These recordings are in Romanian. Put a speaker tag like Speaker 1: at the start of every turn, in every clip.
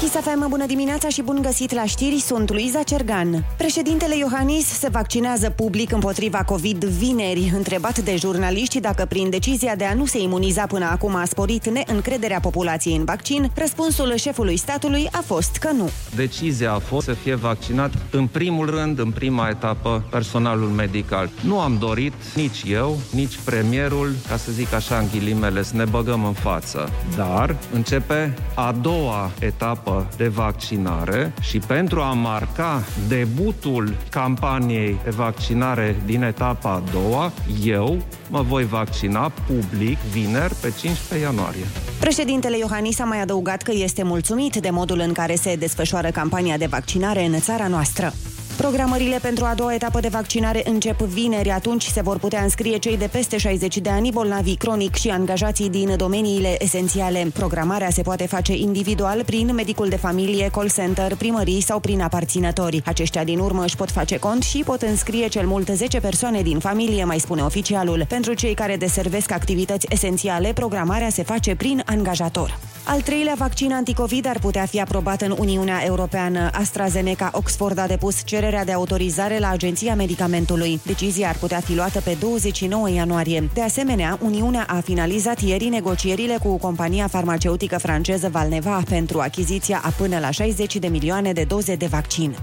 Speaker 1: Chisafem, bună dimineața și bun găsit la știri, sunt Luiza Cergan. Președintele Iohannis se vaccinează public împotriva COVID vineri. Întrebat de jurnaliști dacă prin decizia de a nu se imuniza până acum a sporit neîncrederea populației în vaccin, răspunsul șefului statului a fost că nu.
Speaker 2: Decizia a fost să fie vaccinat în primul rând, în prima etapă, personalul medical. Nu am dorit nici eu, nici premierul, ca să zic așa în ghilimele, să ne băgăm în față. Dar începe a doua etapă de vaccinare și pentru a marca debutul campaniei de vaccinare din etapa a doua, eu mă voi vaccina public vineri pe 15 ianuarie.
Speaker 1: Președintele Iohannis a mai adăugat că este mulțumit de modul în care se desfășoară campania de vaccinare în țara noastră. Programările pentru a doua etapă de vaccinare încep vineri, atunci se vor putea înscrie cei de peste 60 de ani, bolnavi cronic și angajații din domeniile esențiale. Programarea se poate face individual prin medicul de familie, call center, primării sau prin aparținători. Aceștia din urmă își pot face cont și pot înscrie cel mult 10 persoane din familie, mai spune oficialul. Pentru cei care deservesc activități esențiale, programarea se face prin angajator. Al treilea vaccin anticovid ar putea fi aprobat în Uniunea Europeană. AstraZeneca Oxford a depus cererea de autorizare la Agenția Medicamentului. Decizia ar putea fi luată pe 29 ianuarie. De asemenea, Uniunea a finalizat ieri negocierile cu compania farmaceutică franceză Valneva pentru achiziția a până la 60 de milioane de doze de vaccin.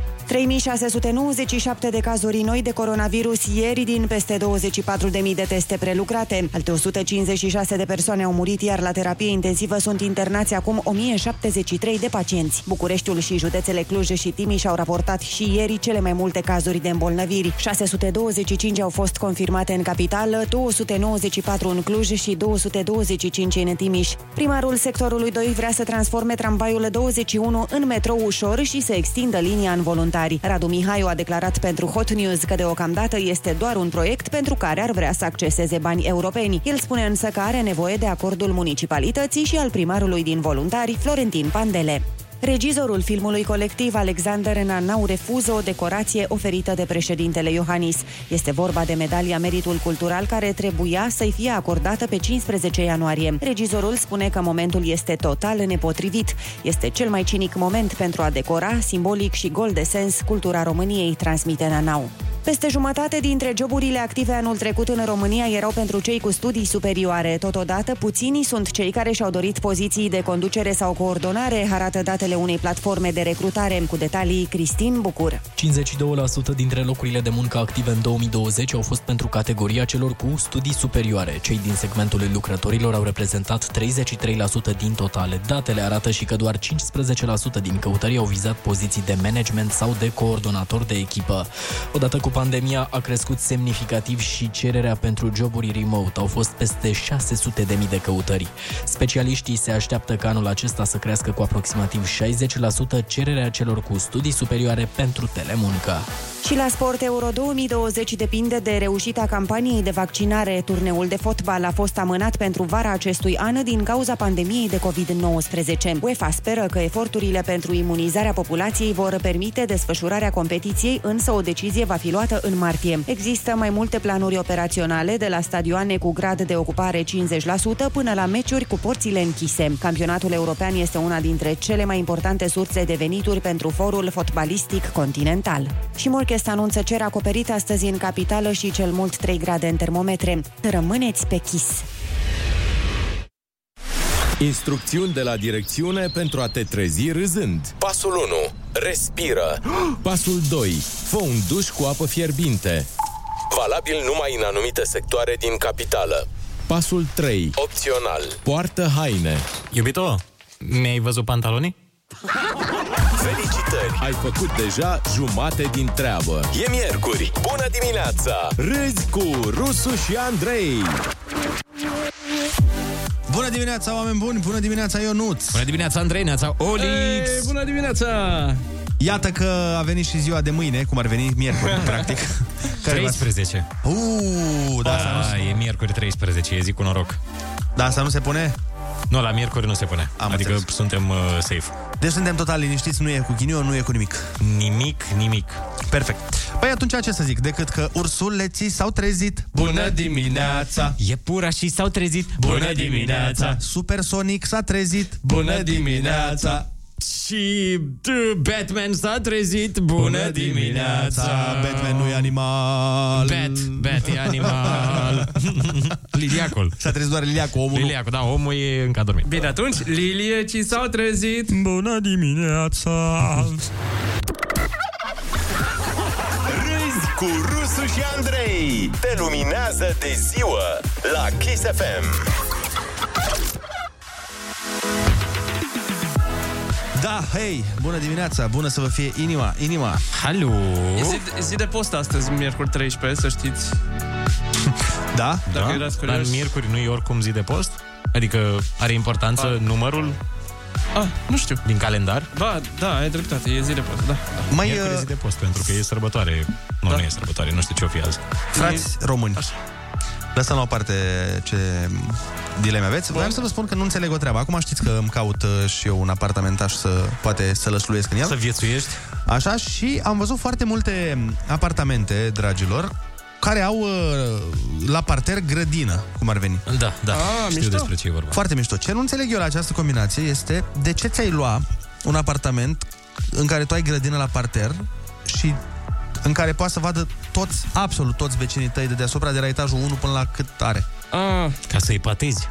Speaker 1: 3697 de cazuri noi de coronavirus ieri din peste 24.000 de teste prelucrate. Alte 156 de persoane au murit, iar la terapie intensivă sunt internați acum 1073 de pacienți. Bucureștiul și județele Cluj și Timiș au raportat și ieri cele mai multe cazuri de îmbolnăviri. 625 au fost confirmate în capitală, 294 în Cluj și 225 în Timiș. Primarul sectorului 2 vrea să transforme tramvaiul 21 în metrou ușor și să extindă linia în voluntari. Radu Mihaiu a declarat pentru Hot News că deocamdată este doar un proiect pentru care ar vrea să acceseze bani europeni. El spune însă că are nevoie de acordul municipalității și al primarului din voluntari, Florentin Pandele. Regizorul filmului colectiv Alexander Nanau refuză o decorație oferită de președintele Iohannis. Este vorba de medalia Meritul Cultural care trebuia să-i fie acordată pe 15 ianuarie. Regizorul spune că momentul este total nepotrivit. Este cel mai cinic moment pentru a decora, simbolic și gol de sens, cultura României, transmite Nanau. Peste jumătate dintre joburile active anul trecut în România erau pentru cei cu studii superioare. Totodată, puțini sunt cei care și-au dorit poziții de conducere sau coordonare, arată datele unei platforme de recrutare. Cu detalii, Cristin Bucur.
Speaker 3: 52% dintre locurile de muncă active în 2020 au fost pentru categoria celor cu studii superioare. Cei din segmentul lucrătorilor au reprezentat 33% din totale. Datele arată și că doar 15% din căutări au vizat poziții de management sau de coordonator de echipă. Odată cu pandemia a crescut semnificativ și cererea pentru joburi remote. Au fost peste 600.000 de, de căutări. Specialiștii se așteaptă ca anul acesta să crească cu aproximativ 60% cererea celor cu studii superioare pentru telemuncă.
Speaker 1: Și la Sport Euro 2020 depinde de reușita campaniei de vaccinare. Turneul de fotbal a fost amânat pentru vara acestui an din cauza pandemiei de COVID-19. UEFA speră că eforturile pentru imunizarea populației vor permite desfășurarea competiției, însă o decizie va fi luată în martie. Există mai multe planuri operaționale, de la stadioane cu grad de ocupare 50% până la meciuri cu porțile închise. Campionatul european este una dintre cele mai importante surse de venituri pentru forul fotbalistic continental. Și Morchest anunță cer acoperit astăzi în capitală și cel mult 3 grade în termometre. Rămâneți pe chis!
Speaker 4: Instrucțiuni de la direcțiune pentru a te trezi râzând.
Speaker 5: Pasul 1. Respiră.
Speaker 4: Pasul 2. Fă un duș cu apă fierbinte.
Speaker 5: Valabil numai în anumite sectoare din capitală.
Speaker 4: Pasul 3.
Speaker 5: Opțional.
Speaker 4: Poartă haine.
Speaker 6: Iubito, mi-ai văzut pantalonii?
Speaker 5: Felicitări!
Speaker 4: Ai făcut deja jumate din treabă.
Speaker 5: E miercuri. Bună dimineața!
Speaker 4: Râzi cu Rusu și Andrei.
Speaker 7: Bună dimineața, oameni buni! Bună dimineața, Ionuț!
Speaker 6: Bună dimineața, Andrei, neața, Olix! Ei,
Speaker 8: bună dimineața!
Speaker 7: Iată că a venit și ziua de mâine, cum ar veni miercuri, practic.
Speaker 6: Care 13.
Speaker 7: Uuu, da, asta nu se...
Speaker 6: e miercuri 13, e zi cu noroc.
Speaker 7: Da, asta nu se pune?
Speaker 6: Nu, la miercuri nu se pune.
Speaker 7: Am
Speaker 6: adică
Speaker 7: înțeles.
Speaker 6: suntem uh, safe.
Speaker 7: Deci suntem total liniștiți, nu e cu ghinion, nu e cu nimic.
Speaker 6: Nimic, nimic.
Speaker 7: Perfect. Păi atunci ce să zic, decât că ursuleții s-au trezit. Bună dimineața!
Speaker 6: E pura și s-au trezit.
Speaker 7: Supersonic s-a trezit.
Speaker 8: Și d- Batman s-a trezit Bună dimineața
Speaker 7: Batman nu e animal.
Speaker 8: Bat, Bat e animal
Speaker 6: Liliacul.
Speaker 7: S-a trezit doar Lilia cu omul.
Speaker 6: Liliacul, da, omul e încă adormit.
Speaker 8: Bine, atunci, Lilie, ci s-au trezit
Speaker 7: Bună dimineața!
Speaker 5: Râzi cu Rusu și Andrei. Te luminează de ziua la Kiss FM.
Speaker 7: Da, hei, bună dimineața, bună să vă fie inima, inima.
Speaker 6: Halu!
Speaker 9: E zi, e zi de post astăzi, miercuri 13, să știți.
Speaker 7: Da?
Speaker 9: Dacă erați
Speaker 6: Dar
Speaker 9: curioși.
Speaker 6: miercuri nu e oricum zi de post? Adică are importanță numărul
Speaker 9: Ah, nu știu.
Speaker 6: din calendar?
Speaker 9: Ba, da, ai dreptate, e zi de post, da.
Speaker 7: Mai,
Speaker 6: Miercuri e zi
Speaker 7: uh,
Speaker 6: de post, pentru că e sărbătoare. Nu,
Speaker 9: Da.
Speaker 6: nu e sărbătoare, nu știu ce o fi azi.
Speaker 7: frați români, lăsăm la o parte ce dileme aveți. Vreau să vă spun că nu înțeleg o treabă. Acum știți că îmi caut uh, și eu un apartamentaș să poate să lăsluiesc în el.
Speaker 6: Să viețuiești?
Speaker 7: Așa și am văzut foarte multe apartamente, dragilor, care au uh, la parter grădină, cum ar veni.
Speaker 6: Da, da.
Speaker 9: Ah,
Speaker 6: știu
Speaker 9: mișto.
Speaker 6: despre ce e vorba.
Speaker 7: Foarte mișto. Ce nu înțeleg eu la această combinație este de ce ți-ai lua un apartament în care tu ai grădină la parter și în care poate să vadă toți, absolut toți vecinii tăi de deasupra, de la etajul 1 până la cât are.
Speaker 9: Ah,
Speaker 6: Ca să-i patezi.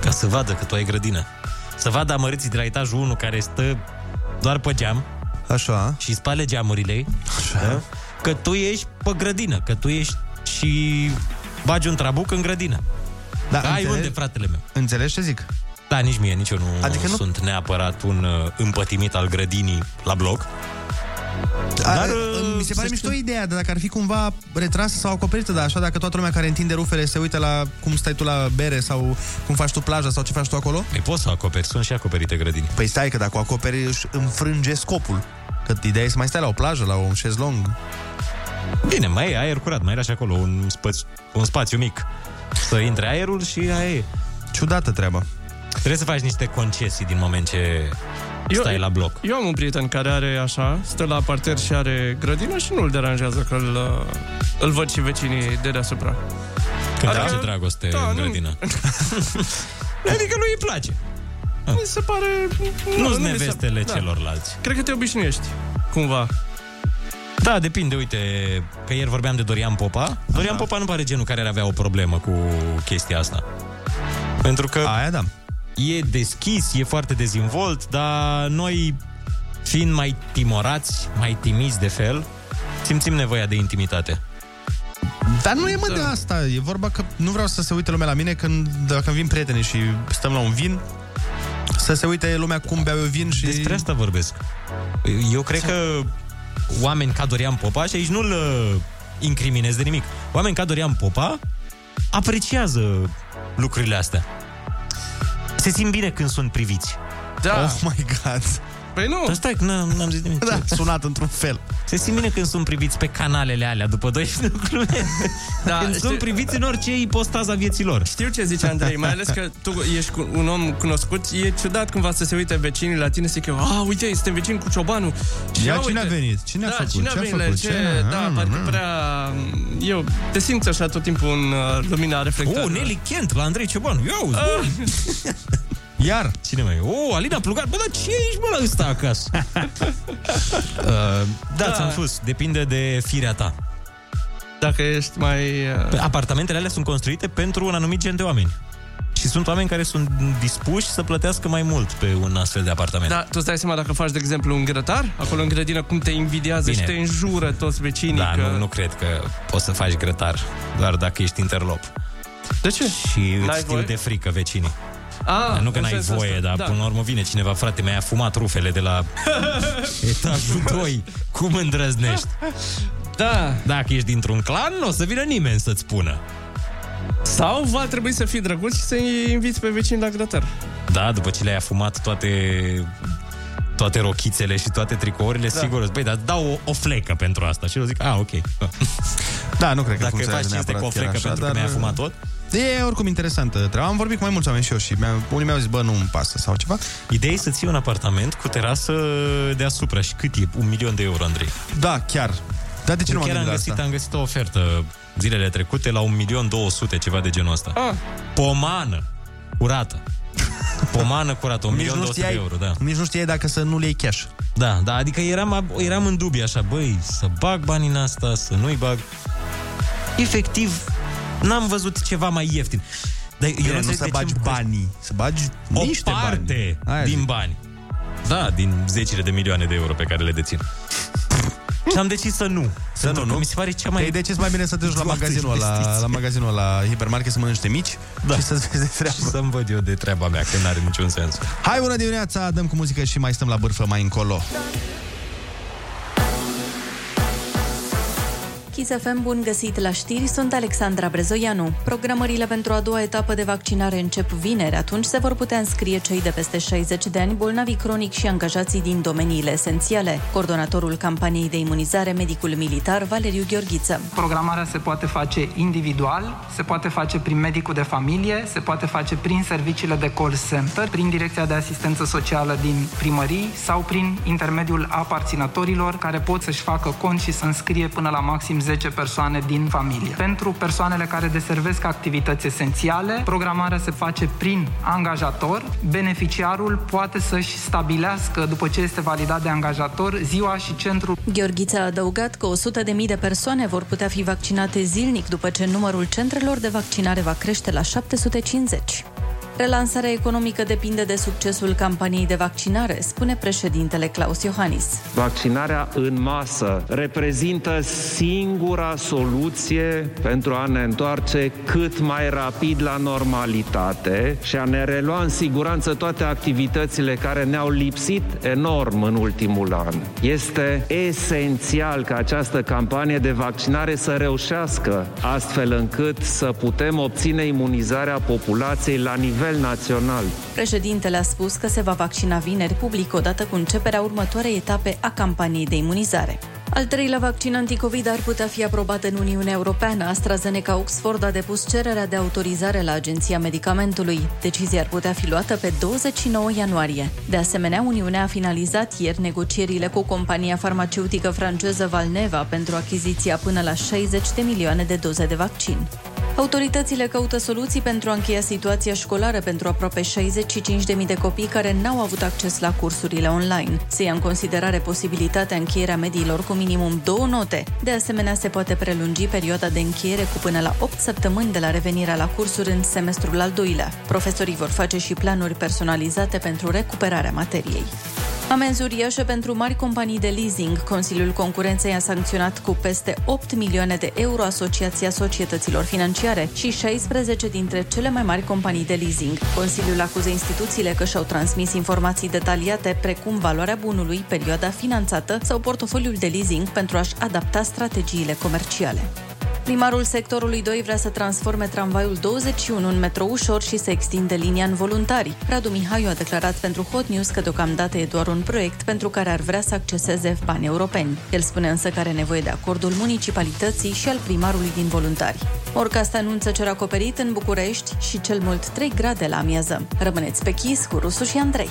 Speaker 6: Ca să vadă că tu ai grădină. Să vadă amărâții de la etajul 1 care stă doar pe geam
Speaker 7: Așa.
Speaker 6: și spală geamurile. Da? Că tu ești pe grădină, că tu ești și bagi un trabuc în grădină.
Speaker 7: Da,
Speaker 6: Da, ai
Speaker 7: înțelegi-
Speaker 6: unde, fratele meu.
Speaker 7: Înțelegi ce zic?
Speaker 6: Da, nici mie, nici eu nu
Speaker 7: Adică
Speaker 6: adică
Speaker 7: nu-
Speaker 6: sunt neapărat un uh, împătimit al grădinii la bloc.
Speaker 7: Dar,
Speaker 6: uh,
Speaker 7: mi se pare
Speaker 6: să
Speaker 7: mișto ideea, dar dacă ar fi cumva retrasă sau acoperită, dar așa dacă toată lumea care întinde rufele se uită la cum stai tu la bere sau cum faci tu plaja sau ce faci tu acolo,
Speaker 6: Păi poți să acoperi, sunt și acoperite grădini.
Speaker 7: păi stai că dacă o acoperi își înfrânge scopul. Că ideea e să mai stai la o plajă, la un șezlong.
Speaker 6: Bine, mai e aer curat, mai era și acolo un, spă- un spațiu mic. Să intre aerul și aia e.
Speaker 7: Ciudată treaba.
Speaker 6: Trebuie să faci niște concesii din moment ce
Speaker 9: Eu-
Speaker 6: stai la bloc.
Speaker 9: eu am un prieten care are așa, stă la parter și are grădină și nu-l deranjează că îl, uh, îl văd și vecinii de deasupra.
Speaker 6: Când
Speaker 9: Adică-
Speaker 6: face dragoste
Speaker 9: Da,
Speaker 6: în
Speaker 9: nu-
Speaker 6: grădină. adică lui îi place.
Speaker 9: Mi se pare...
Speaker 6: Ah. Nu-s
Speaker 9: mi se- da.
Speaker 6: nevestele celorlalți.
Speaker 9: Cred că te obișnuiești, cumva.
Speaker 6: Da, depinde, uite, că ieri vorbeam de Dorian Popa. Dorian Popa nu pare genul care ar avea o problemă cu chestia asta. Pentru că
Speaker 7: Aia da.
Speaker 6: e deschis, e foarte dezvolt, dar noi, fiind mai timorați, mai timizi de fel, simțim nevoia de intimitate.
Speaker 7: Dar nu e mă
Speaker 6: Da.
Speaker 7: de asta, e vorba că nu vreau să se uite lumea la mine când, dacă îmi vin prietenii și stăm la un vin, să se uite lumea cum beau eu vin și...
Speaker 6: Despre asta vorbesc. Eu cred că oameni ca Dorian Popa, și aici nu-l uh, incriminez de nimic, oameni ca Dorian Popa apreciază lucrurile astea. Se simt bine când sunt priviți.
Speaker 9: Da,
Speaker 7: Oh my god.
Speaker 9: păi nu.
Speaker 6: Dar stai, că n-am, n-am zis nimic.
Speaker 7: Da, sunat într-un fel.
Speaker 6: Se simt bine când sunt priviți pe canalele alea după 12 glume.
Speaker 9: Da,
Speaker 6: Da, când
Speaker 9: știu-
Speaker 6: sunt priviți în orice ipostaza vieții lor.
Speaker 9: Știu ce zice Andrei, mai ales că tu ești cu- un om cunoscut, e ciudat cumva să se uite vecinii la tine să zică, a, uite, suntem vecini cu Ciobanu. Și
Speaker 7: Ia
Speaker 9: ia
Speaker 7: cine a
Speaker 9: uite,
Speaker 7: venit? Cine a
Speaker 9: da,
Speaker 7: făcut?
Speaker 9: cine a
Speaker 7: Ce a
Speaker 9: venit? la
Speaker 7: făcut?
Speaker 9: Ce,
Speaker 7: Ce- Ah,
Speaker 9: Da, parcă prea... Eu te simți așa tot timpul în uh, lumina Uh, reflectată.
Speaker 6: Oh, Nelly Kent la Andrei Ciobanu. Ia uzi, bă.
Speaker 7: Iar,
Speaker 6: Cine mai e? Oh, Alina Plugar. Bă, dar ce ești, bă, la ăsta acasă? uh, da,
Speaker 9: Da.
Speaker 6: ți-am spus. Depinde de firea ta.
Speaker 9: Dacă ești mai... Uh,
Speaker 6: Apartamentele alea sunt construite pentru un anumit gen de oameni. Și sunt oameni care sunt dispuși să plătească mai mult pe un astfel de apartament.
Speaker 9: da, tu îți dai seama dacă faci, de exemplu, un grătar, acolo în grădină, cum te invidiază
Speaker 6: Bine.
Speaker 9: și Da, te înjură toți vecinii.
Speaker 6: Da,
Speaker 9: că...
Speaker 6: nu, nu cred că poți să faci grătar doar dacă ești interlop.
Speaker 9: De ce?
Speaker 6: Și îți
Speaker 9: N-ai
Speaker 6: știu
Speaker 9: voie?
Speaker 6: de frică vecinii.
Speaker 9: A,
Speaker 6: nu că
Speaker 9: Ah, în
Speaker 6: n-ai
Speaker 9: sensul
Speaker 6: voie,
Speaker 9: ăsta,
Speaker 6: dar da. până la urmă vine cineva, frate, mi-ai afumat rufele de la etajul 2. Cum îndrăznești?
Speaker 9: Da,
Speaker 6: Dacă ești dintr-un clan, nu o să vină nimeni să-ți spună.
Speaker 9: sau va trebui să fii drăguț și să-i inviți pe vecini la grătar.
Speaker 6: Da, după ce le-ai afumat toate toate rochițele și toate tricourile, da. sigur, băi, dar dau o, o flecă pentru asta. Și eu zic, a, ok.
Speaker 7: da, nu cred că
Speaker 6: Dacă faci
Speaker 7: funcționează
Speaker 6: cinste
Speaker 7: neapărat
Speaker 6: cu o
Speaker 7: chiar
Speaker 6: flecă
Speaker 7: așa,
Speaker 6: pentru că
Speaker 7: dar-
Speaker 6: mi-ai afumat tot,
Speaker 7: E oricum interesantă treaba. Am vorbit cu mai mulți oameni și eu și mi-a, unii mi-au zis, bă, nu-mi pasă sau ceva.
Speaker 6: ideea e să ții un apartament cu terasă deasupra. Și cât e? Un milion de euro, Andrei.
Speaker 7: Da, chiar. Dar de ce nu m-am
Speaker 6: Chiar am
Speaker 7: gândit la
Speaker 6: găsit,
Speaker 7: asta?
Speaker 6: am găsit o ofertă zilele Ah! trecute la 1.200.000, ceva de genul ăsta.
Speaker 9: Ah.
Speaker 6: Pomană curată. Pomană curată, 1.200.000
Speaker 7: Nici nu
Speaker 6: de
Speaker 7: știai-
Speaker 6: euro, da.
Speaker 7: Nici nu știai dacă să nu le iei cash.
Speaker 6: Da, da, adică eram, eram în dubii așa, băi, să bag bani în asta, să nu-i bag. Efectiv, n-am văzut ceva mai ieftin. Dar eu
Speaker 7: Bine,
Speaker 6: nu,
Speaker 7: nu
Speaker 6: înțeleg
Speaker 7: să
Speaker 6: de ce
Speaker 7: bagi
Speaker 6: îmi cost-
Speaker 7: banii, să bagi
Speaker 6: o
Speaker 7: niște
Speaker 6: parte
Speaker 7: bani. Aia
Speaker 6: din
Speaker 7: zic.
Speaker 6: bani. Da, din zecile de milioane de euro pe care le dețin. Și am decis să nu. Să
Speaker 7: nu, nu?
Speaker 6: Mi se pare cea
Speaker 7: Mai...
Speaker 6: mai...
Speaker 7: Te-ai decis mai bine să te duci la
Speaker 6: Doamne,
Speaker 7: magazinul ăla,
Speaker 6: investiție.
Speaker 7: la magazinul ăla, hipermarket, să mănânci niște mici da. și să-ți vezi de treabă.
Speaker 6: Și să-mi văd eu de treaba mea, că n-are niciun sens.
Speaker 7: Hai, bună dimineața, dăm cu muzică și mai stăm la bârfă mai încolo.
Speaker 10: Kiss FM, bun găsit la știri, sunt Alexandra Brezoianu. Programările pentru a doua etapă de vaccinare încep vineri, atunci se vor putea înscrie cei de peste 60 de ani, bolnavi cronic și angajații din domeniile esențiale. Coordonatorul campaniei de imunizare, medicul militar Valeriu Gheorghiță.
Speaker 11: Programarea se poate face individual, se poate face prin medicul de familie, se poate face prin serviciile de call center, prin direcția de asistență socială din primării sau prin intermediul aparținătorilor care pot să-și facă cont și să înscrie până la maxim 10 persoane din familie. Pentru persoanele care deservesc activități esențiale, programarea se face prin angajator. Beneficiarul poate să-și stabilească, după ce este validat de angajator, ziua și centrul
Speaker 10: Gheorghiță a adăugat că 100.000 de persoane vor putea fi vaccinate zilnic după ce numărul centrelor de vaccinare va crește la 750. Relansarea economică depinde de succesul campaniei de vaccinare, spune președintele Claus Iohannis.
Speaker 2: Vaccinarea în masă reprezintă singura soluție pentru a ne întoarce cât mai rapid la normalitate și a ne relua în siguranță toate activitățile care ne-au lipsit enorm în ultimul an. Este esențial ca această campanie de vaccinare să reușească, astfel încât să putem obține imunizarea populației la nivel național.
Speaker 10: Președintele a spus că se va vaccina vineri public odată cu începerea următoarei etape a campaniei de imunizare. Al treilea vaccin anticovid ar putea fi aprobat în Uniunea Europeană. AstraZeneca Oxford a depus cererea de autorizare la Agenția Medicamentului. Decizia ar putea fi luată pe 29 ianuarie. De asemenea, Uniunea a finalizat ieri negocierile cu compania farmaceutică franceză Valneva pentru achiziția până la 60 de milioane de doze de vaccin. Autoritățile caută soluții pentru a încheia situația școlară pentru aproape 65.000 de copii care n-au avut acces la cursurile online. Se ia în considerare posibilitatea încheierea mediilor cu minimum două note. De asemenea, se poate prelungi perioada de încheiere cu până la 8 săptămâni de la revenirea la cursuri în semestrul al doilea. Profesorii vor face și planuri personalizate pentru recuperarea materiei. Amenzi uriașe pentru mari companii de leasing. Consiliul Concurenței a sancționat cu peste 8 milioane de euro Asociația Societăților Financiare și 16 dintre cele mai mari companii de leasing. Consiliul acuză instituțiile că și-au transmis informații detaliate, precum valoarea bunului, perioada finanțată sau portofoliul de leasing pentru a-și adapta strategiile comerciale. Primarul sectorului 2 vrea să transforme tramvaiul 21 în metro ușor și să extinde linia în voluntari. Radu Mihaiu a declarat pentru Hot News că deocamdată e doar un proiect pentru care ar vrea să acceseze bani europeni. El spune însă că are nevoie de acordul municipalității și al primarului din voluntari. Orcast anunță cer acoperit în București și cel mult 3 grade la amiază. Rămâneți pe chis cu Rusu și Andrei.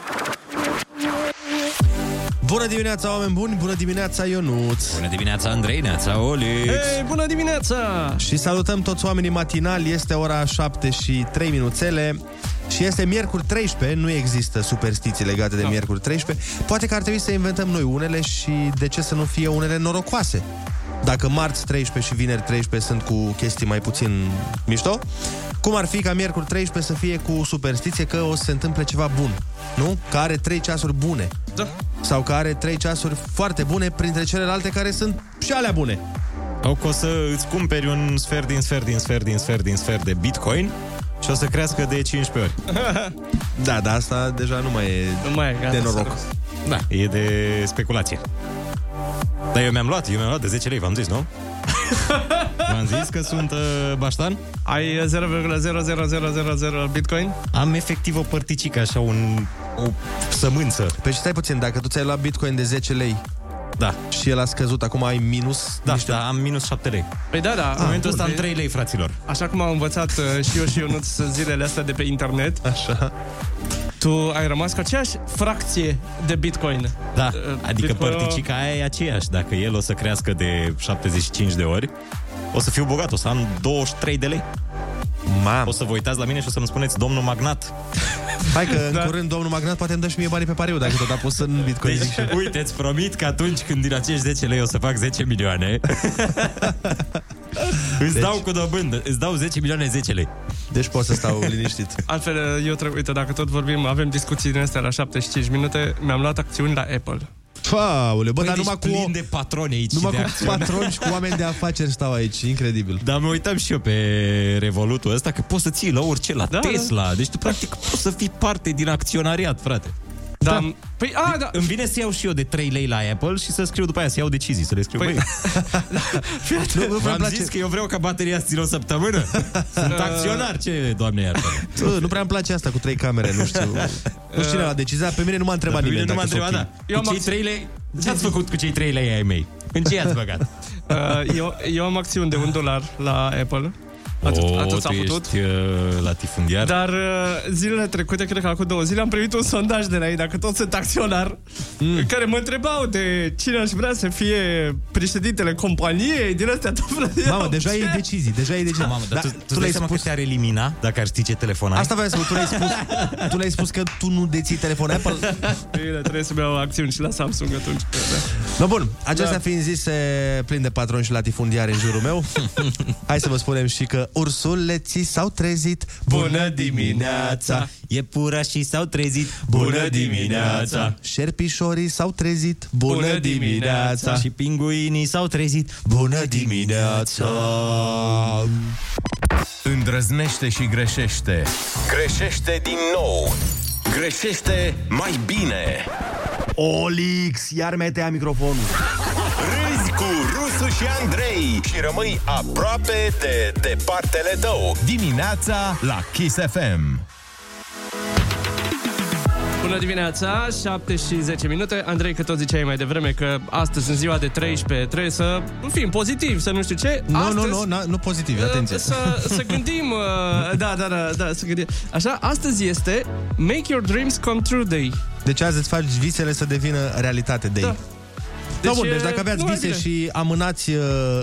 Speaker 7: Bună dimineața, oameni buni! Bună dimineața, Ionuț!
Speaker 6: Bună dimineața, Andrei, neața, Olix!
Speaker 9: Hei, bună dimineața!
Speaker 7: Și salutăm toți oamenii matinali, este ora 7 și 3 minuțele și este miercuri 13, nu există superstiții legate
Speaker 9: Da.
Speaker 7: de miercuri 13. Poate că ar trebui să inventăm noi unele și de ce să nu fie unele norocoase. Dacă marți 13 și vineri 13 sunt cu chestii mai puțin mișto, cum ar fi ca miercuri 13 să fie cu superstiție că o să se întâmple ceva bun, nu? Că are 3 ceasuri bune.
Speaker 9: Da.
Speaker 7: Sau că are 3 ceasuri foarte bune printre celelalte care sunt și alea bune.
Speaker 6: Sau că o să îți cumperi un sfert din sfert din sfert din sfert din sfert de bitcoin și o să crească de 15 ori.
Speaker 7: Da, dar asta deja nu mai e
Speaker 9: Nu mai e, gata,
Speaker 7: de
Speaker 9: s-a
Speaker 7: noroc.
Speaker 9: dus.
Speaker 6: Da, e de speculație. Dar eu mi-am luat, eu mi-am luat de 10 lei, v-am zis, nu? V-am zis că sunt uh, baștan?
Speaker 9: Ai uh, 0,00000 bitcoin?
Speaker 6: Am efectiv o părticică, așa, un, o sămânță.
Speaker 7: Păi și stai puțin, dacă tu ți-ai luat bitcoin de 10 lei
Speaker 6: da.
Speaker 7: și el a scăzut, acum ai minus
Speaker 6: Da, da, am minus 7 lei.
Speaker 9: Păi da, da.
Speaker 6: în momentul ăsta am 3 lei, fraților.
Speaker 9: Așa cum am învățat uh, și eu și Ionuț zilele astea de pe internet.
Speaker 7: Așa.
Speaker 9: Tu ai rămas cu aceeași fracție de bitcoin.
Speaker 6: Da,
Speaker 7: Deci,
Speaker 9: Uh,
Speaker 6: adică
Speaker 9: Bitcoin-ul-
Speaker 6: părticica aia e aceeași. Dacă el o să crească de 75 de ori, o să fiu bogat, o să am 23 de lei.
Speaker 7: Mam.
Speaker 6: O să vă uitați la mine și o să-mi spuneți, domnul magnat.
Speaker 7: Hai că în da. curând domnul Magnat poate îmi dă și mie banii pe pariu dacă tot a pus în bitcoin.
Speaker 6: Deci, uite, îți promit că atunci când din acești 10 lei o să fac 10 milioane, îți dau cu dobândă, îți dau 10 milioane 10 lei.
Speaker 7: Deci pot să stau liniștit.
Speaker 9: Altfel, uh, eu trebuie, uite, dacă tot vorbim, avem discuții din astea la 75 minute, mi-am luat acțiuni la Apple.
Speaker 7: Faule, bă,
Speaker 9: Păi,
Speaker 7: dar
Speaker 9: deci
Speaker 7: numai cu...
Speaker 9: plin
Speaker 6: de patroni aici
Speaker 7: Numai
Speaker 9: de
Speaker 7: cu
Speaker 9: acțiune.
Speaker 7: patroni și cu oameni de afaceri stau aici, incredibil.
Speaker 6: Dar mă uitam și eu pe Revolutul ăsta că poți să ții la orice, la da, Tesla. Da. Deci tu practic poți să fii parte din acționariat, frate. deci,
Speaker 9: Da. da. Păi, a, da.
Speaker 6: Îmi vine să iau și eu de 3 lei la Apple și să scriu după aia, să iau decizii, să le scriu. Păi...
Speaker 9: nu, nu,
Speaker 6: V-am
Speaker 9: îmi place.
Speaker 6: zis că eu vreau ca bateria să țină o săptămână. Sunt acționar, ce doamne iartă.
Speaker 7: Bă, nu prea îmi place asta cu trei camere, nu știu. nu știu cine a decizat, pe mine nu m-a întrebat
Speaker 6: Dar pe
Speaker 7: nimeni.
Speaker 6: mine nu m-a
Speaker 7: dacă sunt
Speaker 6: întrebat, da.
Speaker 7: ok.
Speaker 6: Eu am cei 3 lei... Ce ați făcut cu cei 3 lei ai mei? În ce i-ați băgat?
Speaker 9: Uh, eu, eu am acțiuni de un dolar la Apple. Atât,
Speaker 6: O,
Speaker 9: atât s-a
Speaker 6: Oh, tu
Speaker 9: putut.
Speaker 6: Ești, uh, latifundiar.
Speaker 9: Dar uh, zilele trecute, cred că acum două zile, am primit un sondaj de la ei, dacă tot sunt acționar, mm. care mă întrebau de cine aș vrea să fie președintele companiei, din astea tot vreau.
Speaker 7: Mamă, deja e decizii, deja e
Speaker 9: Da.
Speaker 7: decizii.
Speaker 6: Mamă, dar tu, tu, tu
Speaker 7: le-ai
Speaker 6: dai seama că te-ar elimina dacă ar ști ce telefon ai?
Speaker 7: Asta vreau să spun, tu le-ai spus, tu le-ai spus că tu nu deții telefon Apple.
Speaker 9: Bine, trebuie să-mi iau acțiuni și la Samsung atunci.
Speaker 7: No, bun, acestea
Speaker 9: Da.
Speaker 7: da. fiind zise, plin de patroni și latifundiari în jurul meu, hai să vă spunem și că ursuleții s-au trezit.
Speaker 6: Bună dimineața! Iepurașii s-au trezit Bună dimineața!
Speaker 7: Șerpișorii s-au trezit. Bună dimineața!
Speaker 6: Și pinguinii s-au trezit Bună dimineața!
Speaker 4: Îndrăznește și greșește.
Speaker 5: Greșește din nou. Greșește mai bine.
Speaker 12: Olix, iar metea microfonul.
Speaker 5: Râzi cu Rusu și Andrei și rămâi aproape de departele tău.
Speaker 4: Dimineața la Kiss FM.
Speaker 9: Bună dimineața, 7 și 10 minute. Andrei, că tot ziceai mai devreme că astăzi în ziua de 13 trebuie să fim pozitivi, să nu știu ce.
Speaker 7: Nu, nu,
Speaker 9: Astăzi-
Speaker 7: nu, na- nu pozitiv,
Speaker 9: Uh,
Speaker 7: atenție.
Speaker 9: Să, să gândim uh, Da, da, da, da, să gândim Așa, astăzi este Make your dreams come true day
Speaker 7: Deci azi îți faci visele să devină realitate de ei. Da. Deci,
Speaker 9: Deci,
Speaker 7: da, bun, deci
Speaker 9: e,
Speaker 7: dacă aveați
Speaker 9: nu mai
Speaker 7: vise
Speaker 9: bine.
Speaker 7: și amânați uh,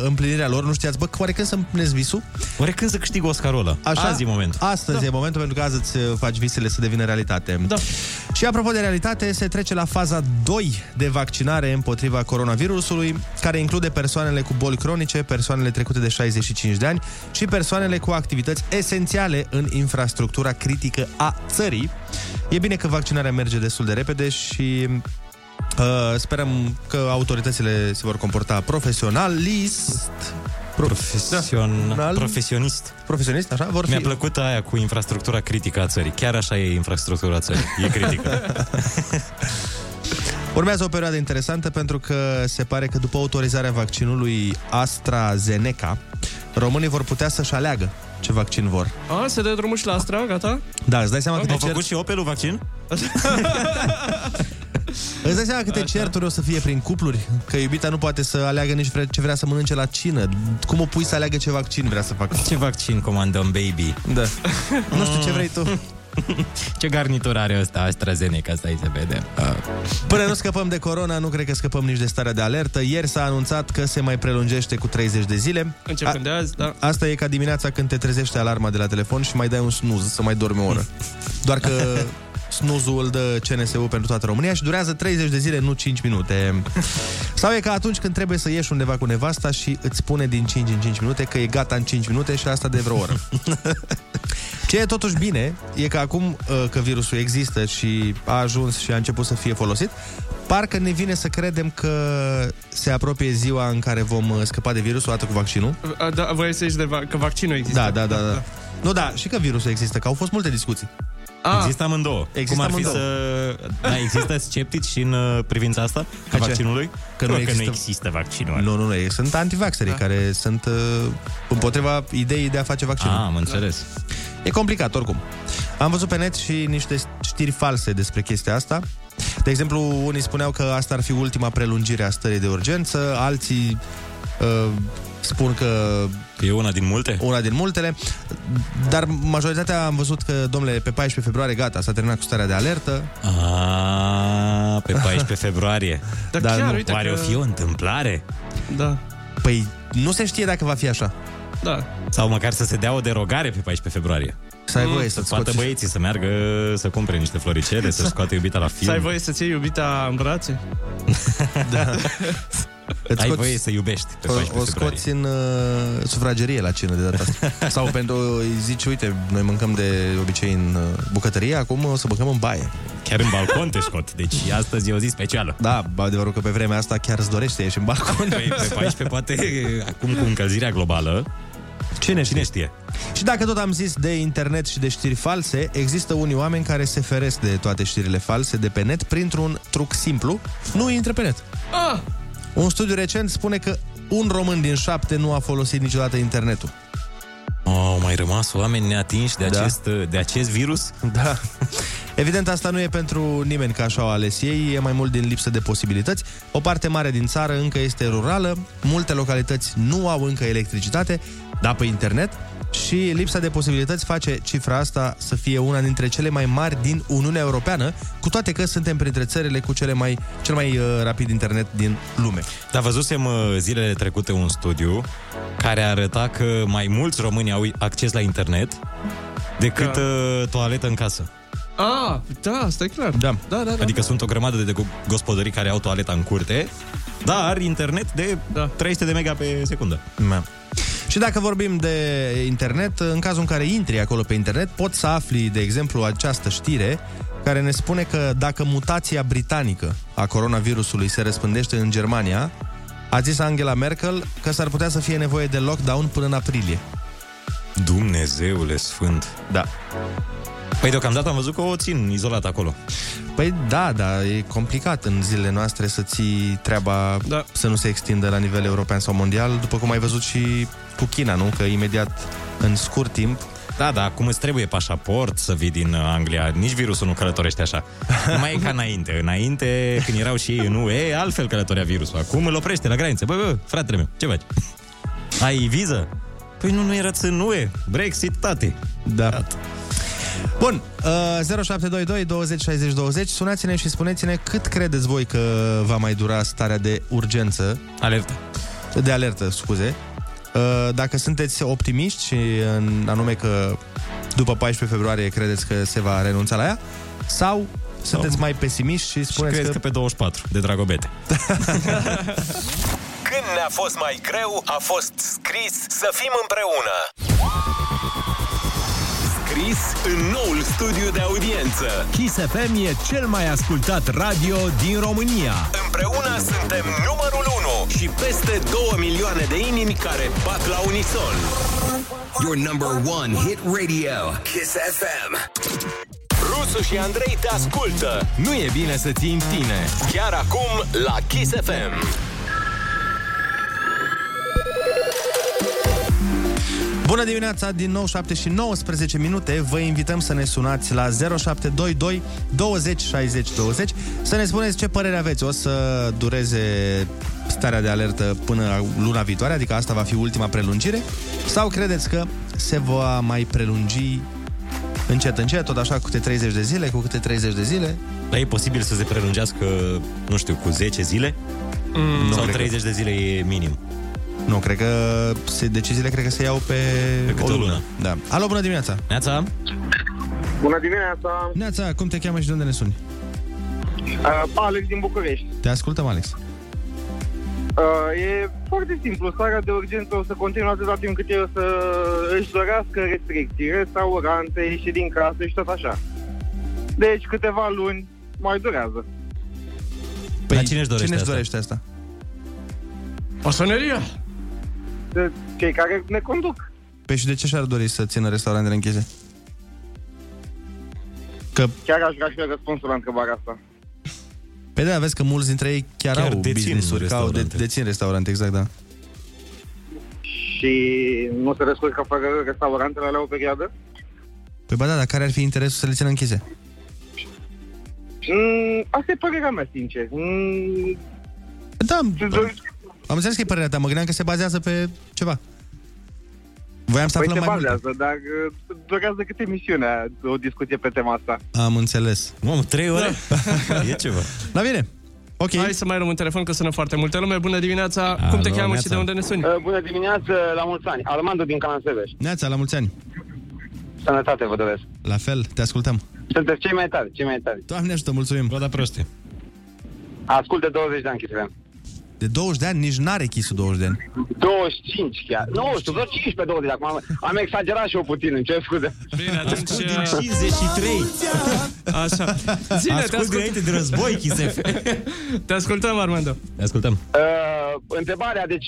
Speaker 7: împlinirea lor, nu știați, bă, oare când să împlinesc visul?
Speaker 6: Oare când să câștig Oscarul ăla? Azi e momentul.
Speaker 7: Astăzi da. e momentul pentru că azi îți uh, faci visele să devină realitate. Da. Și apropo de realitate, se trece la faza 2 de vaccinare împotriva coronavirusului, care include persoanele cu boli cronice, persoanele trecute de 65 de ani și persoanele cu activități esențiale în infrastructura critică a țării. E bine că vaccinarea merge destul de repede și Uh, sperăm că autoritățile se vor comporta profesionalist. Da.
Speaker 6: Profesional. Profesionist.
Speaker 7: Profesionist, așa? Vor fi...
Speaker 6: Mi-a plăcut aia cu infrastructura critică a țării. Chiar așa e infrastructura țării. E critică.
Speaker 7: Urmează o perioadă interesantă pentru că se pare că după autorizarea vaccinului AstraZeneca, românii vor putea să-și aleagă ce vaccin vor.
Speaker 9: A, se dă drumul și la Astra, gata?
Speaker 7: Da, îți dai seama câte,
Speaker 6: Au
Speaker 7: cer...
Speaker 6: făcut și Opelul vaccin?
Speaker 7: îți dai seama câte certuri o să fie prin cupluri? Că iubita nu poate să aleagă nici vre- ce vrea să mănânce la cină. Cum o pui să aleagă ce vaccin vrea să facă?
Speaker 6: Ce vaccin comandăm, baby?
Speaker 7: Da. nu știu ce vrei tu.
Speaker 6: Ce garnitură are ăsta AstraZeneca? Stai să vedem.
Speaker 7: Până nu scăpăm de corona, nu cred că scăpăm nici de starea de alertă. Ieri s-a anunțat că se mai prelungește cu 30 de zile.
Speaker 9: Începând de azi, da
Speaker 7: Asta e ca dimineața când te trezește alarma de la telefon și mai dai un snuz să mai dormi o oră. Doar că snuzul îl dă CNSU pentru toată România și durează 30 de zile, nu 5 minute. Sau e ca atunci când trebuie să ieși undeva cu nevasta și îți spune din 5 în 5 minute că e gata în 5 minute și asta de vreo oră. Ce e totuși bine e că acum uh, că virusul există și a ajuns și a început să fie folosit, parcă ne vine să credem că se apropie ziua în care vom uh, scăpa de virus odată cu vaccinul.
Speaker 9: A, da voi să zici de va- că vaccinul există
Speaker 7: Da, da, da, da. Nu, da, și că virusul există, că au fost multe discuții.
Speaker 6: A, există amândouă.
Speaker 7: Există
Speaker 6: Cum ar fi
Speaker 7: amândouă.
Speaker 6: să... Da, există sceptici și în uh, privința asta a
Speaker 7: ce?
Speaker 6: vaccinului?
Speaker 7: Că nu
Speaker 6: Bă,
Speaker 7: există-
Speaker 6: că nu există vaccinul.
Speaker 7: Nu, nu, nu, ei sunt antivaxerii da. care sunt uh, împotriva ideii de a face vaccinul.
Speaker 6: Ah, am înțeles.
Speaker 7: E complicat oricum. Am văzut pe net și niște știri false despre chestia asta. De exemplu, unii spuneau că asta ar fi ultima prelungire a stării de urgență, alții uh, spun că...
Speaker 6: E una din multe?
Speaker 7: Una din multele, dar majoritatea am văzut că, domnule, pe 14 februarie, gata, s-a terminat cu starea de alertă.
Speaker 6: Ah, pe 14 februarie. Da,
Speaker 7: Dar Dar chiar, nu. uite
Speaker 6: Oare
Speaker 7: că-
Speaker 6: o fi o întâmplare?
Speaker 9: Da.
Speaker 7: Păi nu se știe dacă va fi așa.
Speaker 9: Da.
Speaker 6: Sau măcar să se dea o derogare pe 14 februarie. Mm,
Speaker 7: Să ai voie
Speaker 6: să
Speaker 7: să-ți
Speaker 6: scoată
Speaker 7: scoți-
Speaker 6: băieții, să meargă să cumpere niște floricele, să scoată iubita la film.
Speaker 9: Să ai voie să-ți iei iubita în brațe?
Speaker 7: Da.
Speaker 6: Ai voie să iubești pe
Speaker 7: o,
Speaker 6: 14
Speaker 7: o scoți în uh, sufragerie la cină de data asta. Sau pentru, îi zici, uite, noi mâncăm de obicei în uh, bucătărie, acum o să mâncăm în baie.
Speaker 6: Chiar în balcon te scot, deci astăzi e o zi specială.
Speaker 7: Da, adevărul că pe vremea asta chiar îți dorești să ieși în balcon.
Speaker 6: Păi, pe 14 poate, acum cu încălzirea globală,
Speaker 7: cine știe?
Speaker 6: Cine știe?
Speaker 7: Și dacă tot am zis de internet și de știri false, există unii oameni care se feresc de toate știrile false de pe net printr-un truc simplu. Nu intre pe net.
Speaker 9: Ah!
Speaker 7: Un studiu recent spune că un român din șapte nu a folosit niciodată internetul.
Speaker 6: Au mai rămas oameni neatinși de
Speaker 7: Da.
Speaker 6: acest, de acest virus?
Speaker 7: Da. Evident, asta nu e pentru nimeni că așa au ales ei, e mai mult din lipsă de posibilități. O parte mare din țară încă este rurală, multe localități nu au încă electricitate, dar pe internet, și lipsa de posibilități face cifra asta să fie una dintre cele mai mari din Uniunea Europeană, cu toate că suntem printre țările cu cele mai, cel mai uh, rapid internet din lume.
Speaker 6: Dar văzusem uh, zilele trecute un studiu care arăta că mai mulți români au acces la internet decât
Speaker 9: Da.
Speaker 6: da. toaletă în casă.
Speaker 9: Ah, da, asta e clar.
Speaker 6: Da.
Speaker 9: da, da, da
Speaker 6: adică sunt o grămadă de go- gospodării care au toaleta în curte, dar internet de da. 300 de mega pe secundă.
Speaker 7: Da. Și dacă vorbim de internet, în cazul în care intri acolo pe internet, poți să afli, de exemplu, această știre care ne spune că dacă mutația britanică a coronavirusului se răspândește în Germania, a zis Angela Merkel că s-ar putea să fie nevoie de lockdown până în aprilie.
Speaker 6: Dumnezeule sfânt!
Speaker 7: Da.
Speaker 6: Păi deocamdată am văzut că o țin izolat acolo.
Speaker 7: Păi da, da, e complicat în zilele noastre să ții treaba da. să nu se extindă la nivel european sau mondial, după cum ai văzut și cu China, nu? Că imediat, în scurt timp,
Speaker 6: Da, da, acum îți trebuie pașaport să vii din uh, Anglia. Nici virusul nu călătorește așa. Nu mai e ca înainte. Înainte, când erau și ei în UE, altfel călătorea virusul. Acum îl oprește la graniță. Bă, bă, fratele meu, ce faci? Ai viză? Păi nu, nu erați în UE. Brexit, tate.
Speaker 7: Da. Bun, uh, 0722 20 60 20 Sunați-ne și spuneți-ne cât credeți voi că va mai dura starea de urgență
Speaker 6: Alertă
Speaker 7: De alertă, scuze Uh, Dacă sunteți optimiști și în, anume că după 14 februarie credeți că se va renunța la ea Sau sunteți mai pesimiști și
Speaker 6: Și
Speaker 7: spuneți
Speaker 6: crezi că... că
Speaker 7: că...
Speaker 6: pe 24, de dragobete.
Speaker 5: Când ne-a fost mai greu, a fost scris să fim împreună. Scris în noul studiu de audiență.
Speaker 4: Kiss FM e cel mai ascultat radio din România.
Speaker 5: Împreună suntem numărul 1 și peste 2 milioane de inimi care bat la unison.
Speaker 13: Your number one hit radio.
Speaker 5: Kiss FM. Rusu și Andrei te ascultă.
Speaker 4: Nu e bine să ții în tine.
Speaker 5: Chiar acum la Kiss FM.
Speaker 7: Bună dimineața, din nou 7 și 19 minute Vă invităm să ne sunați la 0722 20 60 20 Să ne spuneți ce părere aveți O să dureze starea de alertă până luna viitoare Adică asta va fi ultima prelungire Sau credeți că se va mai prelungi încet, încet Tot așa, cu câte 30 de zile, cu câte 30 de zile
Speaker 6: Dar e posibil să se prelungească, nu știu, cu 10 zile?
Speaker 7: nu
Speaker 6: Mm, Sau
Speaker 7: cred că-
Speaker 6: 30 de zile e minim?
Speaker 7: Nu, cred că se, deciziile cred că se iau pe, pe o
Speaker 6: o
Speaker 7: lună.
Speaker 6: lună.
Speaker 7: Da. Alo, bună dimineața!
Speaker 6: Neața?
Speaker 14: Bună dimineața!
Speaker 7: Neața, cum te cheamă și de unde ne suni?
Speaker 14: Uh, Alex din București.
Speaker 7: Te ascultăm, Alex
Speaker 14: Uh, e foarte simplu, starea de urgență o să continue atâta timp cât ei o să își dorească restricții, restaurante, ieși din casă și tot așa. Deci câteva luni mai durează.
Speaker 7: Păi, Dar
Speaker 6: cine își dorește
Speaker 7: cine își
Speaker 6: asta?
Speaker 7: dorește asta?
Speaker 9: Masoneria!
Speaker 14: De cei care ne conduc.
Speaker 7: Păi și de ce și-ar dori să țină restaurantele închise? Că,
Speaker 15: Chiar aș vrea și eu răspunsul la întrebarea asta.
Speaker 7: pe de vezi că mulți dintre ei chiar,
Speaker 15: Chiar
Speaker 7: au
Speaker 15: dețin
Speaker 7: business-uri, că au de,
Speaker 15: restaurante.
Speaker 7: dețin restaurante, exact, da.
Speaker 15: Și nu se descurcă fără restaurantele la o perioadă?
Speaker 7: Păi ba da, dar care ar fi interesul să le țină închise?
Speaker 15: Mm, asta e părerea mea, sincer. Mm,
Speaker 7: Da, am înțeles că e părerea ta, mă gândeam că se bazează pe ceva. Voiam să
Speaker 15: păi
Speaker 7: aflăm
Speaker 15: se
Speaker 7: mai mult.
Speaker 15: bazează, dar uh, durează câte emisiunea o discuție pe tema asta.
Speaker 7: Am înțeles. Da.
Speaker 6: Mamă, trei ore? e ceva.
Speaker 7: La Da, bine. Ok.
Speaker 9: Hai să mai luăm un telefon, că sună foarte multă lume. Bună dimineața. Cum te cheamă și de unde ne suni?
Speaker 16: Uh, Bună dimineața, la mulți ani. Armando din Calansebeș.
Speaker 7: Neața, la mulți ani.
Speaker 16: Sănătate vă doresc.
Speaker 7: La fel, te ascultăm.
Speaker 16: Sunteți cei mai tari, cei mai tari.
Speaker 7: Doamne ajută, mulțumim.
Speaker 6: Vă da proste.
Speaker 16: Ascult de 20 de ani, Chisfem.
Speaker 7: De 20 de ani nici n-are chisul 20 de ani.
Speaker 16: 25 chiar. Nu știu, vreo 15 20 acum. Am, am exagerat și eu putin, îmi cer scuze.
Speaker 9: Bine, atunci...
Speaker 6: Din
Speaker 9: uh,
Speaker 6: 53.
Speaker 9: Așa. Zine, te
Speaker 6: Ascult înainte de război, Chisef.
Speaker 9: Te ascultăm, Armando.
Speaker 6: Ne ascultăm.
Speaker 16: Uh, întrebarea, deci,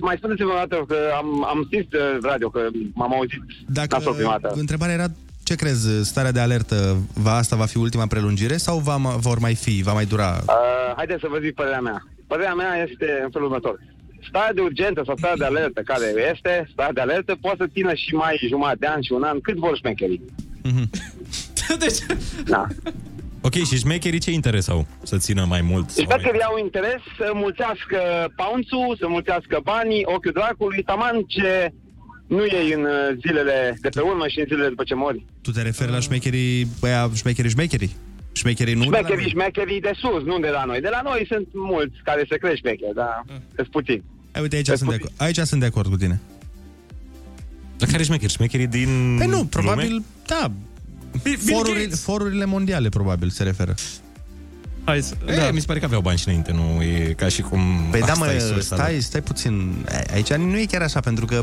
Speaker 16: mai spuneți-vă o dată că am, am zis uh, radio, că m-am auzit
Speaker 7: Dacă
Speaker 16: nasol prima dată.
Speaker 7: Uh, Întrebarea era ce crezi, starea de alertă, va, asta va fi ultima prelungire sau va, vor mai fi, va mai dura?
Speaker 16: Uh, haideți să vă zic părerea mea. Părerea mea este în felul următor. Starea de urgență sau starea de alertă care este, starea de alertă poate să țină și mai jumătate de an și un an, cât vor șmecherii.
Speaker 9: deci...
Speaker 16: Da.
Speaker 6: Mhm. Ok, și șmecherii ce interes au să țină mai mult?
Speaker 16: Deci dacă iau interes să mulțească paunțul, să mulțească banii, ochiul dracului, taman ce nu e în uh, zilele de pe urmă și în zilele după ce mori.
Speaker 7: Tu te referi
Speaker 16: Uh.
Speaker 7: la șmecherii, băia, șmecherii, șmecherii? Șmecherii nu? de la
Speaker 16: Șmecherii,
Speaker 7: noi?
Speaker 16: șmecherii de sus, nu de la noi. De la noi sunt mulți care se crește șmecheri, dar sunt puțini.
Speaker 7: Hai, uite, aici sunt, de acord, aici sunt de acord cu tine.
Speaker 6: La care șmecheri? Șmecherii din
Speaker 7: Păi nu,
Speaker 6: lume?
Speaker 7: probabil, da. Forurile, forurile mondiale, probabil, se referă.
Speaker 9: Hai să,
Speaker 6: e, da. Mi se pare că aveau bani și înainte, nu e ca și cum...
Speaker 7: Păi
Speaker 6: Ah,
Speaker 7: da, mă,
Speaker 6: sus, da, da.
Speaker 7: stai, stai puțin. A- Aici nu e chiar așa, pentru că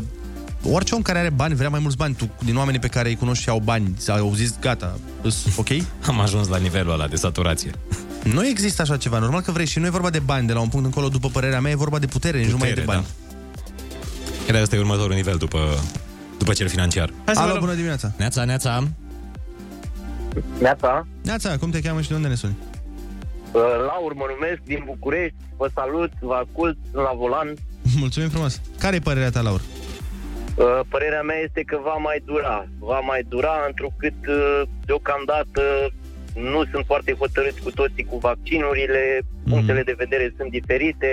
Speaker 7: orice om care are bani vrea mai mulți bani. Tu, din oamenii pe care îi cunoști și au bani, au zis, gata, îs ok?
Speaker 6: Am ajuns la nivelul ăla de saturație.
Speaker 7: Nu există așa ceva. Normal că vrei și nu e vorba de bani de la un punct încolo, după părerea mea, e vorba de putere, putere nu mai e de bani.
Speaker 6: Cred că asta da? e următorul nivel după, după cel financiar.
Speaker 7: Da. Alo, bună dimineața!
Speaker 6: Neața, neața!
Speaker 17: Neața,
Speaker 7: Neața, cum te cheamă și de unde ne suni?
Speaker 17: Laur mă Uh, numesc, din București, vă salut, vă ascult, sunt la volan.
Speaker 7: Mulțumim frumos! Care e părerea ta, Laur?
Speaker 17: Uh, Părerea mea este că va mai dura, va mai dura, întrucât uh, deocamdată nu sunt foarte hotărâți cu toții cu vaccinurile,
Speaker 7: Mhm.
Speaker 17: punctele de vedere sunt diferite.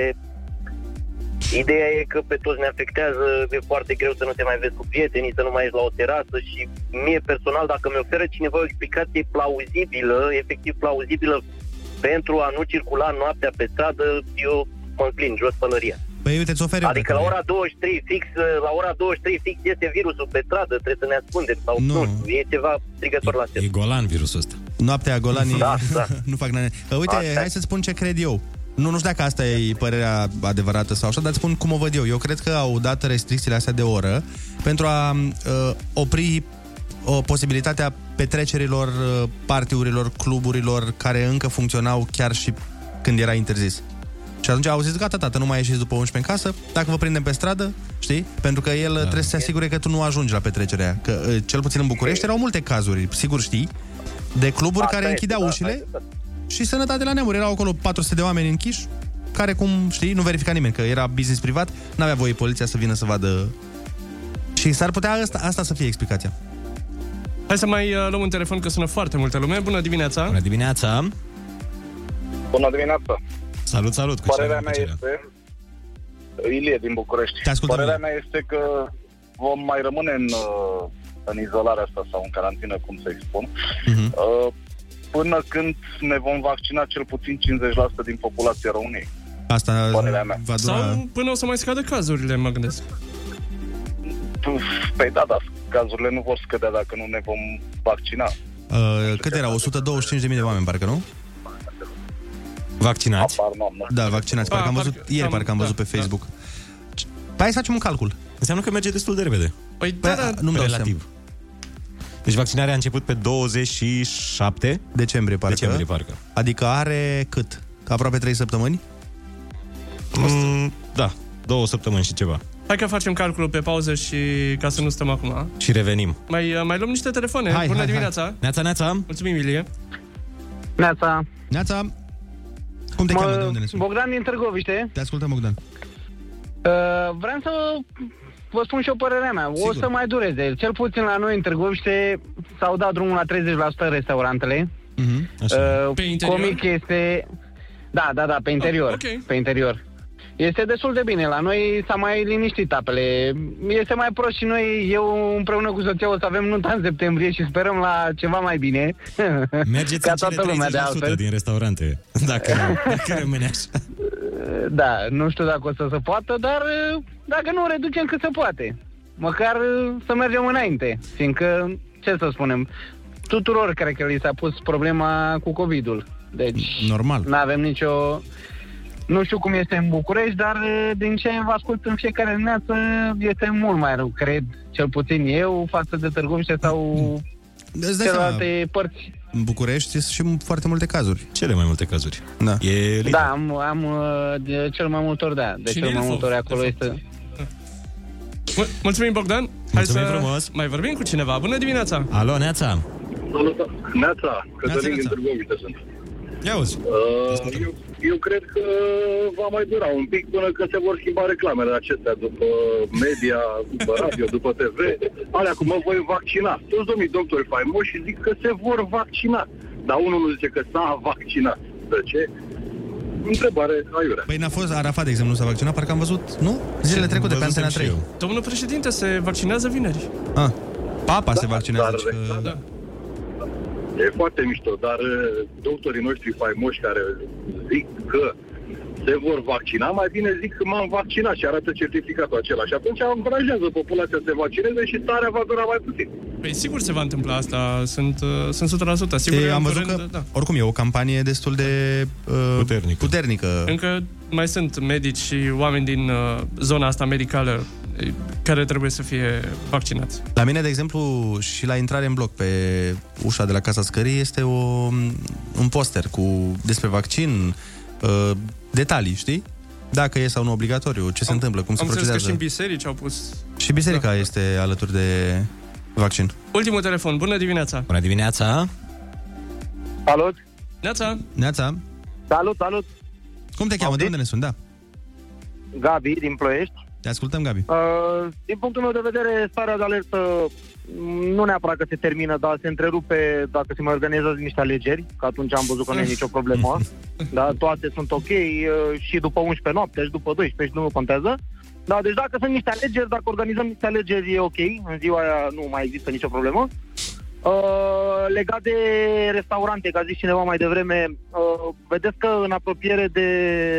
Speaker 17: Ideea e că pe toți ne afectează, e foarte greu să nu te mai vezi cu prietenii, să nu mai ești la o terasă și mie personal, dacă mi oferă cineva o explicație plauzibilă, efectiv plauzibilă, pentru a nu circula noaptea pe stradă, eu mă înclin jos pălăria.
Speaker 7: Păi uite, îți oferim.
Speaker 17: Adică la ora 23 fix, la ora 23 fix este virusul pe stradă, trebuie să ne ascundem sau
Speaker 7: Nu.
Speaker 17: nu, nu e ceva strigător la acest.
Speaker 6: E golan virusul ăsta.
Speaker 7: Noaptea golanii
Speaker 17: Da, da.
Speaker 7: nu fac nane. Uh, Uite,
Speaker 17: Asta e.
Speaker 7: hai să spun ce cred eu. Nu, nu știu dacă asta e părerea adevărată sau așa, dar îți spun cum o văd eu. Eu cred că au dat restricțiile astea de oră pentru a uh, opri o posibilitatea petrecerilor, uh, partiurilor, cluburilor care încă funcționau chiar și când era interzis. Și atunci au zis, gata, tată, nu mai ieșiți după 11 în casă, dacă vă prindem pe stradă, știi? Pentru că el da. trebuie să se asigure că tu nu ajungi la petrecerea aia. Că, uh, cel puțin în București, erau multe cazuri, sigur știi, de cluburi
Speaker 17: Asta
Speaker 7: care
Speaker 17: este,
Speaker 7: închideau
Speaker 17: da,
Speaker 7: ușile
Speaker 17: asta este.
Speaker 7: și sănătate la neamuri. Erau acolo 400 de oameni închiși, care, cum știi, nu verifica nimeni, că era business privat, n-avea voie poliția să vină să vadă... Și s-ar putea asta, asta să fie explicația.
Speaker 9: Hai să mai uh, luăm un telefon, că sună foarte multă lume. Bună dimineața.
Speaker 6: Bună dimineața.
Speaker 18: Bună dimineața!
Speaker 6: Salut, salut! Cu
Speaker 18: Părerea
Speaker 6: ce
Speaker 18: mea
Speaker 6: plăcere.
Speaker 18: este... Ilie din București.
Speaker 7: Te ascultăm,
Speaker 18: Părerea mea este că vom mai rămâne în, uh, în izolarea asta sau în carantină, cum să-i spun,
Speaker 7: Mhm.
Speaker 18: uh, până când ne vom vaccina cel puțin 50% din populația României.
Speaker 7: Asta
Speaker 18: Părerea mea.
Speaker 7: va dura...
Speaker 9: Sau până o să mai scadă cazurile, mă gândesc.
Speaker 18: Uf, Păi da, dar cazurile nu vor scădea dacă nu ne vom vaccina.
Speaker 7: Uh, cât era? 125.000 de oameni, parcă, nu?
Speaker 6: Vaccinați.
Speaker 7: Da, vaccinați. Parcă am văzut, ieri parcă am da, văzut pe Facebook. Hai să facem un calcul.
Speaker 6: Înseamnă că merge destul de repede.
Speaker 9: Păi,
Speaker 7: da, da. nu-mi dau
Speaker 6: Relativ. Deci vaccinarea a început pe 27
Speaker 7: decembrie, parcă.
Speaker 6: Decembrie, parcă.
Speaker 7: Adică are cât? Aproape 3 săptămâni?
Speaker 6: Mm, da, două săptămâni și ceva.
Speaker 9: Hai că facem calculul pe pauză și ca să nu stăm acum.
Speaker 6: Și revenim.
Speaker 9: Mai, uh, mai luăm niște telefoane.
Speaker 6: Hai,
Speaker 9: Bună
Speaker 6: hai,
Speaker 9: dimineața!
Speaker 6: hai. Neața, neața!
Speaker 9: Mulțumim, Ilie!
Speaker 15: Neața!
Speaker 7: Neața! Cum te mă... cheamă? Da. De unde ne suni?
Speaker 15: Bogdan din Târgoviște.
Speaker 7: Te ascultăm, Bogdan.
Speaker 15: Uh, vreau să vă spun și o părerea mea. Sigur. O să mai dureze. Cel puțin la noi în Târgoviște s-au dat drumul la 30% restaurantele. Uh,
Speaker 9: Pe interior?
Speaker 15: comic este... Da, da, da, pe interior.
Speaker 9: Ah, ok.
Speaker 15: Pe interior. Este destul de bine. La noi s-a mai liniștit apele. Este mai prost și noi, eu împreună cu soția o să avem nunta în septembrie și sperăm la ceva mai bine.
Speaker 6: Mergeți
Speaker 15: Ca
Speaker 6: în cele
Speaker 15: toată lumea de
Speaker 6: 30%
Speaker 15: altfel.
Speaker 6: din restaurante, dacă, dacă rămâne așa.
Speaker 15: Da, nu știu dacă o să se poată, dar uh, dacă nu, reducem cât se poate. Măcar uh, să mergem înainte, fiindcă, ce să spunem, tuturor cred că li s-a pus problema cu COVID-ul. Deci,
Speaker 7: Normal.
Speaker 15: nu avem nicio... Nu știu cum este în București, dar uh, din ce vă ascult în fiecare dimineață este mult mai rău, cred, cel puțin eu, față de Târgoviște sau
Speaker 7: Îți dai seama,
Speaker 15: celelalte părți.
Speaker 7: în București sunt și foarte multe cazuri.
Speaker 6: Cele mai multe cazuri.
Speaker 7: Da.
Speaker 6: E lider.
Speaker 15: Da, am, am uh, de cel mai multe ori, da, de
Speaker 9: Și
Speaker 15: cel mai
Speaker 9: Ilfov,
Speaker 15: multe ori acolo este...
Speaker 9: Exact. Mul- Mulțumim, Bogdan! Hai
Speaker 6: Mulțumim
Speaker 9: să
Speaker 6: frumos.
Speaker 9: mai vorbim cu cineva. Bună dimineața!
Speaker 6: Alo, Neața!
Speaker 19: Neața, Cătălin din Târgoviște sunt.
Speaker 6: Ia uzi.
Speaker 19: Uh, eu, eu cred că va mai dura un pic până când se vor schimba reclamele acestea după media, după radio, după TV. Alea cum mă voi vaccina. Toți domnii doctori faimoși și zic că se vor vaccina. Dar unul nu zice că s-a vaccinat. De ce? Întrebare aiurea.
Speaker 7: Păi n-a fost Arafat, de exemplu, nu s-a vaccinat, parcă am văzut, nu? Zilele trecute pe Antena 3.
Speaker 9: Domnul președinte se vaccinează vineri.
Speaker 7: Ah, papa se vaccinează.
Speaker 19: Dar,
Speaker 7: deci,
Speaker 19: da,
Speaker 7: uh,
Speaker 19: da. E foarte mișto, dar uh, doctorii noștri faimoși care zic că se vor vaccina, mai bine zic că m-am vaccinat și arată certificatul acela. Și atunci încurajează populația să se vaccineze și starea va dura mai puțin.
Speaker 9: Păi sigur se va întâmpla asta, sunt, uh, sunt 100%. Sigur,
Speaker 7: E,
Speaker 9: în
Speaker 7: am văzut
Speaker 9: curând,
Speaker 7: că,
Speaker 9: da.
Speaker 7: oricum, e o campanie destul de uh, puternică. puternică.
Speaker 9: Încă mai sunt medici și oameni din uh, zona asta medicală eh, care trebuie să fie vaccinați.
Speaker 7: La mine, de exemplu, și la intrare în bloc pe ușa de la Casa Scării este o, un poster cu despre vaccin, uh, detalii, știi? Dacă e sau nu obligatoriu, ce se întâmplă, cum se
Speaker 9: Am înțeles că
Speaker 7: procedează.
Speaker 9: și în Da. biserici au pus...
Speaker 7: și biserica este alături de vaccin.
Speaker 9: Ultimul telefon, bună dimineața!
Speaker 6: Bună dimineața!
Speaker 9: Salut! Neața!
Speaker 7: Neața,
Speaker 15: Salut, salut!
Speaker 7: cum te cheamă? De unde ne sunt? Da,
Speaker 15: Gabi din Ploiești.
Speaker 7: te ascultăm, Gabi.
Speaker 15: Uh, din punctul meu de vedere, starea de alertă m, nu neapărat că se termină, dar se întrerupe dacă se mai organizează niște alegeri, că atunci am văzut că nu e nicio problemă. da, toate sunt ok uh, și după 11 noapte și după 12 și nu contează. Da, deci dacă sunt niște alegeri, dacă organizăm niște alegeri, e ok. În ziua aia nu mai există nicio problemă. Uh, legat de restaurante, ca a zis cineva mai devreme, uh, vedeți că în apropiere de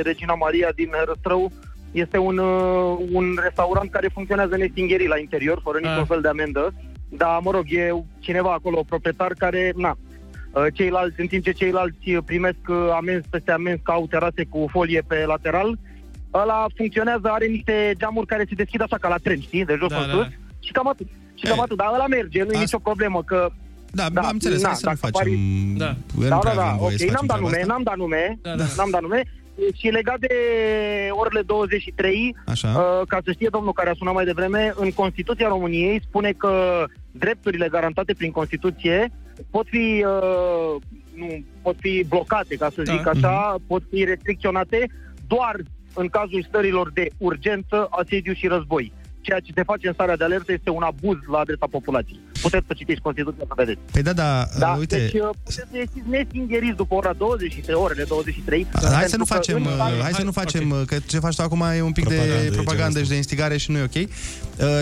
Speaker 15: Regina Maria din Răstrău este un, uh, un restaurant care funcționează nestingherii la interior, fără niciun fel de amendă. Dar, mă rog, e cineva acolo, proprietar, care, na, uh, ceilalți, în timp ce ceilalți uh, primesc uh, amenzi peste amenzi că au terase cu folie pe lateral, ăla funcționează, are niște geamuri care se deschid așa ca la tren, știi, de jos
Speaker 9: Da,
Speaker 15: da, în
Speaker 9: da.
Speaker 15: sus. Și cam atât. Și cam atât, dar ăla merge, nu e nicio problemă, că...
Speaker 7: Eh. Da, da am înțeles, hai să nu
Speaker 15: dacă
Speaker 7: facem... Da.
Speaker 15: Pari... Da, da, da, ok, n-am dat nume, n-am dat nume,
Speaker 7: Da, da.
Speaker 15: n-am dat nume. Și legat de orele 23,
Speaker 7: Așa.
Speaker 15: Uh, ca să știe domnul care a sunat mai devreme, în Constituția României spune că drepturile garantate prin Constituție pot fi, uh, nu, pot fi blocate, ca să
Speaker 20: Da.
Speaker 15: zic așa, pot fi restricționate doar în cazul stărilor de urgență, asediu și război. Ceea ce se face în starea de alertă este un abuz la adresa populației. Puteți să citiți Constituția să vedeți.
Speaker 7: Păi da, da,
Speaker 15: Da,
Speaker 7: uh, uite...
Speaker 15: deci uh, puteți să ieșiți nesingeriți după ora 23, orele 23.
Speaker 7: Hai să
Speaker 15: Da, pentru
Speaker 7: nu
Speaker 15: că
Speaker 7: facem,
Speaker 15: în
Speaker 7: uh,
Speaker 15: stare-
Speaker 7: hai să nu facem okay. că ce faci tu acum e un pic
Speaker 6: Propagandă,
Speaker 7: de
Speaker 6: e
Speaker 7: propagandă
Speaker 6: genul
Speaker 7: și de instigare și nu e ok. Uh,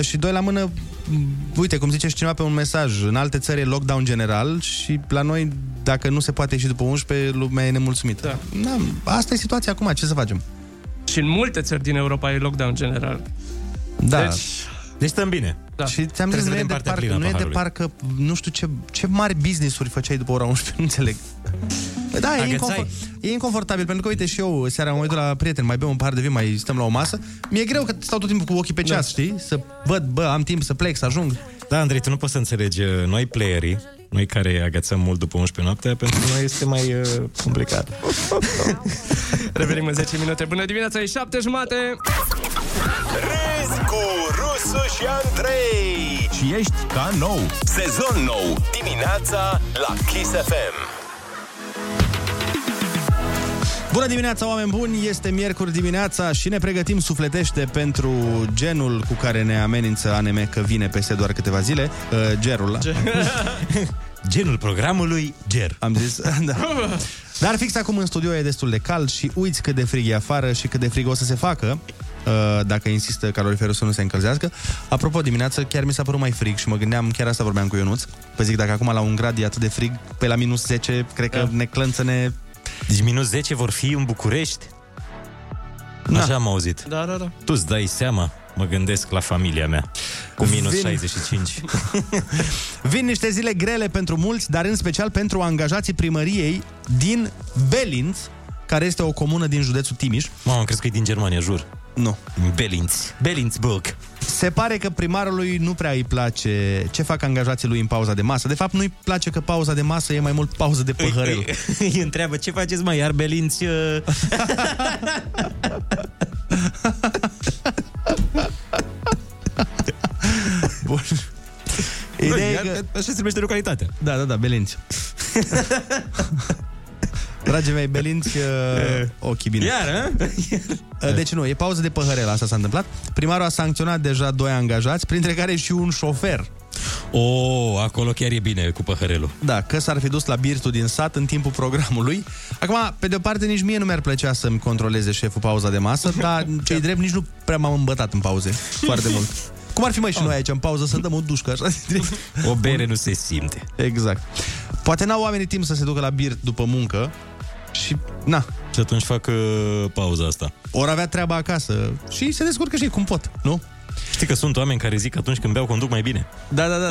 Speaker 7: și doi la mână, m, uite, cum zice și cineva pe un mesaj, în alte țări e lockdown general și la noi, dacă nu se poate ieși după 11, lumea e nemulțumită. Da. Da, asta e situația acum, ce să facem?
Speaker 9: Și în multe țări din Europa e lockdown general.
Speaker 7: Da.
Speaker 9: Deci,
Speaker 6: deci stăm bine.
Speaker 9: Da.
Speaker 7: Și ți-am
Speaker 9: Trebuie
Speaker 7: zis,
Speaker 9: să
Speaker 7: nu e
Speaker 9: vedem
Speaker 7: de
Speaker 9: partea
Speaker 7: parcă,
Speaker 9: plină a
Speaker 7: nu e de
Speaker 9: paharului.
Speaker 7: parcă, nu știu ce, ce mari business-uri făceai după ora 11, nu înțeleg. Păi Da, e,
Speaker 6: Agățai.
Speaker 7: inconfort, e inconfortabil, pentru că, uite, și eu seara mă uit la prieteni, mai beau un pahar de vin, mai stăm la o masă. Mi-e greu că stau tot timpul cu
Speaker 9: Da.
Speaker 7: ochii pe ceas, știi? Să văd, bă, am timp să plec, să ajung.
Speaker 6: Da, Andrei, tu nu poți să înțelegi uh, noi playerii, noi care agățăm mult după 11 noaptea, pentru noi este mai uh, complicat.
Speaker 9: revenim în 10 minute. Bună dimineața, e 7 jumate!
Speaker 5: Râzi cu Rusu și Andrei
Speaker 4: Și ești ca nou
Speaker 5: Sezon nou Dimineața la Kiss FM
Speaker 7: Bună dimineața, oameni buni! Este miercuri dimineața și ne pregătim sufletește pentru genul cu care ne amenință ANM că vine peste doar câteva zile. Uh, gerul.
Speaker 6: Genul programului, ger.
Speaker 7: Am zis, da. Dar fix acum în studio e destul de cald și uiți cât de frig e afară și cât de frig o să se facă uh, dacă insistă caloriferul să nu se încălzească. Apropo, dimineața chiar mi s-a părut mai frig și mă gândeam, chiar asta vorbeam cu Ionuț, păi zic, dacă acum la un grad e atât de frig, pe la minus 10, cred
Speaker 6: Da.
Speaker 7: că ne clănță, ne
Speaker 6: Deci minus 10 vor fi în București? Da. Așa am auzit.
Speaker 9: Da, da, da.
Speaker 6: Tu-ți dai seama, mă gândesc la familia mea cu minus
Speaker 7: Vin.
Speaker 6: 65.
Speaker 7: Vin niște zile grele pentru mulți, dar în special pentru angajații primăriei din Belinț, care este o comună din județul Timiș.
Speaker 6: Mamă, am crezut că e din Germania, jur.
Speaker 7: Nu.
Speaker 6: Belinț. Belințburg.
Speaker 7: Se pare că primarului nu prea îi place ce fac angajații lui în pauza de masă. De fapt, nu-i place că pauza de masă e mai mult pauză de păhărel.
Speaker 6: Îi întreabă, ce faceți, mai iar belinți? uh?"
Speaker 7: Bun.
Speaker 6: Nu,
Speaker 7: Ideea e
Speaker 6: iar-
Speaker 7: că...
Speaker 6: Așa se numește localitatea.
Speaker 7: Da, da, da, Belinți. Dragii mei, Belinți, uh, ochii bine.
Speaker 6: Eh. Iar, eh?
Speaker 7: Uh, Deci nu, e pauză de păhărel, asta s-a întâmplat. Primarul a sancționat deja doi angajați, printre care și un șofer.
Speaker 6: O, oh, acolo chiar e bine cu păhărelul.
Speaker 7: Da, că s-ar fi dus la birtul din sat în timpul programului. Acum, pe de o parte, nici mie nu mi-ar plăcea să-mi controleze șeful pauza de masă, dar cei drept nici nu prea m-am îmbătat în pauze foarte mult. Cum ar fi mai și noi aici în pauză să dăm o dușcă așa direct?
Speaker 6: O bere nu se simte.
Speaker 7: Exact. Poate n-au oamenii timp să se ducă la birt după muncă și na,
Speaker 6: Și atunci fac uh, pauza asta.
Speaker 7: ori avea treaba acasă și se descurcă și ei cum pot, nu?
Speaker 6: Știi că sunt oameni care zic că atunci când beau conduc mai bine.
Speaker 7: Da, da, da, da.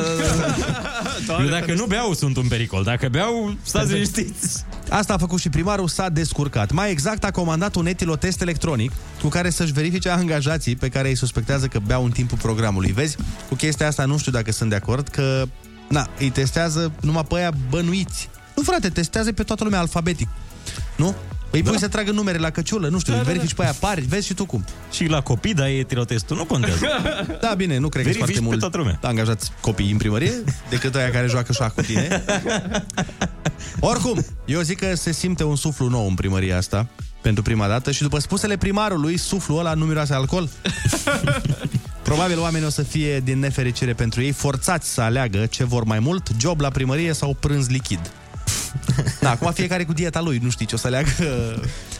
Speaker 7: da.
Speaker 6: Eu dacă nu beau sunt un pericol. Dacă beau, stați liniștiți.
Speaker 7: Asta a făcut și primarul, s-a descurcat. Mai exact, a comandat un etilotest electronic cu care să-și verifice angajații pe care îi suspectează că beau în timpul programului. Vezi, cu chestia asta nu știu dacă sunt de acord, că na, îi testează numai pe aia bănuiți. Nu, frate, testează pe toată lumea alfabetic. Nu? Îi pui să tragă numere la căciulă, nu știu, da, verifici pe aia pari, vezi și tu cum.
Speaker 6: Și la copii, da, e tirotestul, nu contează.
Speaker 7: Da, bine, nu cred că
Speaker 6: Verifici
Speaker 7: foarte
Speaker 6: pe
Speaker 7: mult
Speaker 6: toată lumea.
Speaker 7: angajați copii în primărie decât aia care joacă șah cu tine. Oricum, eu zic că se simte un suflu nou în primăria asta pentru prima dată și după spusele primarului, suflul ăla nu miroase alcool. Probabil oamenii o să fie, din nefericire pentru ei, forțați să aleagă ce vor mai mult, job la primărie sau prânz lichid. Da, acum fiecare cu dieta lui, nu știi ce o să aleagă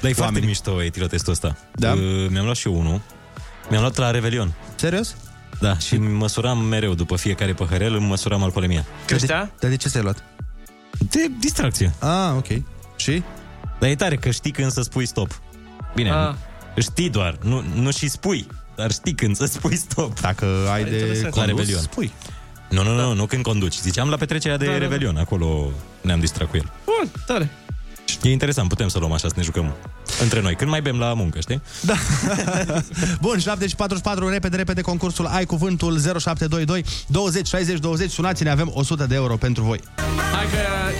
Speaker 6: Dar e foarte mișto e tirotestul ăsta.
Speaker 7: Da?
Speaker 6: Uh, mi-am luat și eu unul. Mi-am luat la Revelion.
Speaker 7: Serios?
Speaker 6: Da, și măsuram mereu după fiecare păhărel, îmi măsuram alcoolemia.
Speaker 7: Creștea? Dar de ce ți-ai luat?
Speaker 6: De distracție.
Speaker 7: Ah, ok. Și?
Speaker 6: Dar e tare că știi când să spui stop. Bine,
Speaker 9: Ah.
Speaker 6: știi doar, nu, nu și spui, dar știi când să spui stop.
Speaker 7: Dacă ai
Speaker 9: de condus,
Speaker 6: la Revelion.
Speaker 7: spui.
Speaker 6: Nu, nu, nu, nu când conduci. Ziceam la petrecerea de
Speaker 9: Da,
Speaker 6: da,
Speaker 9: da, da.
Speaker 6: Revelion, acolo ne-am distrat cu el.
Speaker 9: Bun, tare.
Speaker 6: E interesant, putem să luăm așa, să ne jucăm între noi. Când mai bem la muncă, știi?
Speaker 7: Bun, 744, repede, repede concursul Ai Cuvântul 0722 20 60 20 Sunați-ne, avem 100 de euro pentru voi
Speaker 9: Hai că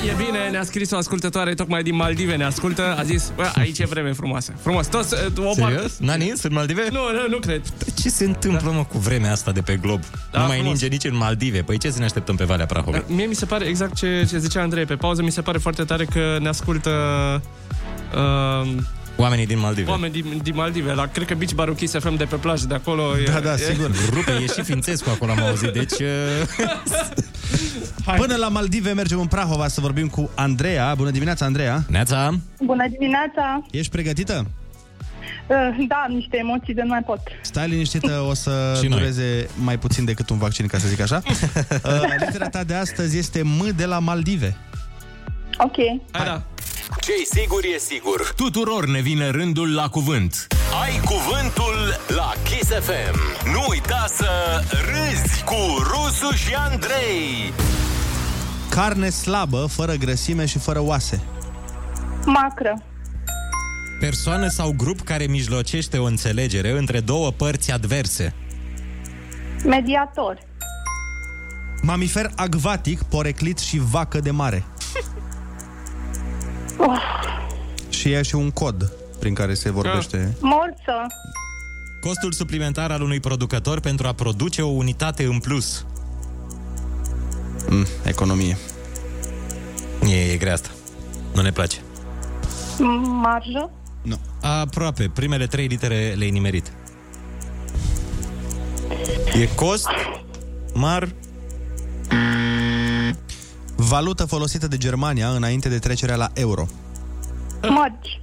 Speaker 9: e bine, ne-a scris o ascultătoare tocmai din Maldive, ne ascultă, a zis, bă, aici e vreme frumoasă. Frumos, toți, eh, o parte...
Speaker 6: Serios? N-a nins în Maldive?
Speaker 9: Nu, nu, nu cred.
Speaker 6: Ce se întâmplă, da. mă, cu vremea asta de pe glob? Da, nu mai
Speaker 9: frumos.
Speaker 6: ninge nici în Maldive. Păi ce să ne așteptăm pe Valea Prahovei?
Speaker 9: Mie mi se pare exact ce, ce zicea Andrei pe pauză, mi se pare foarte tare că ne ascultă uh,
Speaker 6: Oamenii din Maldive.
Speaker 9: oameni din, din Maldive, la, cred că Beach Baru Kiss FM de pe plajă de acolo. e, e,
Speaker 6: Rupe, e și Fințescu acolo, am auzit. Deci... Uh...
Speaker 7: Hai. Până la Maldive mergem în Prahova să vorbim cu Andreea Bună dimineața, Andreea
Speaker 6: Neața
Speaker 20: Bună dimineața!
Speaker 7: Ești pregătită?
Speaker 20: Uh, Da, am niște emoții de nu mai pot.
Speaker 7: Stai liniștită, o să
Speaker 6: Și noi.
Speaker 7: dureze mai puțin decât un vaccin, ca să zic așa Uh, Litera ta de astăzi este M de la Maldive
Speaker 20: Ok.
Speaker 5: Ce-i sigur e sigur
Speaker 4: da. Tuturor ne vine rândul la cuvânt.
Speaker 5: Ai cuvântul la Kiss FM Nu uita să râzi cu Rusu și Andrei
Speaker 7: Carne slabă, fără grăsime și fără oase
Speaker 20: Macră.
Speaker 6: Persoană sau grup care mijlocește o înțelegere între două părți adverse.
Speaker 20: Mediator.
Speaker 7: Mamifer acvatic, poreclit și vacă de mare
Speaker 20: Uf, Oh,
Speaker 7: Și e și un cod prin care se vorbește
Speaker 20: morță.
Speaker 6: Costul suplimentar al unui producător pentru a produce o unitate în plus. Ah.
Speaker 7: Mm, economie.
Speaker 6: E, e grea asta. Nu ne place.
Speaker 20: Marjă?
Speaker 6: Nu. Aproape. Primele trei litere le-ai nimerit. E cost, mar...
Speaker 7: Valută folosită de Germania înainte de trecerea la euro.
Speaker 20: Mărci.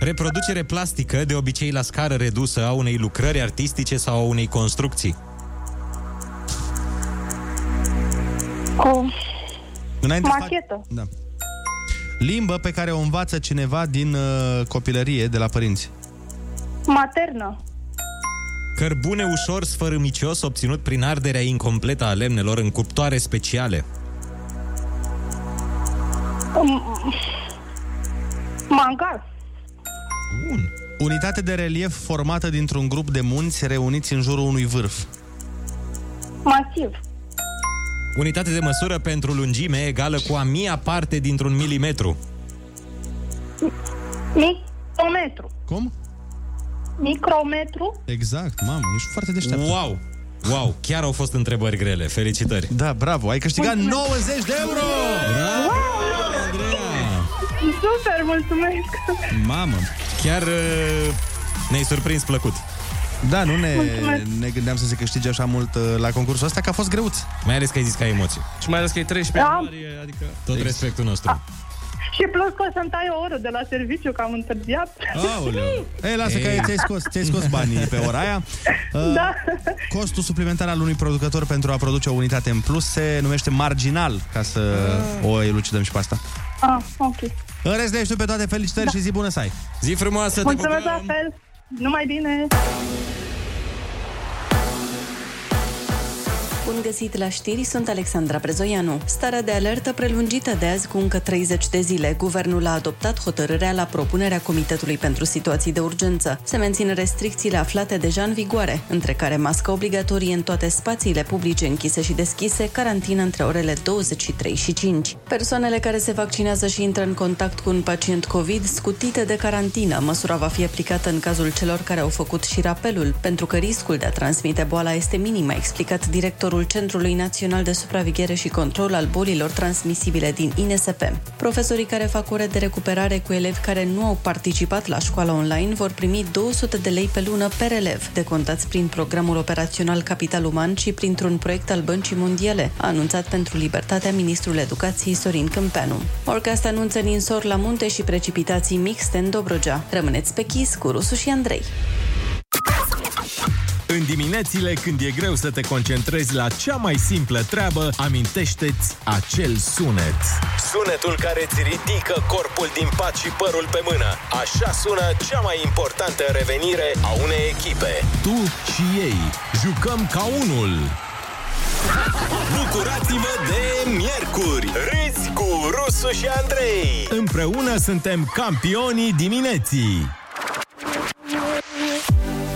Speaker 6: Reproducere plastică, de obicei la scară redusă, a unei lucrări artistice sau a unei construcții.
Speaker 20: Cu
Speaker 7: Înainte să fac-
Speaker 20: machetă.
Speaker 7: Da. Limbă pe care o învață cineva din uh, copilărie, de la părinți.
Speaker 20: Maternă.
Speaker 6: Cărbune ușor sfărâmicios obținut prin arderea incompletă a lemnelor în cuptoare speciale.
Speaker 20: M- Mangal.
Speaker 7: Unitate de relief formată dintr-un grup de munți reuniți în jurul unui vârf.
Speaker 20: Masiv.
Speaker 6: Unitate de măsură pentru lungime egală cu a mia parte dintr-un milimetru.
Speaker 20: Micrometru.
Speaker 7: Cum?
Speaker 20: Micrometru.
Speaker 7: Exact, mamă, ești foarte deșteaptă.
Speaker 6: Wow! Wow, chiar au fost întrebări grele. Felicitări!
Speaker 7: Da, bravo, ai câștigat 90 de euro!
Speaker 6: Bravo!
Speaker 20: Super, mulțumesc.
Speaker 7: Mamă!
Speaker 6: Chiar uh, ne-ai surprins plăcut.
Speaker 7: Da, nu ne,
Speaker 20: Mulțumesc.
Speaker 7: ne gândeam să se câștige așa mult uh, la concursul ăsta, că a fost greuț.
Speaker 6: Mai ales că ai zis că ai emoții.
Speaker 9: Și mai ales că e 13 ianuarie, adică...
Speaker 6: Tot respectul nostru.
Speaker 20: Și plus că o să-mi tai o oră de la serviciu, că am întârziat.
Speaker 7: Aoleu. Ei, lasă că
Speaker 6: Ei.
Speaker 7: ți-ai scos, ți-ai scos banii pe ora aia. Uh,
Speaker 20: Da.
Speaker 7: Costul suplimentar al unui producător pentru a produce o unitate în plus se numește marginal, ca să o elucidăm și pe asta.
Speaker 20: Ah, ok.
Speaker 7: În rest, le știu pe toate felicitări și zi bună să ai!
Speaker 6: Da. Zi frumoasă,
Speaker 20: Mulțumesc la fel. Numai bine.
Speaker 10: Bun găsit la știri, sunt Alexandra Prezoianu. Starea de alertă prelungită de azi cu încă 30 de zile. Guvernul a adoptat hotărârea la propunerea Comitetului pentru Situații de Urgență. Se mențin restricțiile aflate deja în vigoare, între care mască obligatorie în toate spațiile publice închise și deschise, carantină între orele 23 și 5. Persoanele care se vaccinează și intră în contact cu un pacient COVID scutite de carantină. Măsura va fi aplicată în cazul celor care au făcut și rapelul, pentru că riscul de a transmite boala este minim, a explicat directorul Centrului Național de Supraveghere și Control al Bolilor Transmisibile din INSP. Profesorii care fac ore de recuperare cu elevi care nu au participat la școala online vor primi 200 de lei pe lună per elev, decontați prin programul operațional Capital Uman și printr-un proiect al Băncii Mondiale, a anunțat pentru Libertatea ministrul Educației Sorin Câmpeanu. Orcast anunță ninsori la munte și precipitații mixte în Dobrogea. Rămâneți pe chis cu Rusu și Andrei.
Speaker 4: În diminețile când e greu să te concentrezi la cea mai simplă treabă, amintește-ți acel sunet.
Speaker 5: Sunetul care îți ridică corpul din pat și părul pe mână. Așa sună cea mai importantă revenire a unei echipe.
Speaker 4: Tu și ei jucăm ca unul.
Speaker 5: Bucurați-vă de miercuri! Râzi cu Rusu și Andrei!
Speaker 4: Împreună suntem campionii dimineții.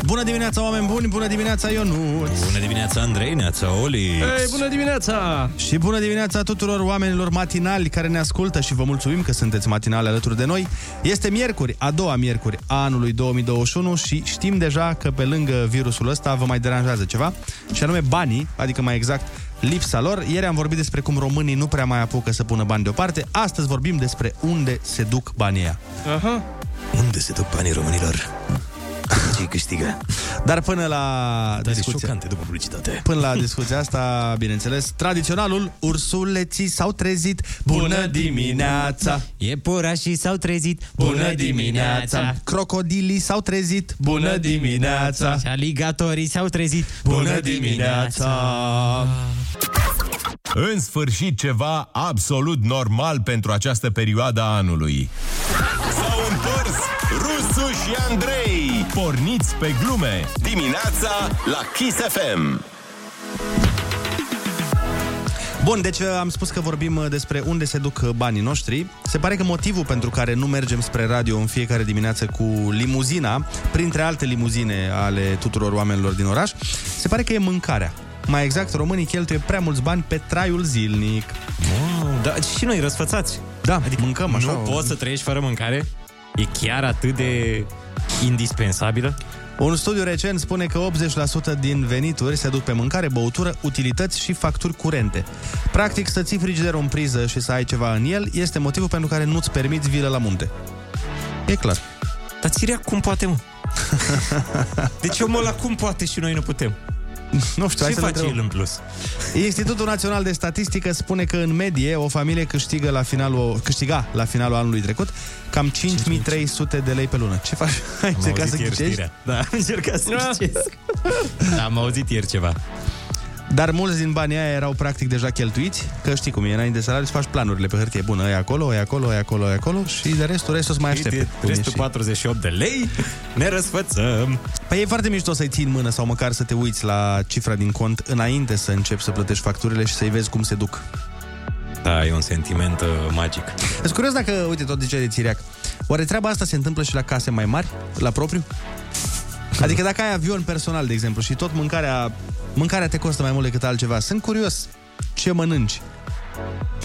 Speaker 7: Bună dimineața, oameni buni! Bună dimineața, Ionuț!
Speaker 6: Bună dimineața, Andrei, neața, Oli.
Speaker 9: Ei, bună dimineața!
Speaker 7: Și bună dimineața tuturor oamenilor matinali care ne ascultă și vă mulțumim că sunteți matinali alături de noi. Este miercuri, a doua miercuri a anului 2021 și știm deja că pe lângă virusul ăsta vă mai deranjează ceva și anume banii, adică mai exact lipsa lor. Ieri am vorbit despre cum românii nu prea mai apucă să pună bani deoparte. Astăzi vorbim despre unde se duc banii ăia.
Speaker 9: Aha.
Speaker 7: Unde se duc banii românilor? Ce câștigă? Dar până la discuția,
Speaker 6: după publicitate.
Speaker 7: Până la discuția asta, bineînțeles, tradiționalul, ursuleții s-au trezit. Bună dimineața!
Speaker 6: Iepurașii s-au trezit.
Speaker 7: Crocodilii s-au trezit.
Speaker 6: Și aligatorii s-au trezit.
Speaker 4: În sfârșit ceva absolut normal pentru această perioadă a anului.
Speaker 5: S-au întors Rusu și Andrei!
Speaker 4: Porniți pe glume!
Speaker 5: Dimineața la Kiss FM!
Speaker 7: Bun, deci uh, am spus că vorbim uh, despre unde se duc uh, banii noștri. Se pare că motivul pentru care nu mergem spre radio în fiecare dimineață cu limuzina, printre alte limuzine ale tuturor oamenilor din oraș, se pare că e mâncarea. Mai exact, românii cheltuie prea mulți bani pe traiul zilnic.
Speaker 6: Wow, da, și noi răsfățați.
Speaker 7: Da, adică mâncăm așa.
Speaker 6: Nu poți să trăiești fără mâncare? E chiar atât de indispensabilă?
Speaker 7: Un studiu recent spune că 80% din venituri se duc pe mâncare, băutură, utilități și facturi curente. Practic, să ții frigiderul în priză și să ai ceva în el este motivul pentru care nu-ți permiți vilă la munte. E clar.
Speaker 6: Dar țirea cum poate, mă? Deci omul ăla cum poate și noi nu putem?
Speaker 7: Nu știu, hai
Speaker 6: Ce
Speaker 7: să-l
Speaker 6: face
Speaker 7: întrebăm.
Speaker 6: el în plus?
Speaker 7: Institutul Național de Statistică spune că în medie o familie câștigă la finalul, câștiga la finalul anului trecut cam 5300 de lei pe lună. Ce faci? Ai
Speaker 6: Am
Speaker 7: încercat să
Speaker 6: auzit ieri
Speaker 7: ghicești?
Speaker 6: știrea. Da, am încercat să ghicesc. Am auzit ieri ceva.
Speaker 7: Dar mulți din banii aia erau practic deja cheltuiți, că știi cum e, înainte de salariu îți faci planurile pe hârtie. Bună, e acolo, e acolo, e acolo, e acolo și de restul, restul să mai
Speaker 6: Uite,
Speaker 7: aștepte.
Speaker 6: restul
Speaker 7: 48 de lei, ne răsfățăm. Păi e foarte mișto să-i ții în mână sau măcar să te uiți la cifra din cont înainte să începi să plătești facturile și să-i vezi cum se duc.
Speaker 6: Da, e un sentiment uh, magic.
Speaker 7: Sunt curios dacă, uite, tot zice de Țiriac, oare treaba asta se întâmplă și la case mai mari, la propriu? Adică dacă ai avion personal, de exemplu, și tot mâncarea, mâncarea te costă mai mult decât altceva, sunt curios ce mănânci.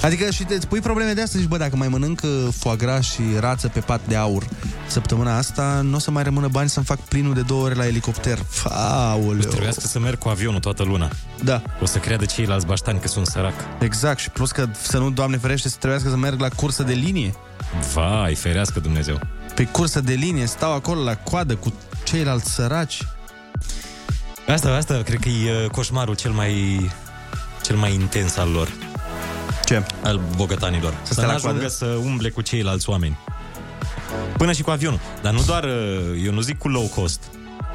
Speaker 7: Adică și te îți pui probleme de asta, zici, bă, dacă mai mănânc uh, foie gras și rață pe pat de aur săptămâna asta, nu o să mai rămână bani să-mi fac plinul de două ori la elicopter. Aoleu.
Speaker 6: Trebuia să merg cu avionul toată luna.
Speaker 7: Da.
Speaker 6: O să creadă ceilalți baștani că sunt sărac.
Speaker 7: Exact, și plus că să nu, Doamne ferește, să trebuiască să merg la cursă de linie.
Speaker 6: Vai, ferească Dumnezeu.
Speaker 7: Pe cursă de linie stau acolo la coadă cu ceilalți săraci.
Speaker 6: Asta, asta cred că e uh, coșmarul cel mai cel mai intens al lor.
Speaker 7: Ce?
Speaker 6: Al bogătanilor. Să,
Speaker 7: stea
Speaker 6: să
Speaker 7: la
Speaker 6: ajungă
Speaker 7: coadă?
Speaker 6: să umble cu ceilalți oameni. Până și cu avionul. Dar nu doar, uh, eu nu zic cu low cost.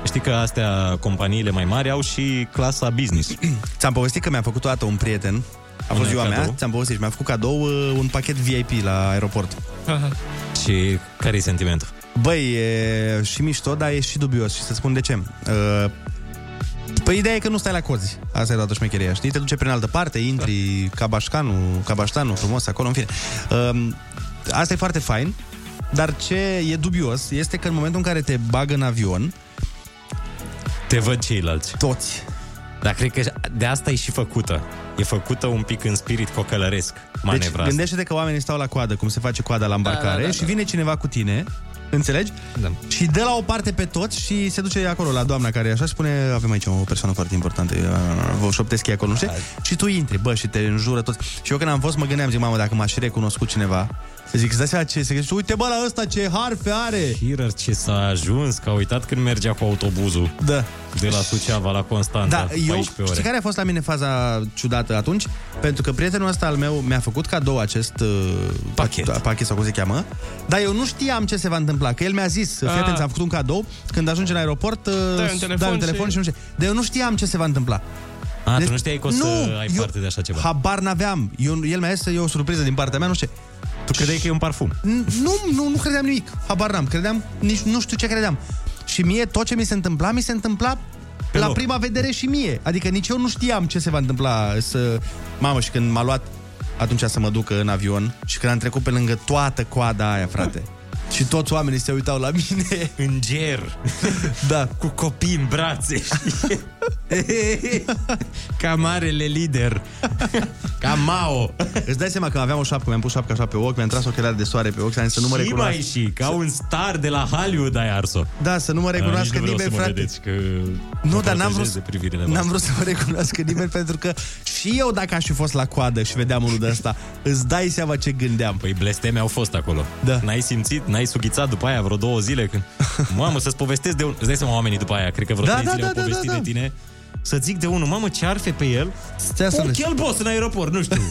Speaker 6: Știi că astea, companiile mai mari, au și clasa business.
Speaker 7: Ți-am povestit că mi-a făcut o dată un prieten. A
Speaker 6: Un
Speaker 7: fost ziua
Speaker 6: cadou?
Speaker 7: mea, ți-am povestit și mi-a făcut cadou uh, un pachet VIP la aeroport.
Speaker 6: Și care e sentimentul?
Speaker 7: Băi, e și mișto, dar e și dubios și să spun de ce. Uh, Păi ideea e că nu stai la cozi. Asta e toată șmecheria, știi? Te duce prin altă parte, intri ca bașcanul, ca baștanul, frumos acolo, în fine. Um, asta e foarte fain, dar ce e dubios este că în momentul în care te bagă în avion,
Speaker 6: Te văd ceilalți.
Speaker 7: Toți.
Speaker 6: Dar cred că de asta e și făcută. E făcută un pic în spirit cocălăresc manevra
Speaker 7: deci,
Speaker 6: asta.
Speaker 7: gândește-te că oamenii stau la coadă, cum se face coada la îmbarcare, da, da, da, și vine cineva cu tine, înțelegi? Da. Și dă la o parte pe toți și se duce acolo la doamna care e așa și spune avem aici o persoană foarte importantă, vă șoptesc ei acolo, nu știu? Și tu intri, bă, și te înjură toți. Și eu când am fost, mă gândeam, zic, mamă, dacă m-aș fi recunoscut cineva, zic, îți dai seama ce se gândește, uite, bă, la ăsta ce harfe are!
Speaker 6: Hirer ce s-a ajuns, că a uitat când mergea cu autobuzul.
Speaker 7: Da.
Speaker 6: De la Suceava la Constanța,
Speaker 7: Da, eu,
Speaker 6: 14 ore.
Speaker 7: știi care a fost la mine faza ciudată atunci? Pentru că prietenul ăsta al meu mi-a făcut cadou acest uh, pachet. pachet sau cum se cheamă, dar eu nu știam ce se va întâmpla, că el mi-a zis, fii
Speaker 9: Ah.
Speaker 7: atent, am făcut un cadou, când ajunge în aeroport, uh,
Speaker 9: Dai un telefon
Speaker 7: un telefon și...
Speaker 9: și-
Speaker 7: nu știu. ce." Dar eu nu știam ce se va întâmpla.
Speaker 6: A, Ah, tu nu știai că o să ai
Speaker 7: Deci, eu
Speaker 6: parte de așa ceva.
Speaker 7: Habar n-aveam. Eu, el mi-a zis să e o surpriză din partea mea, nu știu.
Speaker 6: Tu credeai că e un parfum?
Speaker 7: Nu, nu, nu credeam nimic. Habar n-am. Credeam, nici nu știu ce credeam. Și mie tot ce mi se întâmpla, mi se întâmpla
Speaker 6: Pe
Speaker 7: la
Speaker 6: loc.
Speaker 7: prima vedere și mie. Adică nici eu nu știam ce se va întâmpla să... Mamă, și când m-a luat atunci să mă duc în avion și când am trecut pe lângă toată coada aia, frate. și toți oamenii se uitau la mine.
Speaker 6: În ger.
Speaker 7: da.
Speaker 6: Cu copii în brațe. Ca marele lider. Ca Mao.
Speaker 7: Îți dai seama că aveam o șapcă, mi-am pus șapca așa pe ochi, mi-am tras ochelari de soare pe ochi, să am zis să nu mă
Speaker 6: și
Speaker 7: recunoască.
Speaker 6: mai și, ca un star de la Hollywood ai ars-o.
Speaker 7: Da, să nu mă recunoască
Speaker 6: Nici nu vreau
Speaker 7: nimeni,
Speaker 6: să mă
Speaker 7: frate.
Speaker 6: vedeți, că
Speaker 7: Nu,
Speaker 6: mă
Speaker 7: dar n-am vrut,
Speaker 6: protejez de privirile
Speaker 7: n-am
Speaker 6: voastre.
Speaker 7: vrut să mă recunoască nimeni pentru că și eu dacă aș fi fost la coadă și vedeam unul de ăsta, îți dai seama ce gândeam.
Speaker 6: Păi blesteme au fost acolo.
Speaker 7: Da.
Speaker 6: N-ai simțit, n-ai sughițat după aia vreo două zile când... Mamă, să-ți povestesc de un... Îți dai seama oamenii după aia, cred că vreo
Speaker 7: Da,
Speaker 6: trei
Speaker 7: da,
Speaker 6: zile
Speaker 7: da,
Speaker 6: au
Speaker 7: da,
Speaker 6: povestit
Speaker 7: da, da.
Speaker 6: de tine. Să zic de unul, mamă, ce arfe pe el.
Speaker 7: Stea să
Speaker 6: Un
Speaker 7: vezi.
Speaker 6: chelbos în aeroport, nu știu.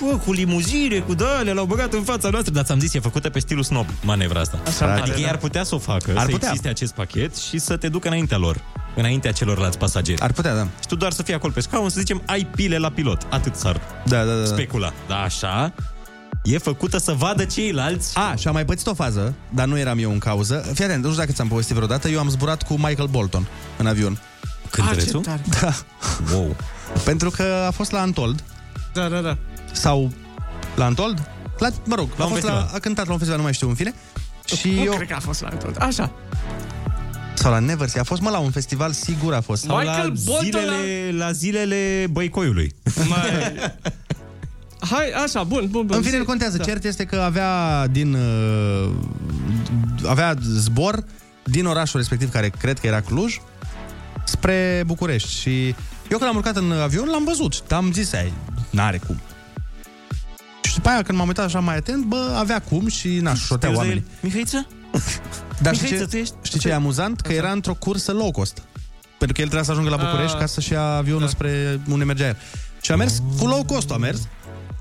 Speaker 6: Pă, cu limuzine, cu dale, l-au băgat în fața noastră. Dar ți-am zis, e făcută pe stilul snob manevra asta.
Speaker 7: Așa
Speaker 6: adică
Speaker 7: pare,
Speaker 6: ei
Speaker 7: da.
Speaker 6: ar putea să o facă,
Speaker 7: Ar
Speaker 6: să
Speaker 7: putea.
Speaker 6: existe acest pachet și să te ducă înaintea lor înaintea celorlalți pasageri.
Speaker 7: Ar putea, da.
Speaker 6: Și tu doar să fii acolo pe scaun, să zicem, ai pile la pilot. Atât s-ar
Speaker 7: Da, da, da. da.
Speaker 6: specula. Da, așa. E făcută să vadă ceilalți.
Speaker 7: A, și am mai pățit o fază, dar nu eram eu în cauză. Fii atent, nu știu dacă ți-am povestit vreodată, eu am zburat cu Michael Bolton în avion.
Speaker 6: Cântărețul?
Speaker 7: Ah, ce tare. Da.
Speaker 6: Wow.
Speaker 7: Pentru că a fost la Antold.
Speaker 9: Da, da, da.
Speaker 7: Sau la Antold? La, mă rog,
Speaker 9: La
Speaker 7: a,
Speaker 9: un
Speaker 7: fost la,
Speaker 9: festival.
Speaker 7: a cântat la un festival, nu mai știu, în fine. Și
Speaker 9: nu
Speaker 7: eu...
Speaker 9: cred că a fost la tot. Așa.
Speaker 7: Sau la Neversea. A fost, mă, la un festival, sigur a fost.
Speaker 6: Sau la zilele, la... zilele băicoiului.
Speaker 9: Hai, așa, bun, bun, bun.
Speaker 7: În fine, nu contează.
Speaker 9: Da.
Speaker 7: Cert este că avea din... Uh, avea zbor din orașul respectiv, care cred că era Cluj, spre București. Și eu când am urcat în avion, l-am văzut. Dar am zis, ai, n-are cum. Și după aia, când m-am uitat așa mai atent, bă, avea cum și, na, șotea
Speaker 6: Te uzi la
Speaker 7: oamenii.
Speaker 6: el, Mihaiță?
Speaker 7: Dar știi
Speaker 6: Mihaiță,
Speaker 7: ce,
Speaker 6: tu ești?
Speaker 7: știi ce e amuzant? Că era într-o cursă low cost. Pentru că el trebuia să ajungă la București
Speaker 6: Exact. Ah.
Speaker 7: ca să-și ia avionul spre unde mergea el. Și a mers cu low cost a mers.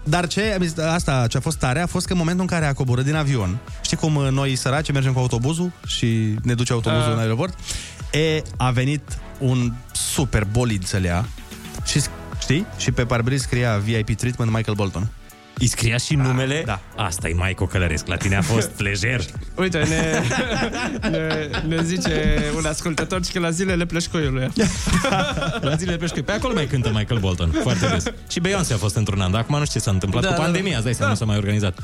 Speaker 7: Dar ce, am zis, asta ce a fost tare a fost că în momentul în care a coborât din avion, știi cum uh, noi săraci mergem cu autobuzul și ne duce autobuzul
Speaker 6: Ah.
Speaker 7: în aeroport, e, a venit un super bolid să le ia și știi? Și pe parbriz scria VIP treatment Michael Bolton. Ah.
Speaker 6: Îi scria și numele? Da. Asta e mai cocălăresc. La tine a fost lejer.
Speaker 9: Uite, ne, ne, ne zice un ascultător și că la zilele pleșcoiului.
Speaker 6: La zilele peșcui. Pe acolo mai cântă Michael Bolton. Foarte des. Și Beyoncé a fost într-un an, dar acum nu știu ce s-a întâmplat
Speaker 7: Da,
Speaker 6: cu
Speaker 7: da, da.
Speaker 6: pandemia. Îți dai seama,
Speaker 7: Da.
Speaker 6: nu s-a mai organizat.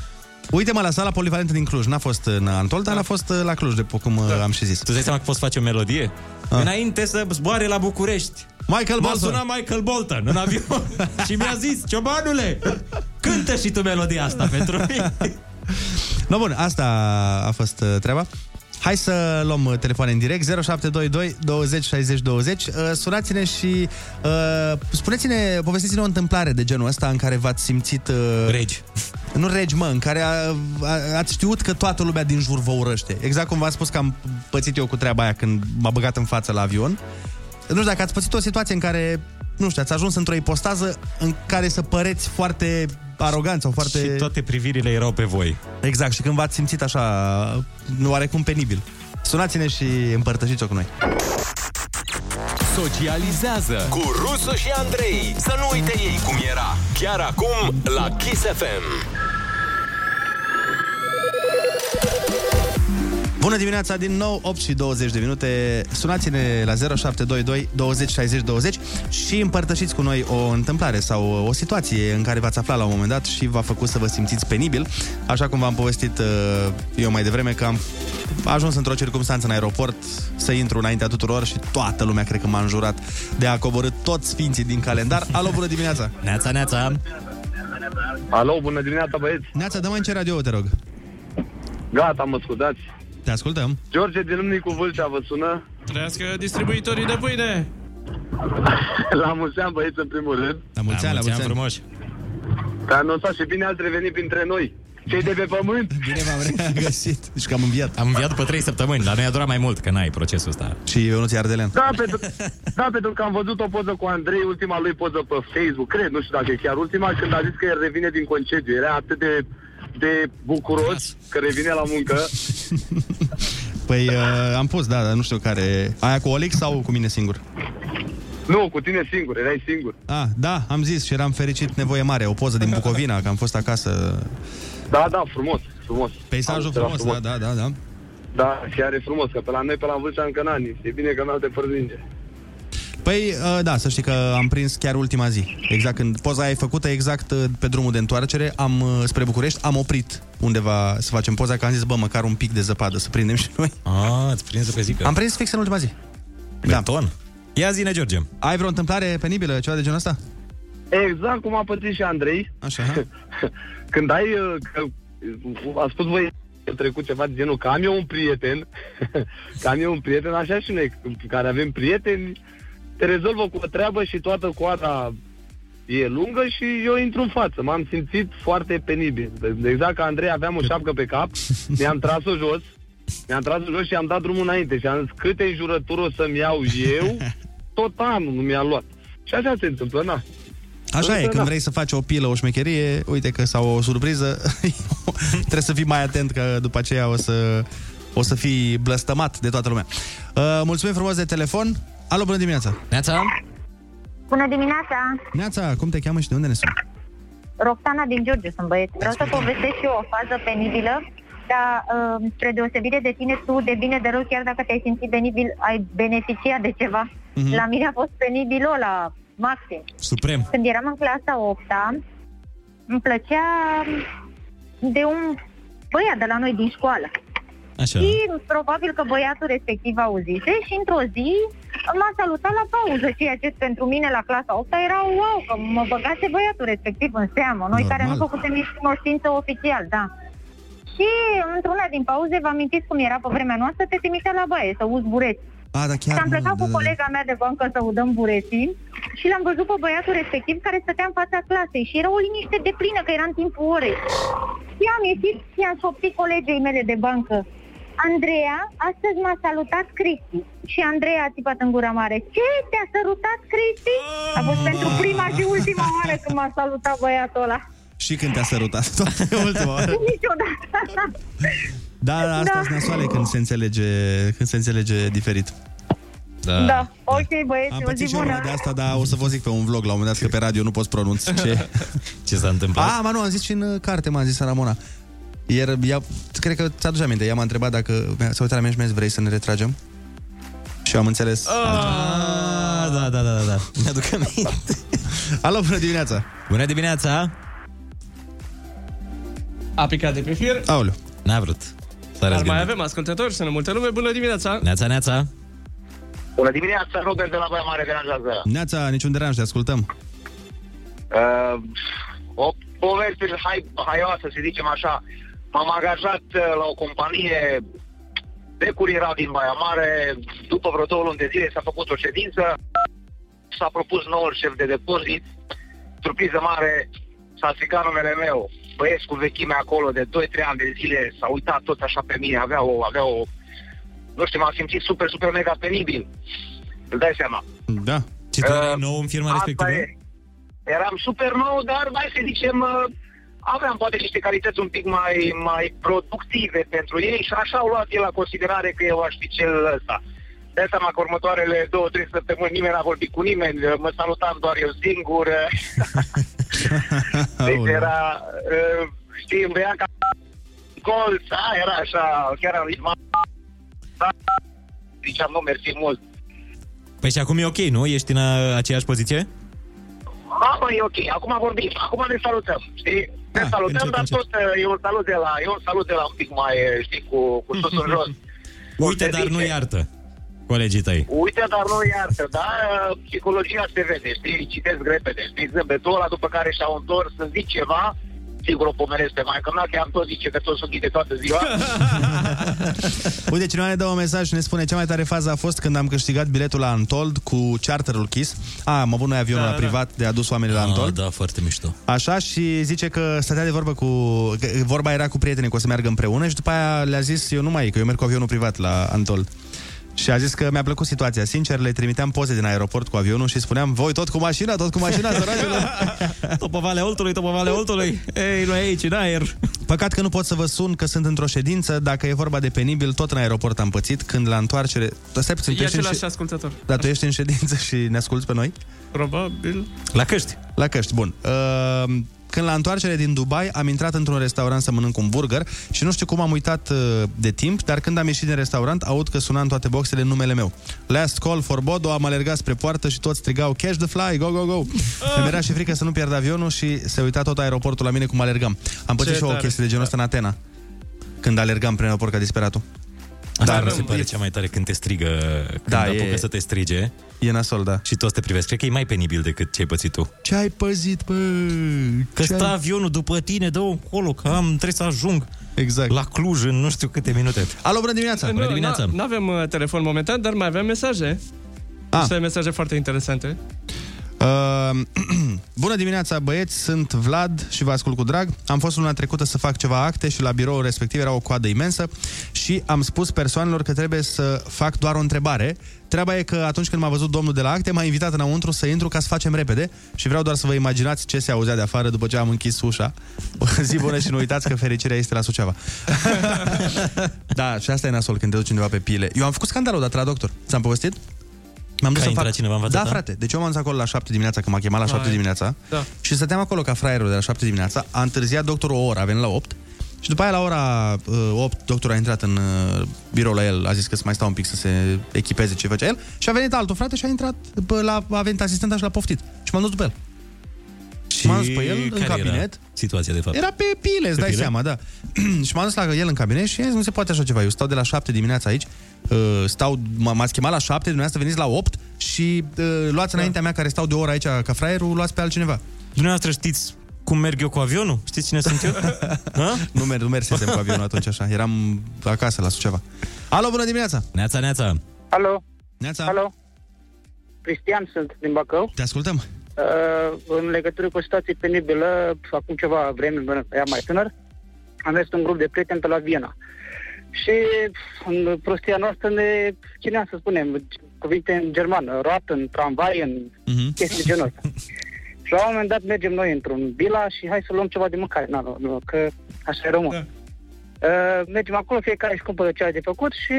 Speaker 7: Uite-mă la sala polivalentă din Cluj. N-a fost în Antol,
Speaker 6: Da.
Speaker 7: dar a fost uh, la Cluj, de cum uh, am și zis. Tu
Speaker 6: dai seama că poți face o melodie? A. Înainte să zboare la București.
Speaker 7: Michael
Speaker 6: M-a
Speaker 7: Bolton.
Speaker 6: sunat Michael Bolton în avion și mi-a zis, ciobanule, cântă și tu melodia asta pentru mine.
Speaker 7: No, bun, asta a fost uh, treaba. Hai să luăm uh, telefoane în direct 0722 20 60 20 Uh, Sunați-ne și uh, Spuneți-ne, povestiți-ne o întâmplare de genul ăsta În care v-ați simțit uh,
Speaker 6: Regi
Speaker 7: Nu regi, mă, în care a, a, ați știut Că toată lumea din jur vă urăște Exact cum v-am spus că am pățit eu cu treaba aia Când m-a băgat în față la avion Nu știu dacă ați pățit o situație în care Nu știu, ați ajuns într-o ipostază În care să păreți foarte aroganți Sau foarte...
Speaker 6: Și toate privirile erau pe voi.
Speaker 7: Exact, și când v-ați simțit așa oarecum penibil. Sunați-ne și împărtășiți-o cu noi.
Speaker 5: Socializează cu Rusu și Andrei. Să nu uite ei cum era. Chiar acum la Kiss FM.
Speaker 7: Bună dimineața din nou, 8 și 20 de minute. Sunați-ne la 0722 20 60 20 și împărtășiți cu noi o întâmplare sau o situație în care v-ați aflat la un moment dat și v-a făcut să vă simțiți penibil. Așa cum v-am povestit uh, eu mai devreme că am ajuns într-o circunstanță în aeroport să intru înaintea tuturor și toată lumea cred că m-a înjurat de a coborât toți sfinții din calendar. Alo, bună dimineața!
Speaker 6: Neața, neața!
Speaker 7: Alo, bună dimineața, băieți! Neața, dă mai ce radio, te rog.
Speaker 21: Gata, mă scuzați.
Speaker 7: Te ascultăm.
Speaker 21: George din Lumnicu Vâlcea vă sună.
Speaker 9: Trăiască distribuitorii de pâine!
Speaker 21: La mulți ani, băieți, în primul rând.
Speaker 7: La mulți ani, la mulți ani.
Speaker 6: frumoși.
Speaker 21: Că anunțați și bine ați revenit printre noi. Cei de pe pământ.
Speaker 7: Bine v-am regăsit. Deci că am înviat.
Speaker 6: Am înviat după 3 săptămâni, dar ne-a durat mai mult, că n-ai procesul ăsta.
Speaker 7: Și eu nu ți Ardelean.
Speaker 21: Da, pentru, da, pentru că am văzut o poză cu Andrei, ultima lui poză pe Facebook, cred, nu știu dacă e chiar ultima, când a zis că el revine din concediu. Era atât de, de bucuros că revine la muncă.
Speaker 7: Păi uh, am pus, da, dar nu știu care... Aia cu Olic sau cu mine singur?
Speaker 21: Nu, cu tine singur, erai singur.
Speaker 7: Ah, da, am zis și eram fericit, nevoie mare. O poză din Bucovina, că am fost acasă.
Speaker 21: Da, da, frumos, frumos.
Speaker 7: Peisajul
Speaker 21: Am observat
Speaker 7: frumos, da, da, da, da.
Speaker 21: Da, chiar e frumos, că pe la noi, pe la Vâlcea încă n-a nins. E bine că în alte părți ninge.
Speaker 7: Păi, uh, da, să știi că am prins chiar ultima zi. Exact când poza aia e făcută, exact uh, pe drumul de întoarcere, am uh, spre București, am oprit undeva să facem poza, că am zis, bă, măcar un pic de zăpadă să prindem și noi.
Speaker 6: Ah, ați prins pe zică.
Speaker 7: Am prins fix în ultima zi.
Speaker 6: Beton. Da. Ia zine, George.
Speaker 7: Ai vreo întâmplare penibilă, ceva de genul ăsta?
Speaker 21: Exact cum a pățit și Andrei.
Speaker 7: Așa.
Speaker 21: Când ai, uh, că, a spus voi trecut ceva de genul, că am eu un prieten, că am eu un prieten, așa și noi, care avem prieteni, te rezolvă cu o treabă și toată coada e lungă și eu intru în față. M-am simțit foarte penibil. De- Exact ca Andrei, aveam o șapcă pe cap, mi-am tras-o jos, mi-am tras-o jos și am dat drumul înainte și am zis câte înjurături o să-mi iau eu, tot anul nu mi-a luat. Și așa se întâmplă, na.
Speaker 7: Așa e,
Speaker 21: Însă,
Speaker 7: când
Speaker 21: da.
Speaker 7: vrei să faci o pilă, o șmecherie, uite că sau o surpriză, trebuie să fii mai atent că după aceea o să, o să fii blăstămat de toată lumea. Uh, mulțumim frumos de telefon. Alo, bună dimineața!
Speaker 6: Neața!
Speaker 22: Bună dimineața!
Speaker 7: Neața, cum te cheamă și de unde ne suni?
Speaker 22: Roxana din Giurgiu sunt băieți. Vreau să povestesc și eu o fază penibilă, dar uh, spre deosebire de tine, tu de bine de rău, chiar dacă te-ai simțit penibil, ai beneficiat de ceva.
Speaker 6: Mhm.
Speaker 22: La mine a fost penibilul la maxim.
Speaker 6: Suprem.
Speaker 22: Când eram în clasa 8 îmi plăcea de un băiat de la noi din școală.
Speaker 6: Așa.
Speaker 22: Și probabil că băiatul respectiv auzise și într-o zi m-a salutat la pauză, ceea ce pentru mine la clasa 8 era wow, că mă băgase băiatul respectiv în seamă, noi
Speaker 23: Normal.
Speaker 22: care nu făcusem nici cunoștință oficial, da. Și într-una din pauze, vă amintiți cum era pe vremea noastră, te trimitea la baie să uzi bureți.
Speaker 24: A, da, chiar
Speaker 22: Și am
Speaker 24: mă,
Speaker 22: plecat
Speaker 24: da,
Speaker 22: cu
Speaker 24: da, da.
Speaker 22: colega mea de bancă să udăm bureții și l-am văzut pe băiatul respectiv care stătea în fața clasei și era o liniște de plină că era în timpul orei. Și am ieșit și am șoptit colegei mele de bancă. Andreea, astăzi m-a salutat Cristi. Și Andreea a țipat în gura mare. Ce? Te-a salutat Cristi? A fost pentru prima și ultima oară când m-a salutat băiatul ăla.
Speaker 7: Și când te-a sărutat. Toată ultima oară.
Speaker 22: Niciodată.
Speaker 7: Da, da, asta
Speaker 22: Da.
Speaker 7: da. nasoale când se înțelege, când se înțelege diferit.
Speaker 22: Da, ok,
Speaker 7: Am
Speaker 22: băieți, o
Speaker 7: pățit
Speaker 22: zi
Speaker 7: și eu da.
Speaker 22: bună.
Speaker 7: de asta, dar o să vă zic pe un vlog la un moment dat, că pe radio nu poți pronunț ce, Ah, ce s-a întâmplat.
Speaker 24: A, mă, nu, am zis și în uh, carte, m-am zis în Ramona. Iar, ea, cred că ți-aduce aminte, ea m-a întrebat dacă mi-a- s-a uitat la mine și mi-a zis, vrei să ne retragem? Și am înțeles.
Speaker 6: Ah, da, da, da, da, da. Mi-aduc aminte.
Speaker 7: Alo, bună dimineața!
Speaker 6: Bună dimineața!
Speaker 9: A picat de pe fir.
Speaker 7: Aoleu.
Speaker 6: N-a vrut. S-a
Speaker 9: Dar mai
Speaker 6: răzgândit.
Speaker 9: avem ascultători, sunt multă lume. Bună dimineața!
Speaker 6: Neața, neața!
Speaker 19: Bună dimineața, Robert de la Baia Mare deranjează.
Speaker 7: Neața, niciun deranj, te ascultăm.
Speaker 19: Uh, o poveste hai, haioasă, să zicem așa. M-am angajat uh, la o companie de curierat din Baia Mare. După vreo două luni de zile s-a făcut o ședință. S-a propus noul șef de depozit. Surpriză mare, s-a stricat numele meu. Băieți cu vechime acolo de 2-3 ani de zile s-a uitat tot așa pe mine. Avea o, avea o nu știu, m-am simțit super, super mega penibil. Îl dai seama.
Speaker 7: Da.
Speaker 6: Și tu erai nou în firma respectivă?
Speaker 19: Ă, e. Eram super nou, dar mai să zicem, uh, aveam poate niște calități un pic mai, mai productive pentru ei și așa au luat el la considerare că eu aș fi cel ăsta. De seama că următoarele două, trei săptămâni nimeni n-a vorbit cu nimeni, uh, mă salutam doar eu singur. uh, deci era, uh, știi, îmi vedea ca colț, a, era așa, chiar am zis, "Mă, da." ziceam, nu, mersi mult.
Speaker 6: Păi și acum e ok, nu? Ești în a, aceeași poziție?
Speaker 19: A, bă, e ok, acum vorbim, acum ne salutăm, știi? Ne salutăm, dar tot uh, e un salut de la, e un salut de la un pic mai, uh, știi, cu, cu sus în jos.
Speaker 6: Uite, dar nu iartă colegii tăi.
Speaker 19: Uite, dar nu iartă, da? Uh, Psihologia se vede, știi? Citesc repede, știi? Zâmbetul ăla după care și-au întors să zic ceva, sigur o pomenesc pe maică mea, că am tot zice că tot sunt de toată ziua.
Speaker 7: Uite, cineva ne dă un mesaj și ne spune cea mai tare fază a fost când am câștigat biletul la Antold cu charterul Kiss. A, am avut noi avionul
Speaker 6: Da,
Speaker 7: da,
Speaker 6: da.
Speaker 7: la privat de a dus oamenii
Speaker 24: Ah,
Speaker 7: la Antold.
Speaker 6: da, foarte mișto.
Speaker 7: Așa și zice că stătea de vorbă cu... că Vorba era cu prietenii că o să meargă împreună și după aia le-a zis eu nu mai e, că eu merg cu avionul privat la Antol. Și a zis că mi-a plăcut situația. Sincer, le trimiteam poze din aeroport cu avionul și spuneam voi tot cu mașina, tot cu mașina, săracilor. da.
Speaker 6: Tot pe Valea Oltului, tot pe Valea Oltului. Ei, noi aici, în aer.
Speaker 7: Păcat că nu pot să vă sun că sunt într-o ședință. Dacă e vorba de penibil, tot în aeroport am pățit când la întoarcere... Dar Stai puțin, tu
Speaker 9: E
Speaker 7: ești în
Speaker 9: același
Speaker 7: șe-
Speaker 9: ascultător.
Speaker 7: Dar tu ești în ședință și ne asculti pe noi?
Speaker 9: Probabil.
Speaker 7: La căști. La căști, bun. Uh, când la întoarcere din Dubai am intrat într-un restaurant să mănânc un burger și nu știu cum am uitat uh, de timp, dar când am ieșit din restaurant aud că suna în toate boxele numele meu. Last call for Bodo, am alergat spre poartă și toți strigau Catch the fly, go, go, go! Îmi era și frică să nu pierd avionul și se uita tot aeroportul la mine cum alergam. Am pățit Ce și eu o tare. chestie de genul ăsta în Atena, când alergam prin aeroport ca disperatul.
Speaker 6: Asta
Speaker 7: Dar-
Speaker 6: mi se pare cea mai tare când te strigă, când
Speaker 7: Da,
Speaker 6: da, apucă
Speaker 7: e-
Speaker 6: e... să te strige.
Speaker 7: E nasol, da.
Speaker 6: Și toți te privesc. Cred că e mai penibil decât ce ai pățit tu.
Speaker 7: Ce ai păzit, bă?
Speaker 6: Că
Speaker 7: Ce ai-
Speaker 6: stă avionul după tine, dă-o încolo, că am, trebuie să ajung
Speaker 7: exact.
Speaker 6: la Cluj în nu știu câte minute.
Speaker 7: Alo, bună dimineața!
Speaker 9: Nu Nu avem uh, telefon momentan, dar mai avem mesaje.
Speaker 7: Ah.
Speaker 9: Niște mesaje foarte interesante.
Speaker 7: Uh, Bună dimineața, băieți, sunt Vlad și vă ascult cu drag. Am fost luna trecută să fac ceva acte și la biroul respectiv era o coadă imensă și am spus persoanelor că trebuie să fac doar o întrebare. Treaba e că atunci când m-a văzut domnul de la acte, m-a invitat înăuntru să intru ca să facem repede și vreau doar să vă imaginați ce se auzea de afară după ce am închis ușa. O zi bună și nu uitați că fericirea este la Suceava. da, și asta e nasol când te duci undeva pe pile. Eu am făcut scandalul odată la doctor. Ți-am povestit? M-am dus
Speaker 6: Că a
Speaker 7: să fac...
Speaker 6: intrat cineva în fața
Speaker 7: Da,
Speaker 6: ta?
Speaker 7: frate. Deci eu m-am dus acolo la 7 dimineața, că m-a chemat la 7
Speaker 6: Ai.
Speaker 7: dimineața.
Speaker 6: Da.
Speaker 7: Și stăteam acolo ca fraierul de la 7 dimineața. A întârziat doctorul o oră, a venit la 8. Și după aia la ora uh, 8, doctorul a intrat în uh, birou la el, a zis că să mai stau un pic să se echipeze ce făcea el. Și a venit altul frate și a intrat, bă, la, a venit asistenta și l-a poftit. Și m-am dus după el.
Speaker 6: Și
Speaker 7: m-am dus pe el în
Speaker 6: care
Speaker 7: cabinet.
Speaker 6: Era situația, de fapt.
Speaker 7: Era pe pile, îți
Speaker 6: Pe
Speaker 7: dai
Speaker 6: pile?
Speaker 7: seama, da. și m-am dus la el în cabinet și i-am zis, nu se poate așa ceva. Eu stau de la 7 dimineața aici, uh, stau, m- m-ați chemat la 7, dumneavoastră veniți la 8 și uh, luați înaintea mea care stau de o oră aici ca fraierul, luați pe altcineva.
Speaker 6: Dumneavoastră știți cum merg eu cu avionul? Știți cine sunt eu?
Speaker 7: nu, mer- nu mersesem cu avionul atunci așa. Eram acasă la Suceava. Alo, bună dimineața!
Speaker 6: Neața, neața!
Speaker 20: Alo.
Speaker 7: Neața.
Speaker 20: Alo. Cristian sunt din Bacău.
Speaker 7: Te ascultăm.
Speaker 20: Uh, în legătură cu o situație penibilă, acum ceva vreme, bine, eram mai tânăr, am mers cu un grup de prieteni pe la Viena. Și în prostia noastră ne, cine să spunem, cuvinte în germană, rat, în tramvai, în
Speaker 25: Mhm.
Speaker 20: chestii de genul ăsta. Și la un moment dat mergem noi într-un bila și hai să luăm ceva de mâncare, na, nu, nu, că așa e român. Uh, mergem acolo, fiecare își cumpără ce are de făcut și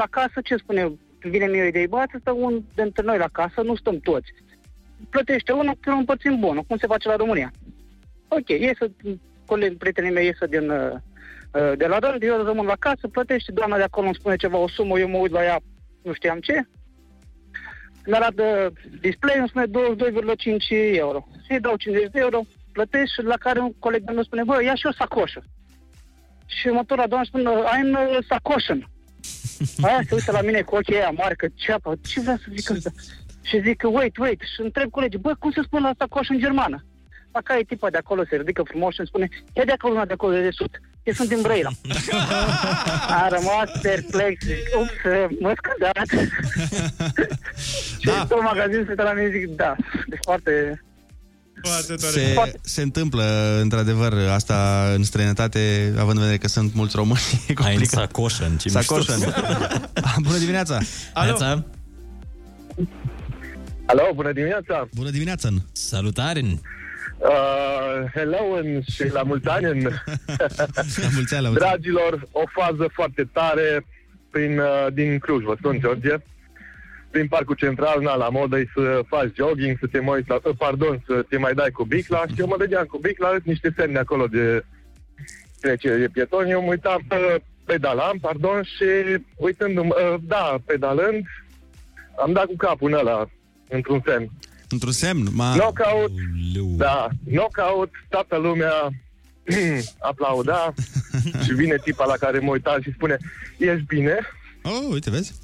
Speaker 20: la casă, ce spune, vine mie o idee, bă, să stăm un dintre noi la casă, nu stăm toți. Plătește unul, că îl împărțim bunul, cum se face la România. Ok, iese, colegii, prietenii mei iese din, uh, uh, de la rând, eu rămân la casă, plătește, doamna de acolo îmi spune ceva, o sumă, eu mă uit la ea, nu știam ce. Îmi arată display, îmi spune 22,5 euro. Îi dau 50 de euro, plătesc, și la care un coleg meu spune, bă, ia și o sacoșă. Și următoarea doamnă spune, I'm uh, sacoșă. Aia se uită la mine cu ochii aia mari, că ceapă, ce vrea să zic asta? Și zic, wait, wait, și întreb colegii, bă, cum se spune la sacoș în germană? La care tipa de acolo se ridică frumos și îmi spune, ia de acolo una de acolo de sud, eu sunt din Brăila. A rămas perplex, zic, ups, mă scădat. și da. tot magazin se uită la mine, zic, da, deci foarte... Foarte
Speaker 7: Se, se întâmplă, într-adevăr, asta în străinătate, având în vedere că sunt mulți români. E complicat.
Speaker 6: Sacoșăn, ce
Speaker 7: Sacoșăn. Bună dimineața!
Speaker 6: Alo.
Speaker 25: Alo, bună dimineața!
Speaker 7: Bună dimineața!
Speaker 6: Salutare!
Speaker 25: Uh, hello and și la mulți ani! în-
Speaker 7: La mulți ani, la mulți ani.
Speaker 25: Dragilor, o fază foarte tare prin, uh, din Cluj, vă spun, George. Prin parcul central, na, la modă e să faci jogging, să te mai uiți la, uh, pardon, să te mai dai cu bicla și eu mă dădeam cu bicla, sunt niște semne acolo de trecere de pietoni, eu mă uitam, uh, pedalam, pardon, și uitându-mă, uh, da, pedalând, am dat cu capul în ăla, într-un semn.
Speaker 7: Într-un semn, ma...
Speaker 25: Knockout, da, knockout, toată lumea aplauda și vine tipa la care mă uitam și spune, ești bine?
Speaker 7: Oh, uite, vezi?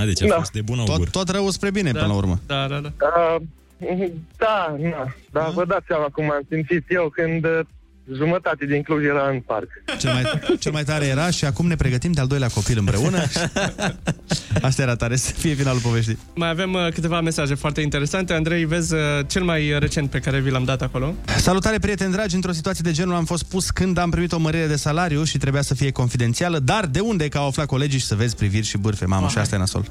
Speaker 6: A, deci a
Speaker 25: Da.
Speaker 6: fost de bun augur.
Speaker 7: Tot, tot rău spre bine, da. până la urmă.
Speaker 25: Da, da, da. Uh, da, da, dar vă dați seama cum am simțit eu când uh, jumătate din Cluj era în parc.
Speaker 7: Cel mai, cel mai tare era și acum ne pregătim de-al doilea copil împreună. Asta era tare, să fie finalul poveștii.
Speaker 9: Mai avem uh, câteva mesaje foarte interesante. Andrei, vezi uh, cel mai recent pe care vi l-am dat acolo.
Speaker 7: Salutare, prieteni dragi! Într-o situație de genul am fost pus când am primit o mărire de salariu și trebuia să fie confidențială, dar de unde că au aflat colegii și să vezi priviri și bârfe, mamă, și asta e nasol.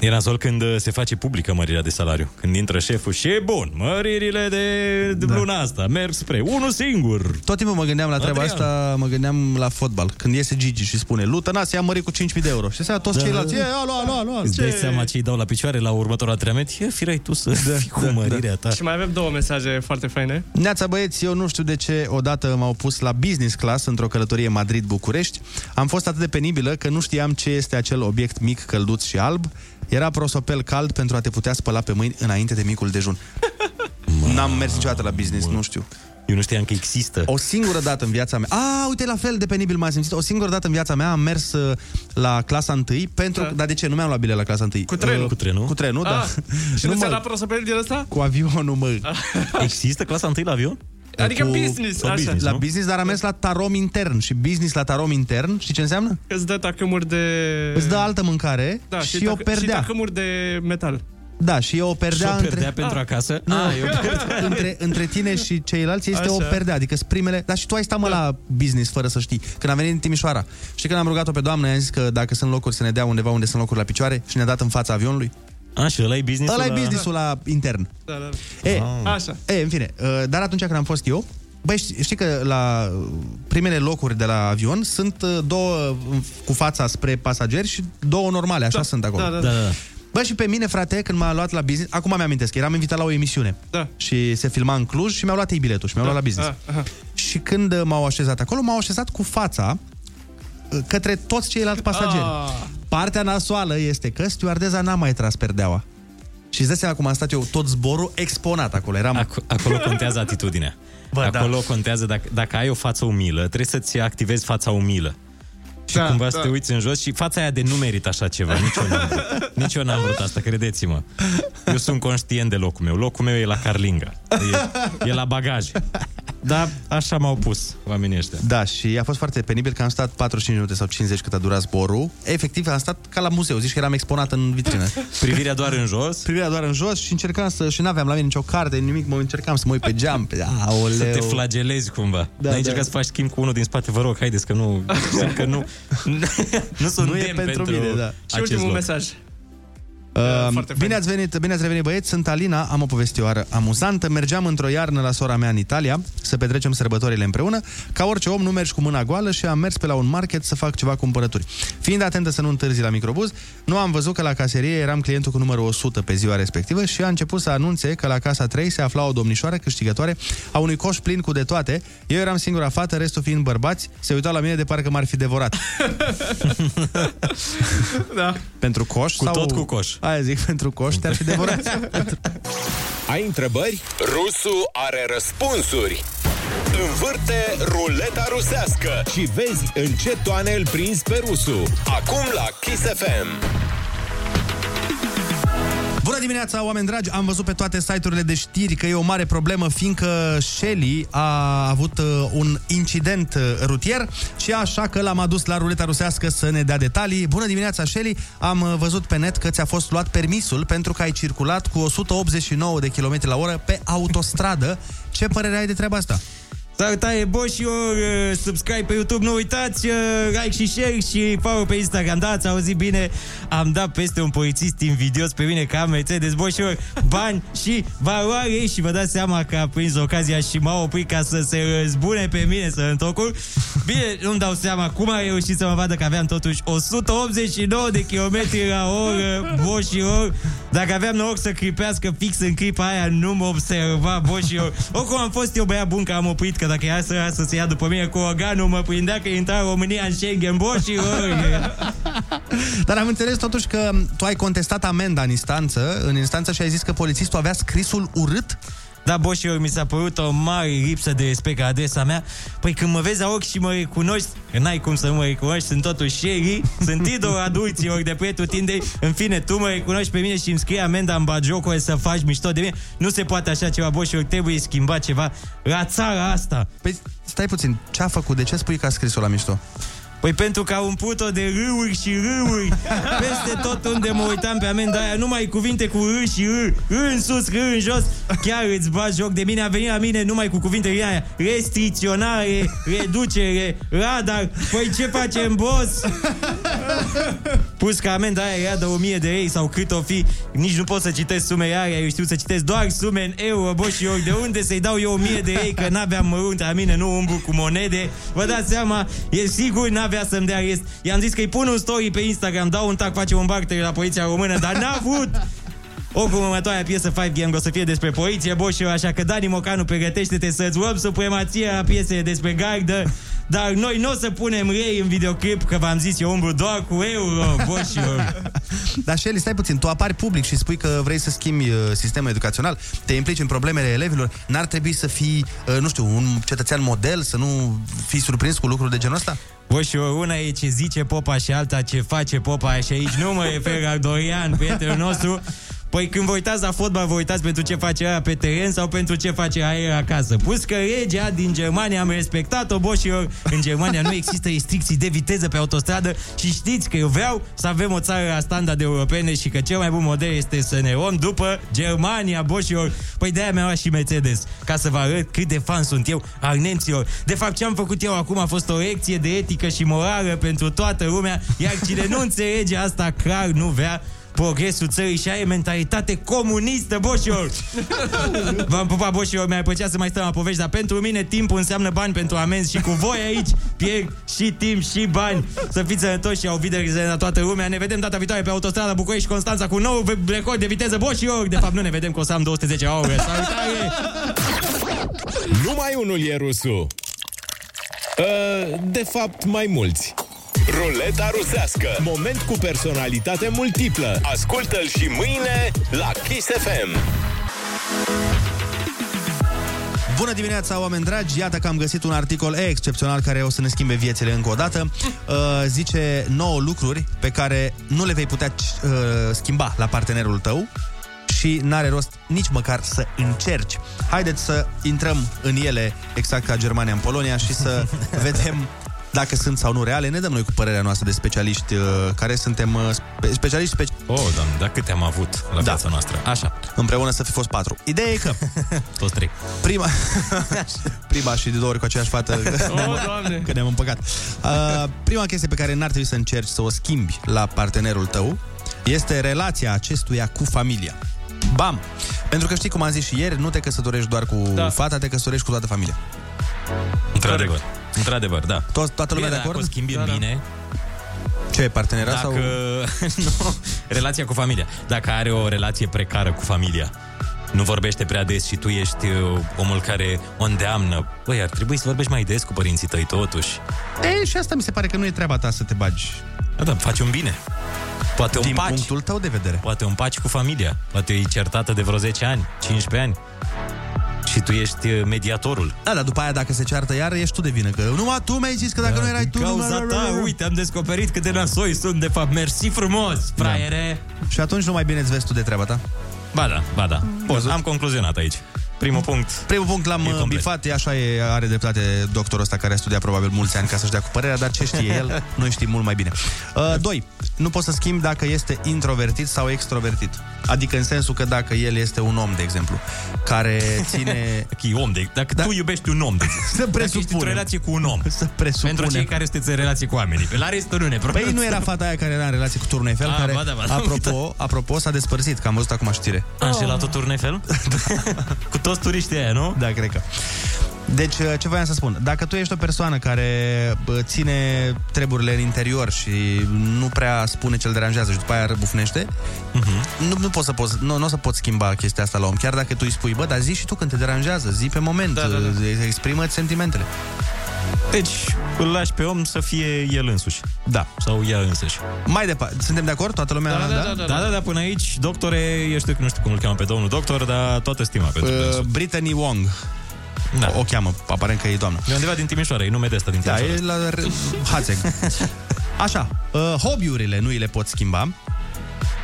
Speaker 6: E nasol când uh, se face publică mărirea de salariu. Când intră șeful și e bun, măririle de, de da. luna asta merg spre unul singur.
Speaker 7: Tot timpul mă gândeam la treaba
Speaker 6: Adrian.
Speaker 7: asta, mă gândeam la fotbal. Când iese Gigi și spune, Lută, nase, am mărit cu 5.000 de euro. Și se toți
Speaker 6: Da.
Speaker 7: ceilalți, e, alo, alo, alo.
Speaker 6: Îți dai seama ce îi dau la picioare la următorul antrenament? E, firai tu să da, fii cu da, mărirea da. ta.
Speaker 9: Și mai avem două mesaje foarte faine.
Speaker 7: Neața băieți, eu nu știu de ce odată m-au pus la business class într-o călătorie Madrid-București. Am fost atât de penibilă că nu știam ce este acel obiect mic, călduț și alb. Era prosopel cald pentru a te putea spăla pe mâini înainte de micul dejun. N-am mers niciodată la business, nu știu.
Speaker 6: Eu nu știam că există.
Speaker 7: O singură dată în viața mea. A, uite, la fel de penibil m-am simțit. O singură dată în viața mea am mers uh, la clasa 1 pentru... Da. Dar de ce? Nu mi-am luat bilet la clasa 1. Cu
Speaker 9: trenul.
Speaker 6: Cu trenul?
Speaker 7: Cu trenul, da.
Speaker 9: Ah, și nu, nu ți-a dat prosopel din ăsta?
Speaker 7: Cu avionul, mă.
Speaker 6: Există clasa 1 la avion?
Speaker 9: Adică business,
Speaker 7: la
Speaker 9: așa.
Speaker 7: business, la business, dar am mers la tarom intern și business la tarom intern, știi ce înseamnă?
Speaker 9: Că îți dă tacâmuri de...
Speaker 7: Îți dă altă mâncare
Speaker 9: da,
Speaker 7: și,
Speaker 9: tac-
Speaker 7: o perdea.
Speaker 9: Și tacâmuri de metal.
Speaker 7: Da, și e o perdea,
Speaker 9: Și o perdea
Speaker 7: între...
Speaker 9: pentru acasă?
Speaker 7: Nu,
Speaker 9: Ah, e o perdea.
Speaker 7: între, între tine și ceilalți este
Speaker 9: Așa.
Speaker 7: o perdea, adică sunt primele... Dar și tu ai stat mă la business fără să știi. Când am venit din Timișoara și când am rugat-o pe doamnă, i-am zis că dacă sunt locuri să ne dea undeva unde sunt locuri la picioare și ne-a dat în fața avionului.
Speaker 6: Așa, ăla e business-ul
Speaker 7: Ăla e
Speaker 6: la-
Speaker 7: business-ul la intern.
Speaker 9: Da, da.
Speaker 7: E,
Speaker 9: Așa.
Speaker 7: E, în fine, uh, dar atunci când am fost eu, băi, știi, știi că la uh, primele locuri de la avion sunt uh, două uh, cu fața spre pasageri și două normale, așa da, sunt acolo.
Speaker 6: da, da, da. Da, da.
Speaker 7: Bă, și pe mine, frate, când m-a luat la business, acum mi-am amintesc, eram invitat la o emisiune
Speaker 9: da.
Speaker 7: și se filma în Cluj și mi-au luat ei biletul și mi-au
Speaker 6: Da,
Speaker 7: luat la business.
Speaker 6: a,
Speaker 7: Și când uh, m-au așezat acolo, m-au așezat cu fața uh, către toți ceilalți pasageri.
Speaker 6: Ah.
Speaker 7: Partea nasoală este că stewardeza n-a mai tras perdeaua. Și îți dai seama cum am stat eu tot zborul exponat acolo. Eram...
Speaker 6: Ac- acolo contează atitudinea. Bă, acolo da. contează, dacă, dacă ai o față umilă, trebuie să-ți activezi fața umilă. și da, cumva da. să te uiți în jos și fața aia de nu merit așa ceva. Nici eu n-am vrut, Nici eu n-am vrut asta, credeți-mă. Eu sunt conștient de locul meu. Locul meu e la Carlinga. E, e la bagaje. Dar așa m-au pus oamenii ăștia.
Speaker 7: Da, și a fost foarte penibil că am stat 45 minute sau 50 cât a durat zborul. Efectiv, am stat ca la muzeu, zici că eram exponat în vitrină.
Speaker 6: Privirea doar în jos?
Speaker 7: Privirea doar în jos și încercam să... Și n-aveam la mine nicio carte, nimic, mă încercam să mă uit pe geam. Pe, aoleu.
Speaker 6: Să te flagelezi cumva. Da, Dar
Speaker 7: da.
Speaker 6: ai încercat să faci schimb cu unul din spate, vă rog, haideți că nu... că nu... nu sunt
Speaker 7: Nu e
Speaker 6: demn
Speaker 7: pentru mine, da. Și
Speaker 6: acest
Speaker 7: ultimul
Speaker 6: loc.
Speaker 7: mesaj. Uh, bine ați venit, bine ați revenit băieți, sunt Alina, am o povestioară amuzantă Mergeam într-o iarnă la sora mea în Italia Să petrecem sărbătorile împreună Ca orice om nu mergi cu mâna goală și am mers pe la un market să fac ceva cumpărături Fiind atentă să nu întârzi la microbuz Nu am văzut că la caserie eram clientul cu numărul 100 pe ziua respectivă Și a început să anunțe că la casa 3 se afla o domnișoară câștigătoare A unui coș plin cu de toate Eu eram singura fată, restul fiind bărbați Se uitau la mine de parcă m-ar fi devorat
Speaker 9: Da.
Speaker 7: Pentru coș? Cu sau... tot cu
Speaker 6: coș.
Speaker 7: Aia zic, pentru coș te-ar fi devorat.
Speaker 5: Ai întrebări? Rusu are răspunsuri. Învârte ruleta rusească și vezi în ce toane îl prins pe Rusu. Acum la Kiss FM.
Speaker 7: Bună dimineața, oameni dragi! Am văzut pe toate site-urile de știri că e o mare problemă, fiindcă Shelly a avut uh, un incident uh, rutier și așa că l-am adus la ruleta rusească să ne dea detalii. Bună dimineața, Shelly! Am uh, văzut pe net că ți-a fost luat permisul pentru că ai circulat cu 189 de km la oră pe autostradă. Ce părere ai de treaba asta?
Speaker 6: Salutare, boși, eu uh, subscribe pe YouTube, nu uitați, uh, like și share și follow pe Instagram. Da, ați auzit bine, am dat peste un polițist invidios pe mine că am Mercedes, boșilor, bani și valoare și vă dați seama că a prins ocazia și m-a oprit ca să se uh, zbune pe mine să întocul. Bine, nu-mi dau seama cum a reușit să mă vadă că aveam totuși 189 de km la oră, boșilor. Dacă aveam noroc să clipească fix în clipa aia, nu mă observa, boșilor. Oricum am fost eu băiat bun că am oprit, că dacă era să, era să se ia după mine cu organul, mă prindea că intra România în Schengen, boșilor.
Speaker 7: Dar am înțeles totuși că tu ai contestat amenda în instanță, în instanță și ai zis că polițistul avea scrisul urât
Speaker 6: Da, boșilor, mi s-a părut o mare lipsă de respect la adresa mea. Păi când mă vezi la ochi și mă recunoști, că n-ai cum să nu mă recunoști, sunt totuși Sherry, sunt idolul adulților de prietul tindei. În fine, tu mă recunoști pe mine și îmi scrie amenda în bagiocul să faci mișto de mine. Nu se poate așa ceva, boșilor, trebuie schimbat ceva la țara asta.
Speaker 7: Păi stai puțin, ce a făcut? De ce spui că a scris-o la mișto?
Speaker 6: Păi pentru că au umplut-o de râuri și râuri Peste tot unde mă uitam pe amenda aia Numai cuvinte cu râ și râ Râ în sus, râ în jos Chiar îți bagi joc de mine A venit la mine numai cu cuvinte din aia Restricționare, reducere, radar Păi ce facem, boss? Pus că amenda aia era de 1000 de lei sau cât o fi Nici nu pot să citesc sume aia Eu știu să citesc doar sume în euro, bă, și eu De unde să-i dau eu 1000 de lei Că n-aveam mărunt la mine, nu umbru cu monede Vă dați seama, e sigur n-avea să-mi dea rest I-am zis că-i pun un story pe Instagram Dau un tag, facem un barter la poliția română Dar n-a avut Oricum, următoarea piesă Five Gang o să fie despre poliție, boșilor, așa că Dani Mocanu, pregătește-te să-ți luăm supremația la piese despre gardă, dar noi nu o să punem rei în videoclip, că v-am zis, eu umbru doar cu euro, boșilor.
Speaker 7: Dar Shelly, stai puțin, tu apari public și spui că vrei să schimbi uh, sistemul educațional, te implici în problemele elevilor, n-ar trebui să fii, uh, nu știu, un cetățean model, să nu fii surprins cu lucruri de genul ăsta?
Speaker 6: Bă, și una e ce zice popa și alta ce face popa și aici nu mă refer la Dorian, prietenul nostru. Păi când vă uitați la fotbal, vă uitați pentru ce face aia pe teren sau pentru ce face aia acasă. Pus că regea din Germania am respectat-o, boșilor. În Germania nu există restricții de viteză pe autostradă și știți că eu vreau să avem o țară la standarde europene și că cel mai bun model este să ne om după Germania, boșilor. Păi de-aia mi-a luat și Mercedes, ca să vă arăt cât de fan sunt eu al nemților. De fapt, ce am făcut eu acum a fost o lecție de etică și morală pentru toată lumea, iar cine nu înțelege asta clar nu vrea progresul țării și are mentalitate comunistă, boșilor! V-am pupat, boșilor, mi-ar plăcea să mai stăm la povești, dar pentru mine timpul înseamnă bani pentru amenzi și cu voi aici pierd și timp și bani. Să fiți sănătoși și au videre la toată lumea. Ne vedem data viitoare pe autostrada București-Constanța cu un nou record de viteză, boșilor! De fapt, nu ne vedem că o să am 210 la oră. Salutare!
Speaker 5: Numai unul e rusul. Uh, De fapt, mai mulți. Ruleta rusească. Moment cu personalitate multiplă. Ascultă-l și mâine la Kiss FM.
Speaker 7: Bună dimineața, oameni dragi! Iată că am găsit un articol excepțional care o să ne schimbe viețile încă o dată. Uh, zice 9 lucruri pe care nu le vei putea uh, schimba la partenerul tău și n-are rost nici măcar să încerci. Haideți să intrăm în ele exact ca Germania în Polonia și să vedem dacă sunt sau nu reale. Ne dăm noi cu părerea noastră de specialiști uh, care suntem uh, spe- specialiști speci-
Speaker 6: Oh, doamne, dar câte am avut la da. viața noastră. Așa.
Speaker 7: Împreună să fi fost patru. Ideea e că...
Speaker 6: Toți trei.
Speaker 7: Prima, prima și de două ori cu aceeași fată
Speaker 9: Oh, doamne!
Speaker 7: că ne-am împăcat. Uh, prima chestie pe care n-ar trebui să încerci să o schimbi la partenerul tău este relația acestuia cu familia. Bam! Pentru că știi cum am zis și ieri, nu te căsătorești doar cu da. fata, te căsătorești cu toată familia.
Speaker 6: Într-adevăr. Într-adevăr, da.
Speaker 7: Toți, toată lumea
Speaker 6: bine,
Speaker 7: de acord?
Speaker 6: Dacă o schimbi da, bine,
Speaker 7: Ce, partenera
Speaker 6: dacă...
Speaker 7: sau...
Speaker 6: nu, relația cu familia. Dacă are o relație precară cu familia, nu vorbește prea des și tu ești uh, omul care o îndeamnă. Băi, ar trebui să vorbești mai des cu părinții tăi, totuși.
Speaker 7: E, și asta mi se pare că nu e treaba ta să te bagi.
Speaker 6: Da, da, faci un bine. Poate
Speaker 7: Din
Speaker 6: un paci.
Speaker 7: punctul tău de vedere.
Speaker 6: Poate un paci cu familia. Poate e certată de vreo 10 ani, 15 ani. Și tu ești uh, mediatorul.
Speaker 7: Da, dar după aia dacă se ceartă iar, ești tu de vină. Că numai tu mi-ai zis că dacă nu erai tu...
Speaker 6: Da, Din cauza
Speaker 7: nu-
Speaker 6: ta, uite, am descoperit cât de nasoi sunt, de fapt. Mersi frumos, fraiere!
Speaker 7: Da. Și atunci nu mai bine îți vezi tu de treaba ta.
Speaker 6: Ba da, ba da. Am concluzionat aici. Primul punct.
Speaker 7: Mm. Primul punct l-am uh, bifat, e așa e, are dreptate doctorul ăsta care a studiat probabil mulți ani ca să-și dea cu părerea, dar ce știe el, noi știm mult mai bine.
Speaker 6: Da.
Speaker 7: Uh, doi, nu poți să schimbi dacă este introvertit sau extrovertit. Adică în sensul că dacă el este un om, de exemplu, care ține...
Speaker 6: Dacă e om de... Dacă da. tu iubești un om, de...
Speaker 7: Să
Speaker 6: Dacă ești într-o
Speaker 7: presupunem.
Speaker 6: relație cu un om.
Speaker 7: Să presupunem.
Speaker 6: Pentru cei care sunteți în relație cu oamenii. Pe La restul nu ne
Speaker 7: Păi nu era fata aia care era în relație cu Turnul Eiffel,
Speaker 6: Ah,
Speaker 7: care,
Speaker 6: ba da, ba da, Ah,
Speaker 7: apropo, apropo, s-a despărțit, că am văzut acum știre.
Speaker 6: A înșelat-o turnul Eiffel? cu toți turiștii aia, nu?
Speaker 7: Da, cred că. Deci, ce voiam să spun? Dacă tu ești o persoană care bă, ține treburile în interior și nu prea spune ce îl deranjează și după aia răbufnește,
Speaker 6: Mhm.
Speaker 7: uh-huh. nu, nu, poți să poți, nu, nu o să poți schimba chestia asta la om. Chiar dacă tu îi spui, bă, dar zi și tu când te deranjează, zi pe moment, da, da, da. exprimă sentimentele.
Speaker 6: Deci îl lași pe om să fie el însuși.
Speaker 7: Da.
Speaker 6: Sau ea însăși.
Speaker 7: Mai departe, suntem de acord? Toată lumea?
Speaker 6: da, da, da, da, da, da, până aici, doctore, eu știu că nu știu cum îl cheamă pe domnul doctor, dar toată stima pentru
Speaker 7: Uh,
Speaker 6: dânsul.
Speaker 7: Brittany Wong.
Speaker 6: Da.
Speaker 7: O, o cheamă, aparent că e doamnă.
Speaker 6: E undeva din Timișoara, e nume de ăsta din
Speaker 7: Da,
Speaker 6: Timișoara.
Speaker 7: e la r- Hațeg. Așa, uh, hobby-urile nu îi le pot schimba.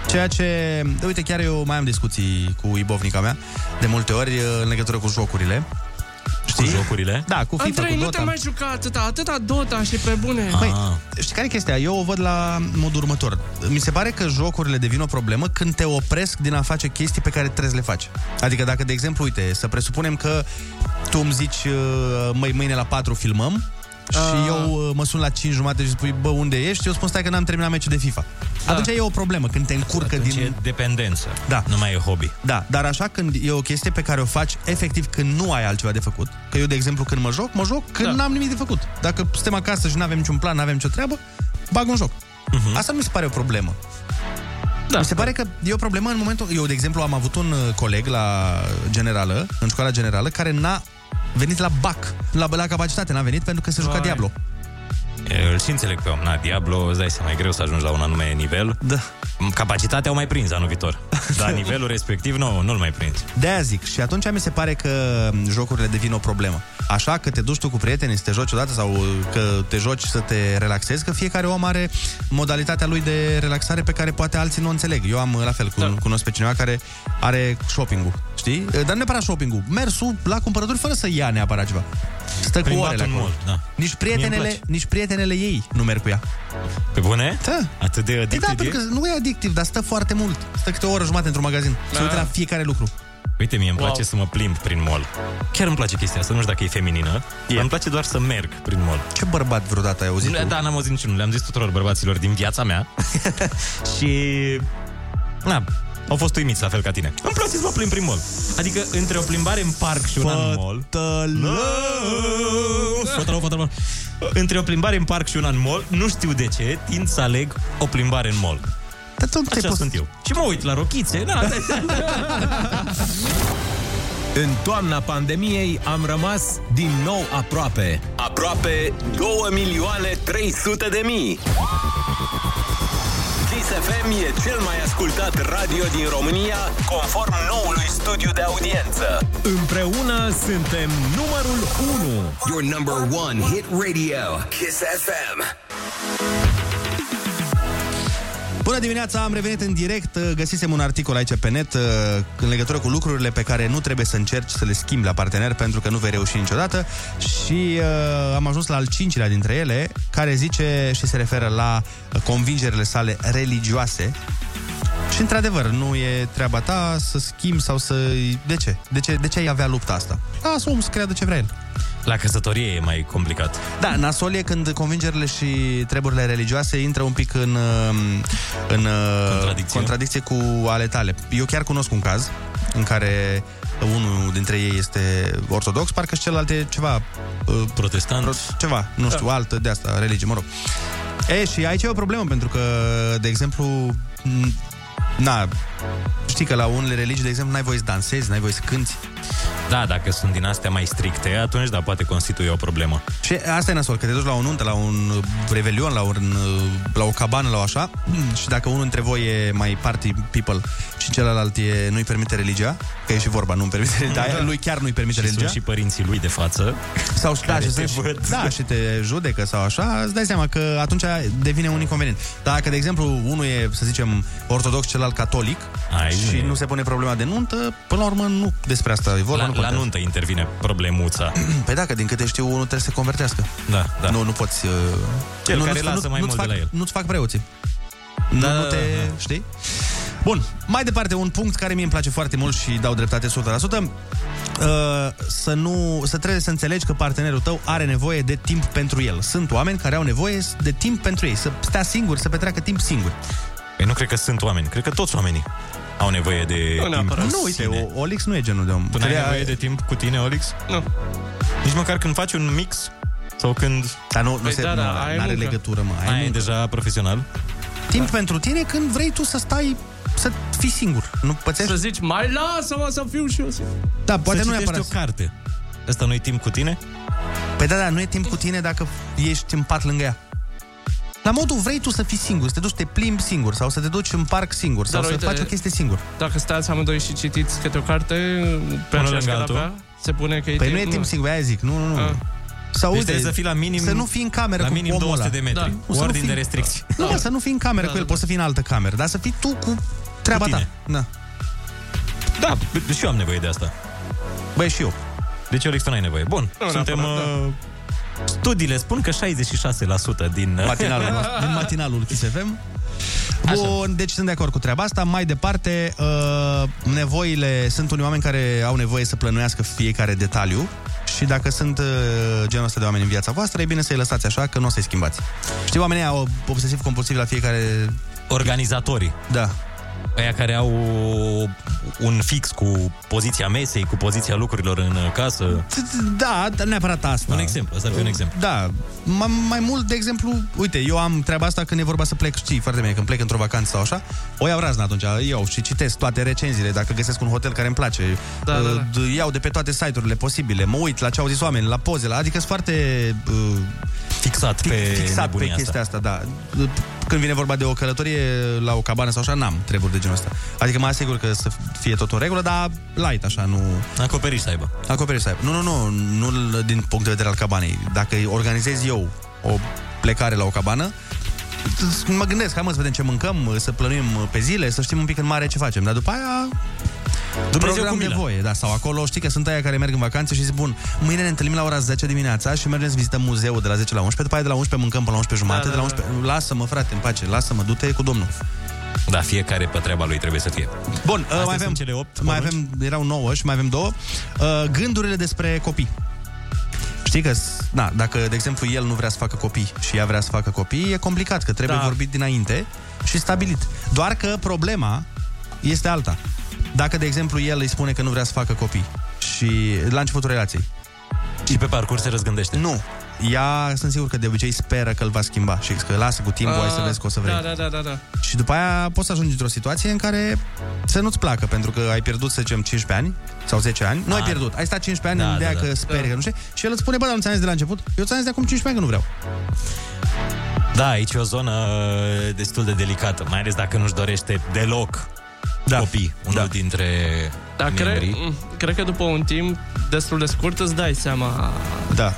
Speaker 7: Ceea ce, uite, chiar eu mai am discuții cu ibovnica mea de multe ori uh, în legătură cu jocurile. Știi? Cu
Speaker 6: jocurile?
Speaker 7: Da, cu FIFA,
Speaker 9: Andrei,
Speaker 7: cu
Speaker 9: nu
Speaker 7: Dota.
Speaker 9: te mai juca atâta, atâta Dota și pe bune. Ah,
Speaker 7: Păi,
Speaker 6: Ah.
Speaker 7: știi care e chestia? Eu o văd la modul următor. Mi se pare că jocurile devin o problemă când te opresc din a face chestii pe care trebuie să le faci. Adică dacă, de exemplu, uite, să presupunem că tu îmi zici, uh, măi, mâine la 4 filmăm, și
Speaker 6: Ah.
Speaker 7: eu uh, mă sun la 5 jumate și spui, bă, unde ești? Eu spun, stai că n-am terminat meciul de FIFA. Da. Atunci e o problemă când te încurcă
Speaker 6: Atunci
Speaker 7: din...
Speaker 6: e dependență,
Speaker 7: Da.
Speaker 6: nu mai e hobby.
Speaker 7: Da, dar așa când e o chestie pe care o faci efectiv când nu ai altceva de făcut. Că eu, de exemplu, când mă joc, mă joc când da. n-am nimic de făcut. Dacă suntem acasă și nu avem niciun plan, nu avem nicio treabă, bag un joc. Uh-huh. Asta nu mi se pare o problemă. Da, mi se pare că e o problemă în momentul... Eu, de exemplu, am avut un uh, coleg la generală, în școala generală, care n-a venit la BAC, la, la capacitate, n-a venit pentru că se juca
Speaker 6: Vai.
Speaker 7: Diablo.
Speaker 6: E, Îl și înțeleg pe om, na, Diablo, îți dai seama, e greu să ajungi la un anume nivel.
Speaker 7: Da.
Speaker 6: Capacitatea o mai prins anul viitor. Dar nivelul respectiv nu, nu-l mai prins.
Speaker 7: De-aia zic. Și atunci mi se pare că jocurile devin o problemă. Așa că te duci tu cu prietenii să te joci odată sau că te joci să te relaxezi, că fiecare om are modalitatea lui de relaxare pe care poate alții nu o înțeleg. Eu am la fel, cu, da. cunosc pe cineva care are shopping-ul, știi? Dar nu neapărat shopping-ul, mersul la cumpărături fără să ia neapărat ceva. Stă cu
Speaker 6: Plimbat
Speaker 7: orele
Speaker 6: în
Speaker 7: acolo.
Speaker 6: mall, da.
Speaker 7: Nici
Speaker 6: Mie-mi
Speaker 7: prietenele,
Speaker 6: place.
Speaker 7: nici prietenele ei nu merg cu ea.
Speaker 6: Pe bune?
Speaker 7: Da.
Speaker 6: Atât de
Speaker 7: Păi
Speaker 6: addictiv
Speaker 7: da, pentru că nu e adictiv, dar stă foarte mult. Stă câte o oră jumate într-un magazin. Se
Speaker 6: Da.
Speaker 7: uită la fiecare lucru.
Speaker 6: Uite, mie îmi place să mă plimb prin mall. Chiar îmi place chestia asta, nu știu dacă e feminină, e. dar îmi place doar să merg prin mall.
Speaker 7: Ce bărbat vreodată ai auzit?
Speaker 6: Da, da, n-am auzit niciunul, le-am zis tuturor bărbaților din viața mea și... Na, au fost uimiți la fel ca tine. Îmi place să mă plimb prin mall. Adică între o plimbare în parc și una în mall... Fătălău! Fătălău, Între o plimbare în parc și una în mall, nu știu de ce, tind să aleg o plimbare în mall.
Speaker 7: Dar tu
Speaker 6: Așa sunt eu. Și mă uit la rochițe. Na, da.
Speaker 4: În toamna pandemiei am rămas din nou aproape.
Speaker 5: Aproape 2 milioane 300 de mii. Kiss
Speaker 26: FM e cel mai ascultat radio din România, conform noului studiu de audiență.
Speaker 27: Împreună suntem numărul 1.
Speaker 5: Your number one hit radio, Kiss FM.
Speaker 7: Bună dimineața, am revenit în direct. Găsisem un articol aici pe net uh, în legătură cu lucrurile pe care nu trebuie să încerci să le schimbi la partener pentru că nu vei reuși niciodată și uh, am ajuns la al cincilea dintre ele care zice și se referă la uh, convingerile sale religioase și într-adevăr, nu e treaba ta să schimbi sau să... De ce? De ce, de ce ai avea lupta asta? Lasă omul să creadă ce vrea el.
Speaker 6: La căsătorie e mai complicat.
Speaker 7: Da, nasol e când convingerile și treburile religioase intră un pic în, um, în uh, contradicție. contradicție cu ale tale. Eu chiar cunosc un caz în care unul dintre ei este ortodox, parcă și celălalt e ceva... Uh,
Speaker 6: Protestant?
Speaker 7: Pro- ceva, nu știu, da. altă de asta, religie, mă rog. E, și aici e o problemă, pentru că, de exemplu, m- na, știi că la unele religii, de exemplu, n-ai voie să dansezi, n-ai voie să cânti.
Speaker 6: Da, dacă sunt din astea mai stricte, atunci da, poate constituie o problemă.
Speaker 7: Și asta e nasol, că te duci la o nuntă, la un revelion, la, un, la o cabană, la o așa, și dacă unul dintre voi e mai party people și celălalt e, nu-i permite religia, că e și vorba, nu-mi permite religia, da. lui chiar nu-i permite
Speaker 6: și
Speaker 7: religia.
Speaker 6: Sunt și părinții lui de față.
Speaker 7: Sau da,
Speaker 6: care
Speaker 7: și,
Speaker 6: te
Speaker 7: să-
Speaker 6: văd.
Speaker 7: da, și te judecă sau așa, îți dai seama că atunci devine un inconvenient. Dacă, de exemplu, unul e, să zicem, ortodox, celălalt catolic
Speaker 6: Ai,
Speaker 7: și
Speaker 6: nu e.
Speaker 7: nu se pune problema de nuntă, până la urmă nu despre asta e vorba.
Speaker 6: la,
Speaker 7: nu
Speaker 6: la
Speaker 7: contează.
Speaker 6: nuntă intervine problemuța.
Speaker 7: Păi dacă, din câte știu, unul trebuie să se convertească.
Speaker 6: Da, da.
Speaker 7: Nu, nu poți... Uh...
Speaker 6: Cel
Speaker 7: nu,
Speaker 6: care
Speaker 7: nu,
Speaker 6: lasă
Speaker 7: nu,
Speaker 6: mai
Speaker 7: nu-ți
Speaker 6: mult
Speaker 7: fac,
Speaker 6: de la el.
Speaker 7: Nu-ți fac preoții. Da, nu, nu te... Da. Știi? Bun, mai departe, un punct care mie îmi place foarte mult și dau dreptate 100%, uh, să, nu, să trebuie să înțelegi că partenerul tău are nevoie de timp pentru el. Sunt oameni care au nevoie de timp pentru ei, să stea singuri, să petreacă timp singuri.
Speaker 6: Păi nu cred că sunt oameni, cred că toți oamenii au nevoie de timp.
Speaker 7: Nu, uite, o- Olix nu e genul de om.
Speaker 6: Tu n-ai
Speaker 7: Crea-
Speaker 6: nevoie de timp cu tine, Olix?
Speaker 9: Nu.
Speaker 6: Nici măcar când faci un mix sau când...
Speaker 7: Dar nu, nu Păi se- da, da, nu, ai n-are muncă. legătură, mă, ai
Speaker 6: Ai e deja profesional.
Speaker 7: Timp da. pentru tine când vrei tu să stai, să fii singur. Nu pățești?
Speaker 9: Să zici, mai lasă-mă să fiu și eu.
Speaker 7: Da, poate
Speaker 6: să
Speaker 7: nu
Speaker 6: citești
Speaker 7: neapărat.
Speaker 6: o carte. Asta nu e timp cu tine?
Speaker 7: Păi da, da, nu e timp cu tine dacă ești în pat lângă ea. La modul vrei tu să fii singur, să te duci, să te plimbi singur sau să te duci în parc singur sau
Speaker 9: Dar
Speaker 7: să
Speaker 9: uite-
Speaker 7: faci o chestie singur.
Speaker 9: Dacă stați amândoi și citiți câte o carte, pe
Speaker 7: Unul
Speaker 9: aceeași
Speaker 7: lângă altul.
Speaker 9: canapea, se pune că e Ah.
Speaker 7: Păi nu e timp singur, aia zic, nu,
Speaker 9: Da.
Speaker 7: nu, nu.
Speaker 6: Deci
Speaker 7: Sau uite,
Speaker 6: trebuie să fii la minim-
Speaker 7: să nu fii în cameră
Speaker 6: la
Speaker 7: cu
Speaker 6: minim
Speaker 7: omul
Speaker 6: 200
Speaker 7: ăla.
Speaker 6: de
Speaker 9: Da.
Speaker 6: metri.
Speaker 7: Nu, să nu
Speaker 6: Ordin
Speaker 7: fii- Ah.
Speaker 6: de restricții.
Speaker 7: Nu, mă, să nu fii în cameră
Speaker 6: Da,
Speaker 7: cu el,
Speaker 6: da,
Speaker 7: poți să fii în altă cameră, dar să fii tu cu treaba
Speaker 6: tine.
Speaker 7: ta. Da.
Speaker 6: Da, b- și eu am nevoie de asta.
Speaker 7: Băi, și eu.
Speaker 6: Deci, Olix, tu n-ai nevoie. Bun,
Speaker 7: Nu,
Speaker 6: suntem...
Speaker 7: neapărat,
Speaker 6: uh, Studiile spun că 66% din...
Speaker 7: Matinalul, nostru- din matinalul Kiss FM. Bun, deci sunt de acord cu treaba asta. Mai departe, uh, nevoile... Sunt unii oameni care au nevoie să plănuiască fiecare detaliu și dacă sunt uh, genul ăsta de oameni în viața voastră, e bine să-i lăsați așa, că nu o să-i schimbați. Știi, oamenii au obsesiv-compulsiv la fiecare...
Speaker 6: Organizatorii.
Speaker 7: Da.
Speaker 6: Aia care au un fix cu poziția mesei, cu poziția lucrurilor în uh, casă.
Speaker 7: Da, dar neapărat asta.
Speaker 6: Un exemplu, asta ar fi un exemplu.
Speaker 7: Da, mai, mai mult, de exemplu, uite, eu am treaba asta când e vorba să plec, știi foarte bine, când plec într-o vacanță sau așa, o iau razna atunci, iau și citesc toate recenziile, dacă găsesc un hotel care îmi place, da,
Speaker 9: da,
Speaker 7: da, da. iau de pe toate site-urile posibile, mă uit la ce au zis oameni, la poze, la, adică sunt foarte... Uh,
Speaker 6: fixat
Speaker 7: pe,
Speaker 6: nebunia
Speaker 7: fixat pe
Speaker 6: asta.
Speaker 7: chestia asta, da. Când vine vorba de o călătorie la o cabană sau așa, n-am treburi de genul ăsta. Adică mă asigur că să fie tot în regulă, dar light, așa, nu...
Speaker 6: Acoperiș să aibă.
Speaker 7: Acoperiș să aibă. Nu, nu, nu, nu din punct de vedere al cabanei. Dacă organizez eu o plecare la o cabană, mă gândesc, hai mă să vedem ce mâncăm, să plănuim pe zile, să știm un pic în mare ce facem. Dar după aia
Speaker 6: Dumnezeu
Speaker 7: program
Speaker 6: cu milă.
Speaker 7: de voie, da, sau acolo știi că sunt aia care merg în vacanță și zic, bun, mâine ne întâlnim la ora 10 dimineața și mergem să vizităm muzeul de la 10 la 11, după aia de la 11 mâncăm până la 11 jumate,
Speaker 6: Da,
Speaker 7: da,
Speaker 6: da,
Speaker 7: de la
Speaker 6: da.
Speaker 7: 11, lasă-mă frate, în pace, lasă-mă, du-te cu domnul.
Speaker 6: Da, fiecare pe treaba lui trebuie să fie.
Speaker 7: Bun,
Speaker 6: Astea
Speaker 7: uh, mai
Speaker 6: sunt
Speaker 7: avem
Speaker 6: cele 8.
Speaker 7: Mai avem, erau 9 și mai avem două. Uh, gândurile despre copii. Știi că, s- na, dacă, de exemplu, el nu vrea să facă copii și ea vrea să facă copii, e complicat, că trebuie
Speaker 9: Da.
Speaker 7: da. vorbit dinainte și stabilit. Doar că problema este alta. Dacă, de exemplu, el îi spune că nu vrea să facă copii și la începutul relației.
Speaker 6: Și pe parcurs se răzgândește.
Speaker 7: Nu. Ea, sunt sigur că de obicei speră că îl va schimba și că lasă cu timpul,
Speaker 6: Uh,
Speaker 7: ai să vezi că o să vrei.
Speaker 9: Da, da, da, da, da.
Speaker 7: Și după aia poți să ajungi într-o situație în care să nu-ți placă, pentru că ai pierdut, să zicem, 15 ani sau 10 ani. Nu ai
Speaker 6: Ah.
Speaker 7: pierdut, ai stat 15 ani
Speaker 6: Da,
Speaker 7: da, în
Speaker 6: da,
Speaker 7: ideea
Speaker 6: da.
Speaker 7: da, că speri da. că nu știu. Și el îți spune, bă, dar nu ți-am zis de la început, eu ți-am zis de acum 15 ani că nu vreau.
Speaker 6: Da, aici e o zonă uh, destul de delicată, mai ales dacă nu-și dorește deloc da. copii, unul da. dintre
Speaker 9: Dar cred,
Speaker 6: membrii.
Speaker 9: cred că după un timp destul de scurt îți dai seama...
Speaker 7: Da.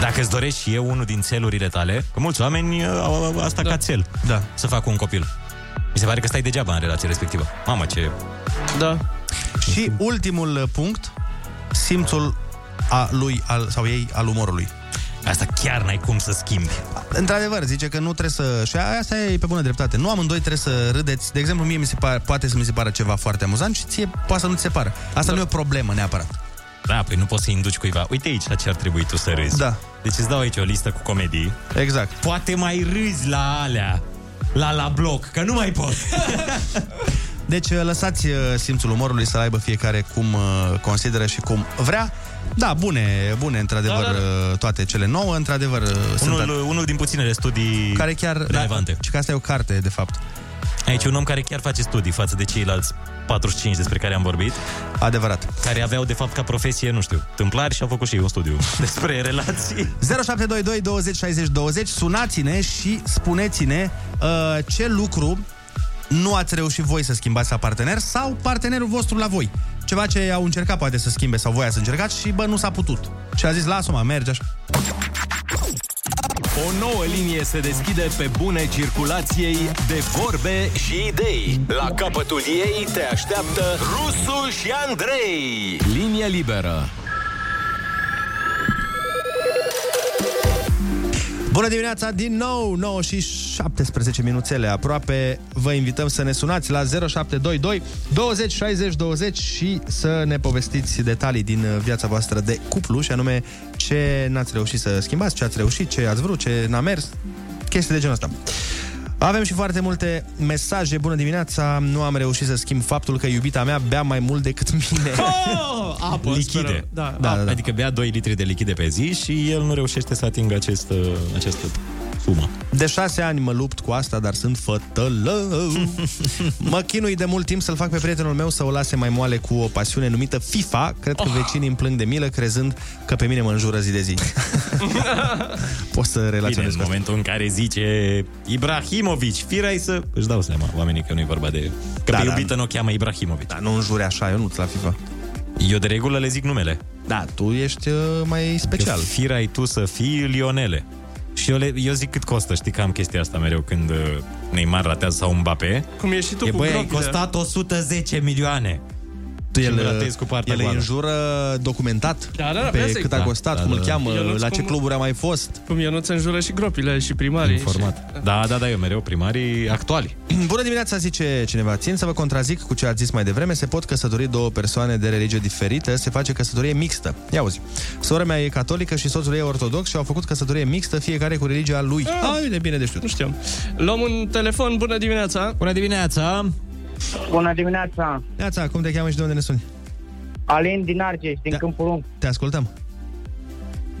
Speaker 6: Dacă îți dorești și eu unul din țelurile tale, că mulți oameni uh, au au asta da. ca țel,
Speaker 7: da.
Speaker 6: să facă un copil. Mi se pare că stai degeaba în relația respectivă. Mamă, ce...
Speaker 9: Da.
Speaker 7: Și ultimul uh, punct, simțul a lui al, sau ei al umorului.
Speaker 6: Asta chiar n-ai cum să schimbi.
Speaker 7: Într-adevăr, zice că nu trebuie să... Și aia- asta e pe bună dreptate. Nu amândoi trebuie să râdeți. De exemplu, mie mi se par, poate să mi se pară ceva foarte amuzant și ție poate să nu ți se pară. Asta da. nu e o problemă neapărat.
Speaker 6: Da, păi nu poți să induci cuiva. Uite aici la ce ar trebui tu să râzi.
Speaker 7: Da.
Speaker 6: Deci îți dau aici o listă cu comedii.
Speaker 7: Exact.
Speaker 6: Poate mai râzi la alea, la la bloc, că nu mai pot.
Speaker 7: Deci uh, lăsați uh, simțul umorului să aibă fiecare cum uh, consideră și cum vrea. Da, bune, bune, într-adevăr, da, da. toate cele nouă, într-adevăr, unul, sunt
Speaker 6: unul, unul din puținele studii
Speaker 7: care chiar...
Speaker 6: relevante.
Speaker 7: Da, și că asta e o carte, de fapt.
Speaker 6: Aici e un om care chiar face studii față de ceilalți 45 despre care am vorbit.
Speaker 7: Adevărat.
Speaker 6: Care aveau, de fapt, ca profesie, nu știu, tâmplari și au făcut și ei un studiu despre relații.
Speaker 7: 0722 20 60 20 Sunați-ne și spuneți-ne uh, ce lucru nu ați reușit voi să schimbați la partener sau partenerul vostru la voi. Ceva ce au încercat poate să schimbe sau voi ați încercat și bă, nu s-a putut. Și a zis, lasă-mă, merge așa.
Speaker 5: O nouă linie se deschide pe bune circulației de vorbe și idei.
Speaker 28: La capătul ei te așteaptă Rusu și Andrei.
Speaker 5: Linie liberă.
Speaker 7: Bună dimineața din nou, 9 și 17 minuțele aproape. Vă invităm să ne sunați la 0722 20 60 20 și să ne povestiți detalii din uh, viața voastră de cuplu și anume ce n-ați reușit să schimbați, ce ați reușit, ce ați vrut, ce n-a mers, chestii de genul ăsta. Avem și foarte multe mesaje. Bună dimineața, nu am reușit să schimb faptul că iubita mea bea mai mult decât mine.
Speaker 9: Oh, apă, sperăm.
Speaker 6: Lichide.
Speaker 9: Da,
Speaker 6: da,
Speaker 9: apă.
Speaker 6: da, da. Adică bea 2 litri de lichide pe zi și el nu reușește să atingă acest, uh, această sumă.
Speaker 7: De șase ani mă lupt cu asta, dar sunt fătălău. mă chinui de mult timp să-l fac pe prietenul meu să o lase mai moale cu o pasiune numită FIFA. Cred
Speaker 9: Oh.
Speaker 7: că vecinii îmi plâng de milă, crezând că pe mine mă înjură zi de zi. Poți să
Speaker 6: Bine,
Speaker 7: relaționezi
Speaker 6: în
Speaker 7: cu asta.
Speaker 6: momentul în care zice Ibrahimovic, firai să... Își dau seama, oamenii că nu-i vorba de... Că
Speaker 7: Da,
Speaker 6: da, pe
Speaker 7: da.
Speaker 6: iubită nu o cheamă Ibrahimovic. Da,
Speaker 7: nu înjure așa, eu nu-ți la FIFA.
Speaker 6: Eu de regulă le zic numele.
Speaker 7: Da, tu ești uh, mai special.
Speaker 6: Că firai tu să fii Lionele. Și eu, le, eu zic cât costă, știi că am chestia asta mereu când uh, Neymar ratează sau Mbappé.
Speaker 9: Cum ești și tu
Speaker 6: e,
Speaker 9: cu
Speaker 6: băi, ai
Speaker 9: gropile.
Speaker 6: costat 110 milioane.
Speaker 7: Tu
Speaker 6: Și
Speaker 7: el,
Speaker 6: îl ratezi cu partea
Speaker 7: el îi
Speaker 6: goală.
Speaker 7: înjură documentat
Speaker 9: Da, da, da,
Speaker 7: pe
Speaker 9: vezi,
Speaker 7: cât a
Speaker 9: da,
Speaker 7: costat,
Speaker 6: da,
Speaker 7: cum
Speaker 6: da.
Speaker 7: îl cheamă,
Speaker 9: Eu nu-ți
Speaker 7: la ce
Speaker 9: spun-
Speaker 7: cluburi a mai fost.
Speaker 9: Cum eu nu-ți înjură și gropile și primarii.
Speaker 6: Informat. Da, da, da, eu mereu primarii actuali.
Speaker 7: Bună dimineața, zice cineva. Țin să vă contrazic cu ce ați zis mai devreme. Se pot căsători două persoane de religie diferită. Se face căsătorie mixtă. Ia auzi. Sora mea e catolică și soțul ei e ortodox și au făcut căsătorie mixtă fiecare cu religia lui. Ah, uite, bine de știut.
Speaker 9: Nu știam. Luăm un telefon, bună dimineața!
Speaker 6: Bună dimineața!
Speaker 20: Bună dimineața!
Speaker 7: Neața, cum te cheamă și de unde ne suni?
Speaker 20: Alin din Argeș, din da. Câmpul Lung.
Speaker 7: Te ascultăm.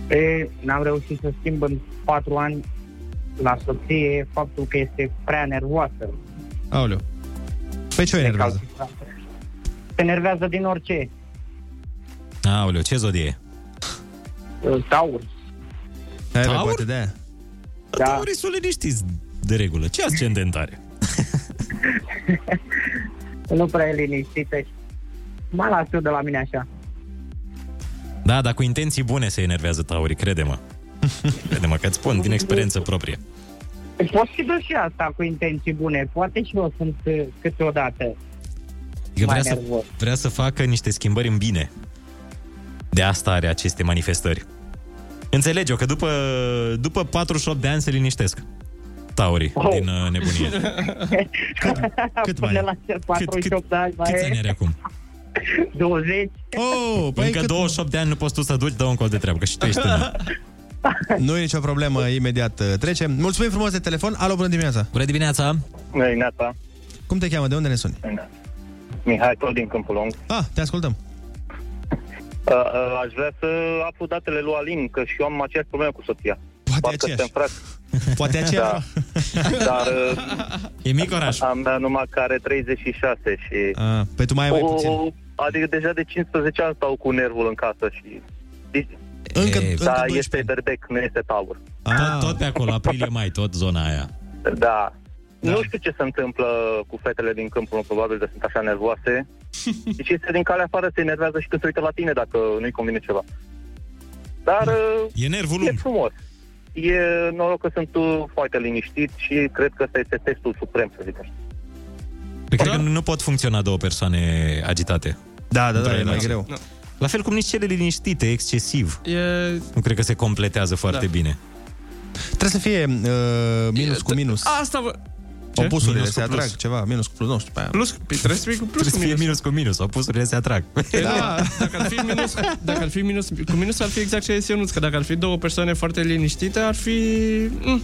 Speaker 20: E, n-am reușit să schimb în patru ani la soție faptul că este prea nervoasă.
Speaker 7: Aoleu. Pe ce o enervează?
Speaker 20: Se nervează din orice.
Speaker 6: Aoleu, ce zodie e?
Speaker 20: Taur.
Speaker 7: Hai,
Speaker 6: Taur?
Speaker 7: poate de aia.
Speaker 6: Da. Taurii sunt liniștiți de regulă. Ce ascendent are?
Speaker 20: Nu prea e liniștită. și Mă las eu de la mine așa.
Speaker 6: Da, dar cu intenții bune se enervează taurii, crede-mă. crede-mă că îți spun din experiență proprie.
Speaker 20: E posibil și asta cu intenții bune. Poate și eu sunt e, câteodată.
Speaker 6: Adică
Speaker 20: Mai
Speaker 6: vrea, să,
Speaker 20: nervos.
Speaker 6: vrea să facă niște schimbări în bine. De asta are aceste manifestări. Înțelege-o că după, după 48 de ani se liniștesc. Taurii oh. din uh, nebunie.
Speaker 20: Cât Până
Speaker 6: mai
Speaker 20: la cel 48 de ani mai
Speaker 6: Câți ani
Speaker 20: e.
Speaker 6: are acum?
Speaker 20: 20.
Speaker 7: Oh,
Speaker 6: Păi Încă 28 de ani nu poți tu să duci, dă un col de treabă, că și tu ești tânăr.
Speaker 7: Nu e nicio problemă, imediat uh, trecem. Mulțumim frumos de telefon. Alo, bună dimineața.
Speaker 6: Bună dimineața.
Speaker 20: Bună dimineața.
Speaker 7: Cum te cheamă? De unde ne suni?
Speaker 20: Mihai, tot din Câmpul Lung.
Speaker 7: Ah, te ascultăm.
Speaker 23: Uh, uh, aș vrea să aflu datele lui Alin, că și eu am aceeași problemă cu soția. Poate
Speaker 7: aceeași.
Speaker 23: Poate
Speaker 7: aceeași.
Speaker 23: Da. Dar uh,
Speaker 6: E mic oraș.
Speaker 23: a mea numai care 36 și...
Speaker 7: Ah,
Speaker 20: Oh,
Speaker 7: Păi tu mai ai mai
Speaker 23: o,
Speaker 7: puțin.
Speaker 23: Adică deja de 15 ani stau cu nervul în casă și...
Speaker 29: Încă,
Speaker 23: da,
Speaker 29: încă 12.
Speaker 23: este Verbec, nu este Taur.
Speaker 7: ah.
Speaker 6: Tot, tot pe acolo, aprilie, mai, tot zona aia.
Speaker 23: Da. Nu știu ce se întâmplă cu fetele din câmpul meu, probabil că sunt așa nervoase. Deci este din calea afară, se enervează și când se uită la tine dacă nu-i convine ceva.
Speaker 7: Da.
Speaker 23: Dar uh,
Speaker 6: e, nervul
Speaker 23: e frumos. E noroc că sunt uh, foarte liniștit și cred că ăsta este testul suprem, să zic așa.
Speaker 6: Pe
Speaker 9: Da.
Speaker 6: cred că nu pot funcționa două persoane agitate.
Speaker 7: Da,
Speaker 6: Într-o
Speaker 7: da, e mai
Speaker 6: relație.
Speaker 7: greu.
Speaker 6: La fel cum nici cele liniștite, excesiv.
Speaker 9: E...
Speaker 6: Nu cred că se completează foarte
Speaker 7: Da.
Speaker 6: bine.
Speaker 7: Trebuie să fie uh, minus cu minus.
Speaker 9: Asta vă... Ce?
Speaker 7: Opusurile
Speaker 9: Minus
Speaker 7: se
Speaker 9: cu plus.
Speaker 7: atrag ceva, minus cu plus, nu știu. Pe aia.
Speaker 9: Plus, păi trebuie să fie cu plus
Speaker 6: Trebuie să
Speaker 9: cu
Speaker 6: fie
Speaker 9: minus.
Speaker 6: minus cu minus, opusurile se atrag.
Speaker 9: Da, dacă ar fi minus, dacă ar fi minus, cu minus ar fi exact ce este Ionuț, că dacă ar fi două persoane foarte liniștite, ar fi...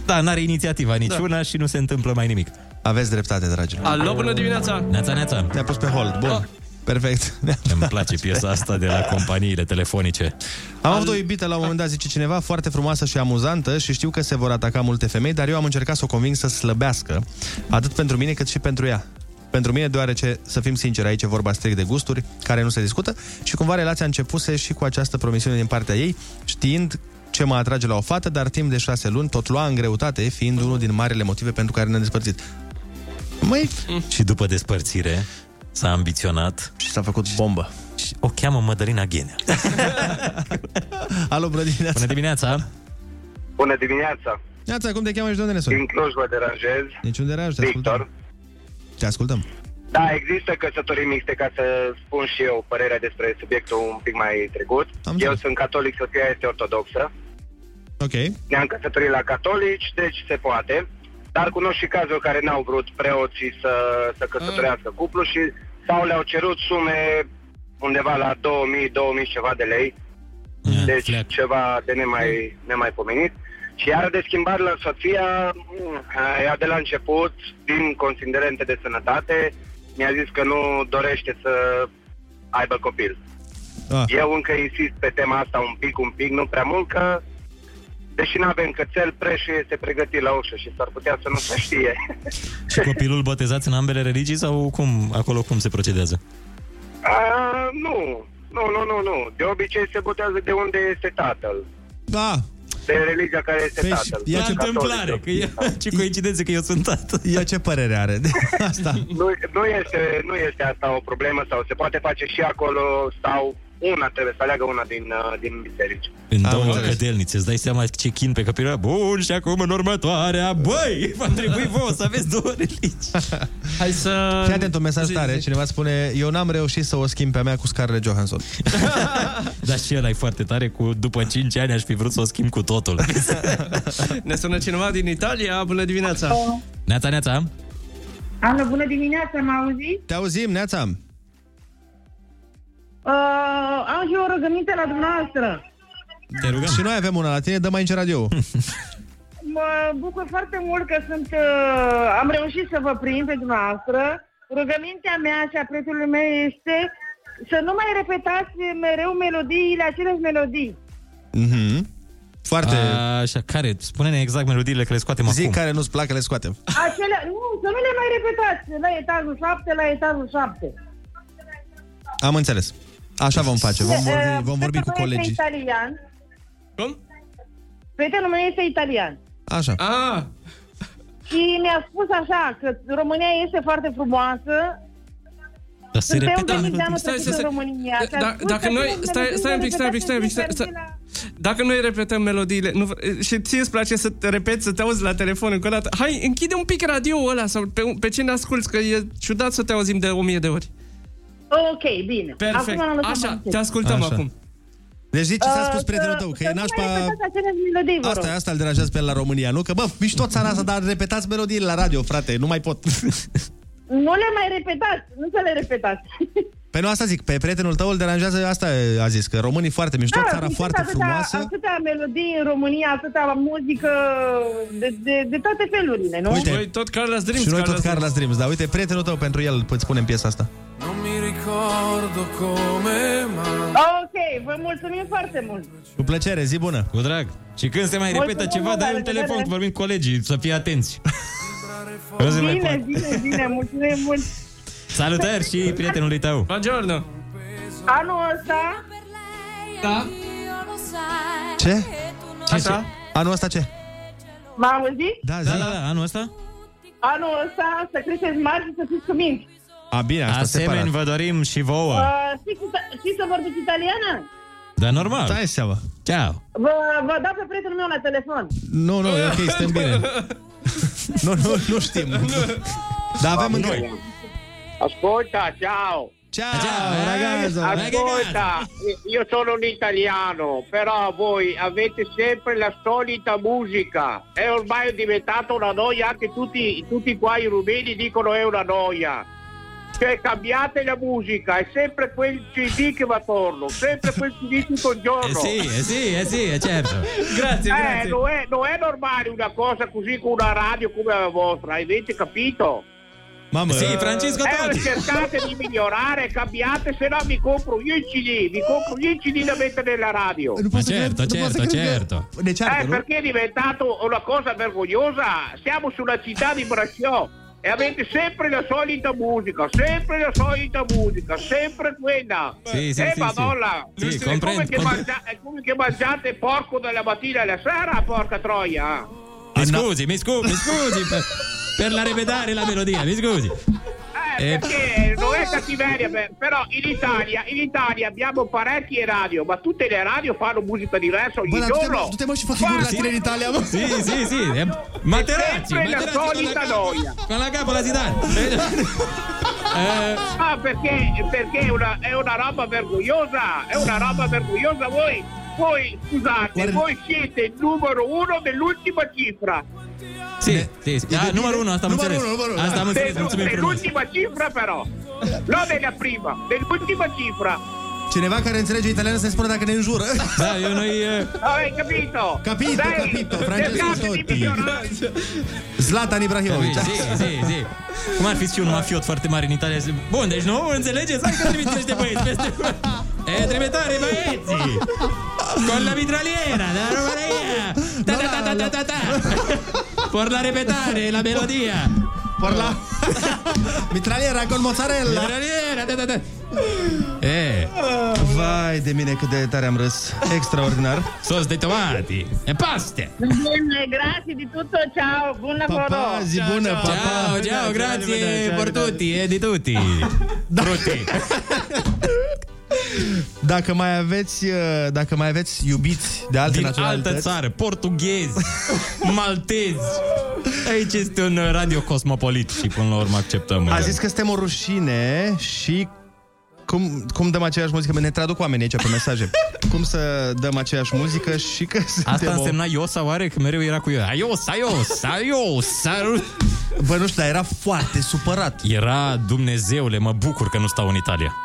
Speaker 6: Da, n-are inițiativa niciuna și nu se întâmplă mai nimic.
Speaker 7: Aveți dreptate, dragilor.
Speaker 9: Alo, bună dimineața!
Speaker 6: Neața, neața.
Speaker 7: Ne-a pus pe hold.
Speaker 9: Ah.
Speaker 7: Bun. Perfect.
Speaker 6: Îmi place piesa asta de la companiile telefonice.
Speaker 7: Am avut o iubită la un moment dat, zice cineva, foarte frumoasă și amuzantă și știu că se vor ataca multe femei, dar eu am încercat să o conving să slăbească, atât pentru mine cât și pentru ea. Pentru mine, deoarece, să fim sinceri, aici e vorba strict de gusturi, care nu se discută, și cumva relația începuse și cu această promisiune din partea ei, știind ce mă atrage la o fată, dar timp de șase luni tot lua în greutate, fiind unul din marele motive pentru care ne-am despărțit. Măi...
Speaker 6: Și după despărțire s-a ambiționat.
Speaker 7: Și s-a făcut bombă.
Speaker 6: Și o cheamă Mădălina Ghenea.
Speaker 7: Alo, bună dimineața!
Speaker 6: Bună dimineața!
Speaker 8: Bună dimineața!
Speaker 7: Neața, cum te cheamă și de unde ne suni? Deci
Speaker 8: Din Cluj vă deranjez.
Speaker 7: Niciun deraj, te ascultăm. Te ascultăm.
Speaker 8: Da, există căsătorii mixte, ca să spun și eu părerea despre subiectul un pic mai trecut.
Speaker 7: Am
Speaker 8: eu sunt catolic, soția este ortodoxă.
Speaker 7: Ok.
Speaker 8: Ne-am căsătorit la catolici, deci se poate. Dar cunosc și cazuri care n-au vrut preoții să, să căsătorească cuplu și sau le-au cerut sume undeva la 2000-2000 ceva de lei. Deci ceva de nemai, nemaipomenit. Și iar de schimbare la soția, mm, ea de la început, din considerente de sănătate, mi-a zis că nu dorește să aibă copil.
Speaker 7: Ah.
Speaker 8: Eu încă insist pe tema asta un pic, un pic, nu prea mult, că deși nu avem cățel, preșul este pregătit la ușă și s-ar putea să nu se știe.
Speaker 6: Și copilul botezați în ambele religii sau cum, acolo cum se procedează?
Speaker 8: A, nu, nu, nu, nu, nu. De obicei se botează de unde este tatăl.
Speaker 7: Da,
Speaker 8: De religia care este
Speaker 7: Păi
Speaker 8: tatăl.
Speaker 6: Păi e ce
Speaker 8: Catolică.
Speaker 6: întâmplare, că e, ce coincidență că eu sunt tată.
Speaker 7: Ia ce părere are de asta?
Speaker 8: Nu, nu, este, nu este asta o problemă sau se poate face și acolo sau una trebuie să aleagă una din, uh, din biserici.
Speaker 6: În două cădelnițe, îți dai seama ce chin pe copilul ăla. Bun, și acum în următoarea, băi, va trebui voi să aveți două religii.
Speaker 9: Hai să...
Speaker 7: Fii atent, un mesaj tare. Cineva spune, eu n-am reușit să o schimb pe a mea cu Scarlett Johansson.
Speaker 6: Dar și ăla e foarte tare cu după 5 ani aș fi vrut să o schimb cu totul.
Speaker 9: Ne sună cineva din Italia, bună dimineața!
Speaker 6: Neața, neața.
Speaker 20: Alo, bună dimineața, mă auzi?
Speaker 7: Te auzim, Neața?
Speaker 20: Uh, am și o rugăminte la dumneavoastră.
Speaker 6: Te rugăm.
Speaker 7: Și noi avem una la tine, dă mai în radio.
Speaker 20: Mă bucur foarte mult că sunt, uh, am reușit să vă prind pe dumneavoastră. Rugămintea mea și a prietenului meu este să nu mai repetați mereu melodiile, aceleași melodii.
Speaker 7: mm-hmm. Foarte...
Speaker 6: Așa, care? Spune-ne exact melodiile care le scoatem
Speaker 7: Zi acum. care nu-ți plac, le scoatem.
Speaker 20: Acele, nu, să nu le mai repetați la etajul 7, la etajul 7.
Speaker 7: Am înțeles. Așa vom face, vom
Speaker 20: uh,
Speaker 7: vorbi, vom vorbi cu colegii.
Speaker 20: Este italian.
Speaker 9: Cum?
Speaker 20: Prietenul meu este italian.
Speaker 7: Așa.
Speaker 9: Ah,
Speaker 20: Și mi-a spus așa, că România este foarte frumoasă,
Speaker 6: Dar
Speaker 9: se
Speaker 20: Suntem
Speaker 9: repeta.
Speaker 20: veniți de anul
Speaker 9: Stai,
Speaker 20: trecut
Speaker 9: stai,
Speaker 20: în
Speaker 9: stai.
Speaker 20: România.
Speaker 9: Da,
Speaker 20: Ți-am
Speaker 9: da-
Speaker 20: spus
Speaker 9: dacă
Speaker 20: că
Speaker 9: noi-
Speaker 20: sunt
Speaker 9: stai- stai un pic, stai un pic, stai un pic, stai-
Speaker 20: melodii
Speaker 9: stai- Dacă noi repetăm melodiile nu, v- și ție îți place să te repeți, să te auzi la telefon încă o dată, hai, închide un pic radio ăla sau pe, pe cine asculți, că e ciudat să te auzim de o mie de ori.
Speaker 20: Ok, bine.
Speaker 9: Perfect.
Speaker 20: Acum
Speaker 9: Așa, te ascultăm
Speaker 7: Așa.
Speaker 9: acum.
Speaker 7: Deci zici ce ți-a spus prietenul tău, că e nașpa... Asta, e, asta îl deranjează pe el la România, nu? Că bă, mișto țara asta, dar repetați melodiile la radio, frate, nu mai pot.
Speaker 20: Nu le mai repetați, nu să le repetați.
Speaker 7: Pe Păi nu asta zic, pe prietenul tău îl deranjează, asta a zis, că românii foarte mișto, țara
Speaker 20: sunt
Speaker 7: foarte
Speaker 20: atâtea,
Speaker 7: frumoasă.
Speaker 20: Atâtea melodii în România, atâtea muzică de, de, de toate felurile, nu?
Speaker 7: Uite,
Speaker 9: tot Carla's Dreams.
Speaker 7: Și noi tot Carla's Dreams, dar uite, prietenul tău pentru el îți punem piesa asta.
Speaker 30: Non mi ricordo come mai
Speaker 20: Ok, vă mulțumim foarte mult.
Speaker 7: Cu plăcere, zi bună!
Speaker 6: Cu drag! Și când se mai
Speaker 20: Mulțumim,
Speaker 6: repetă ceva,
Speaker 20: la
Speaker 6: dai un
Speaker 20: revedere.
Speaker 6: telefon, că vorbim cu colegii, să fii atenți. Nu se mai
Speaker 20: Bine,
Speaker 6: poate.
Speaker 20: bine, bine, mulțumim mult.
Speaker 6: Salutări și prietenului tău.
Speaker 9: Buongiorno!
Speaker 20: Anul ăsta
Speaker 9: Da.
Speaker 31: Io lo sai,
Speaker 32: Ce?
Speaker 20: Ce Așa?
Speaker 32: Anul ăsta ce?
Speaker 20: M-am auzit?
Speaker 32: Da,
Speaker 6: da, da, anul ăsta?
Speaker 20: Anul ăsta să creșteți mari și să fiți cuminți.
Speaker 6: A, bine, asta Asemeni vă dorim și vouă.
Speaker 20: Uh, știți, ita- știți să vorbiți italiană?
Speaker 6: Dar normal. Stai seama. Ciao.
Speaker 20: Vă, vă dau pe prietenul meu la telefon.
Speaker 7: Nu, nu, e ok, suntem bine. nu, nu, nu știm. Dar avem încă...
Speaker 2: Ascolta, ciao.
Speaker 6: Eh,
Speaker 7: Ciao, ragazzo.
Speaker 2: Ascolta, io sono un italiano, però voi avete sempre la solita musica. È ormai diventata una noia, anche tutti, tutti qua i rumeni dicono è una noia. Cioè cambiate la musica, è sempre quel CD che va attorno, sempre quel CD tutto il giorno.
Speaker 6: Eh sì, eh sì, eh sì, eh certo.
Speaker 2: Eh, non, è, non è normale una cosa così con una radio come la vostra, avete capito?
Speaker 6: Mamă, sì, Francesco
Speaker 2: eh,
Speaker 6: Totti.
Speaker 2: cercate di migliorare, cambiate, se no mi compro io il CD, mi compro io il CD da mettere nella radio.
Speaker 6: Ma certo, certo, certo.
Speaker 7: Ne
Speaker 2: eh, perché è diventato una cosa vergognosa? Siamo sulla città di Bracciò e avete sempre la solita musica, sempre la solita musica, sempre quella.
Speaker 6: Sì, sì,
Speaker 2: eh,
Speaker 6: sì,
Speaker 2: madonna!
Speaker 6: sì. Sì,
Speaker 2: è, come
Speaker 6: comprendo,
Speaker 2: che mangia- è come che mangiate porco dalla mattina alla sera, porca troia!
Speaker 6: Mi scusi, mi scusi, mi scusi per, per la rivedere la melodia, mi scusi.
Speaker 2: Eh,
Speaker 6: Eh.
Speaker 2: perché non è cattiveria, beh, però in Italia, in Italia abbiamo parecchie radio, ma tutte le radio fanno musica diversa ogni
Speaker 7: Bă, dar du-te, mă,
Speaker 2: giorno.
Speaker 7: du-te, mă, și fă figură
Speaker 2: Guarda,
Speaker 7: tine în Italia, mă.
Speaker 6: Sì, sì, sì. eh, È Materazzi,
Speaker 2: sempre la
Speaker 6: Materazzi con la
Speaker 2: solita
Speaker 6: capo-
Speaker 2: noia.
Speaker 6: Con la capola si dà. Eh.
Speaker 2: Ah, perché, perché è, una, è una roba vergognosa, è una roba vergognosa voi. Voi, scusate, voi siete il numero uno dell'ultima cifra.
Speaker 6: Sì, sì, sì. Ah, numero uno, asta am
Speaker 2: Numărul
Speaker 6: înțeles.
Speaker 2: unu, numărul unu.
Speaker 6: Asta am înțeles,
Speaker 2: Del-
Speaker 6: mulțumim frumos.
Speaker 2: Dell'ultima cifra però. Non della prima, dell'ultima cifra.
Speaker 7: Cineva care înțelege italiană să-i spună dacă ne înjură.
Speaker 6: Da, eu noi...
Speaker 2: Hai capito?
Speaker 7: Capito,
Speaker 2: Dai,
Speaker 7: capito,
Speaker 2: cercate
Speaker 7: Francesco
Speaker 2: di
Speaker 7: Totti.
Speaker 2: migliorare.
Speaker 7: Zlatan Ibrahimovic.
Speaker 6: Zi, zi, zi. Cum ar fi și un mafiot foarte mare în Italia? Boh, zice, Bun, deci nu înțelegeți? Hai că trimiteți niște băieți peste E, trebuie tare, băieții! Con la mitraliera, da roba de aia! Ta, ta, ta, ta, ta, ta, ta! Por la repetare, la melodia!
Speaker 7: Por la... Mitraliera con mozzarella.
Speaker 6: Mitraliera, da, da, da! E,
Speaker 7: Vai de mine cât de tare am râs. Extraordinar.
Speaker 6: sos de tomati! E paste!
Speaker 20: Bine, grazie di tutto, ciao, buon lavoro.
Speaker 7: Pa, zi bună, pa, pa.
Speaker 6: Ciao, ciao, grazie por tutti e di tutti! Brutti!
Speaker 7: Dacă mai aveți, uh, dacă mai aveți iubiți de alte
Speaker 6: Din
Speaker 7: naționalități...
Speaker 6: altă țară, portughezi, maltezi. Aici este un uh, radio cosmopolit și până la urmă acceptăm. uh,
Speaker 7: A zis că suntem o rușine și cum, cum dăm aceeași muzică? Ne traduc oamenii aici pe mesaje. cum să dăm aceeași muzică și că suntem
Speaker 6: Asta
Speaker 7: o-
Speaker 6: însemna Iosa oare? Că mereu era cu eu. Aios, aios, aios, aios.
Speaker 7: Bă, nu știu, dar era foarte supărat.
Speaker 6: Era Dumnezeule, mă bucur că nu stau în Italia.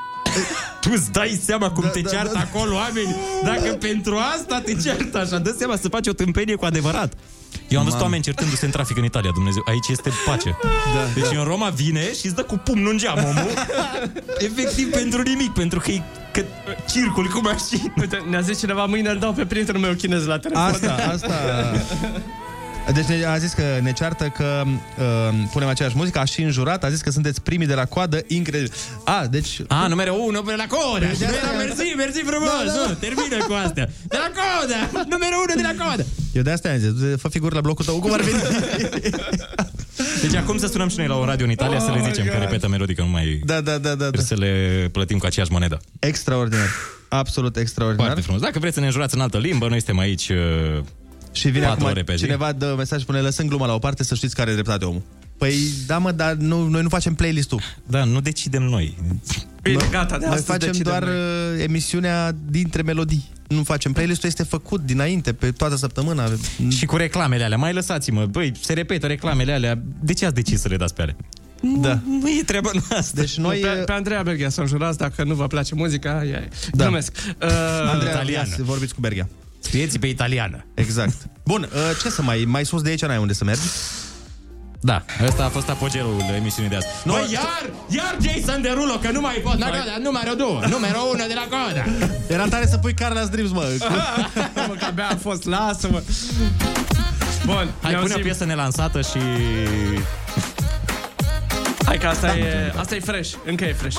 Speaker 6: Tu îți dai seama cum da, te da, ceartă da, acolo oameni Dacă pentru asta te ceartă așa Dă seama să faci o tâmpenie cu adevărat Eu am văzut oameni certându-se în trafic în Italia Dumnezeu, aici este pace da, Deci da. în Roma vine și îți dă cu pumnul în geam omul Efectiv pentru nimic Pentru că e că circul cu mașini
Speaker 9: Uite, ne-a zis cineva, mâine îl dau pe prietenul meu chinez la telefon.
Speaker 7: Asta, asta... Deci ne- a zis că ne ceartă că uh, punem aceeași muzică, a și înjurat, a zis că sunteți primii de la coadă, incredibil. A, deci...
Speaker 6: A, numero 1 per la coda
Speaker 7: Deci
Speaker 6: deci
Speaker 7: asta e-
Speaker 6: Mersi, mersi frumos da,
Speaker 7: Da, da, da.
Speaker 6: da, da. Termină cu astea De la coda, numero 1 de la coda
Speaker 7: Eu de asta am zis, du-te, fă figuri la blocul tău, cum ar veni?
Speaker 6: Deci acum să sunăm și noi la un radio în Italia oh să le zicem că repetă melodică, nu mai...
Speaker 7: Da, da, da, da. da.
Speaker 6: Să le plătim cu aceeași monedă.
Speaker 7: Extraordinar. Absolut extraordinar.
Speaker 6: Foarte frumos. Dacă vreți să ne înjurați în altă limbă, noi suntem aici uh,
Speaker 7: Și vine
Speaker 6: patru
Speaker 7: acum
Speaker 6: ore pe zi.
Speaker 7: cineva dă mesaj și pune lăsând gluma la o parte să știți care e dreptate omul. Păi, da mă, dar nu, noi nu facem playlist-ul.
Speaker 6: Da, nu decidem noi.
Speaker 7: Noi-
Speaker 9: gata, de
Speaker 7: Noi
Speaker 9: astăzi
Speaker 7: facem
Speaker 9: decidem
Speaker 7: doar
Speaker 9: noi.
Speaker 7: noi. emisiunea dintre melodii. Nu facem. Playlist-ul este făcut dinainte, pe toată săptămâna.
Speaker 6: Și cu reclamele alea, mai lăsați-mă. Băi, se repetă reclamele alea. De ce ați decis să le dați pe alea?
Speaker 7: Da.
Speaker 6: Nu e treaba noastră.
Speaker 7: Deci noi...
Speaker 9: Pe, pe Andreea Berghia să înjurați dacă nu vă place muzica. Ia, ia. Da. Glumesc. Uh,
Speaker 7: Andreea, ia să vorbiți cu Berghea.
Speaker 6: Scrieți pe italiană.
Speaker 7: Exact. Bun, uh, ce să mai... Mai sus de aici n-ai unde să mergi?
Speaker 6: Da, ăsta a fost apogeul emisiunii de azi.
Speaker 7: Nu,
Speaker 6: Nu, Bă, iar, iar Jason Derulo, că nu mai pot.
Speaker 9: Da,
Speaker 6: La coda, numărul 2, numărul 1 de la coda.
Speaker 7: Era tare să pui Carla Dreams, mă.
Speaker 9: mă, că abia a fost, lasă-mă. Bun,
Speaker 6: Hai, pune
Speaker 9: ne
Speaker 6: o
Speaker 9: auzim.
Speaker 6: piesă nelansată și...
Speaker 9: Hai că asta, e, asta e fresh, încă e fresh.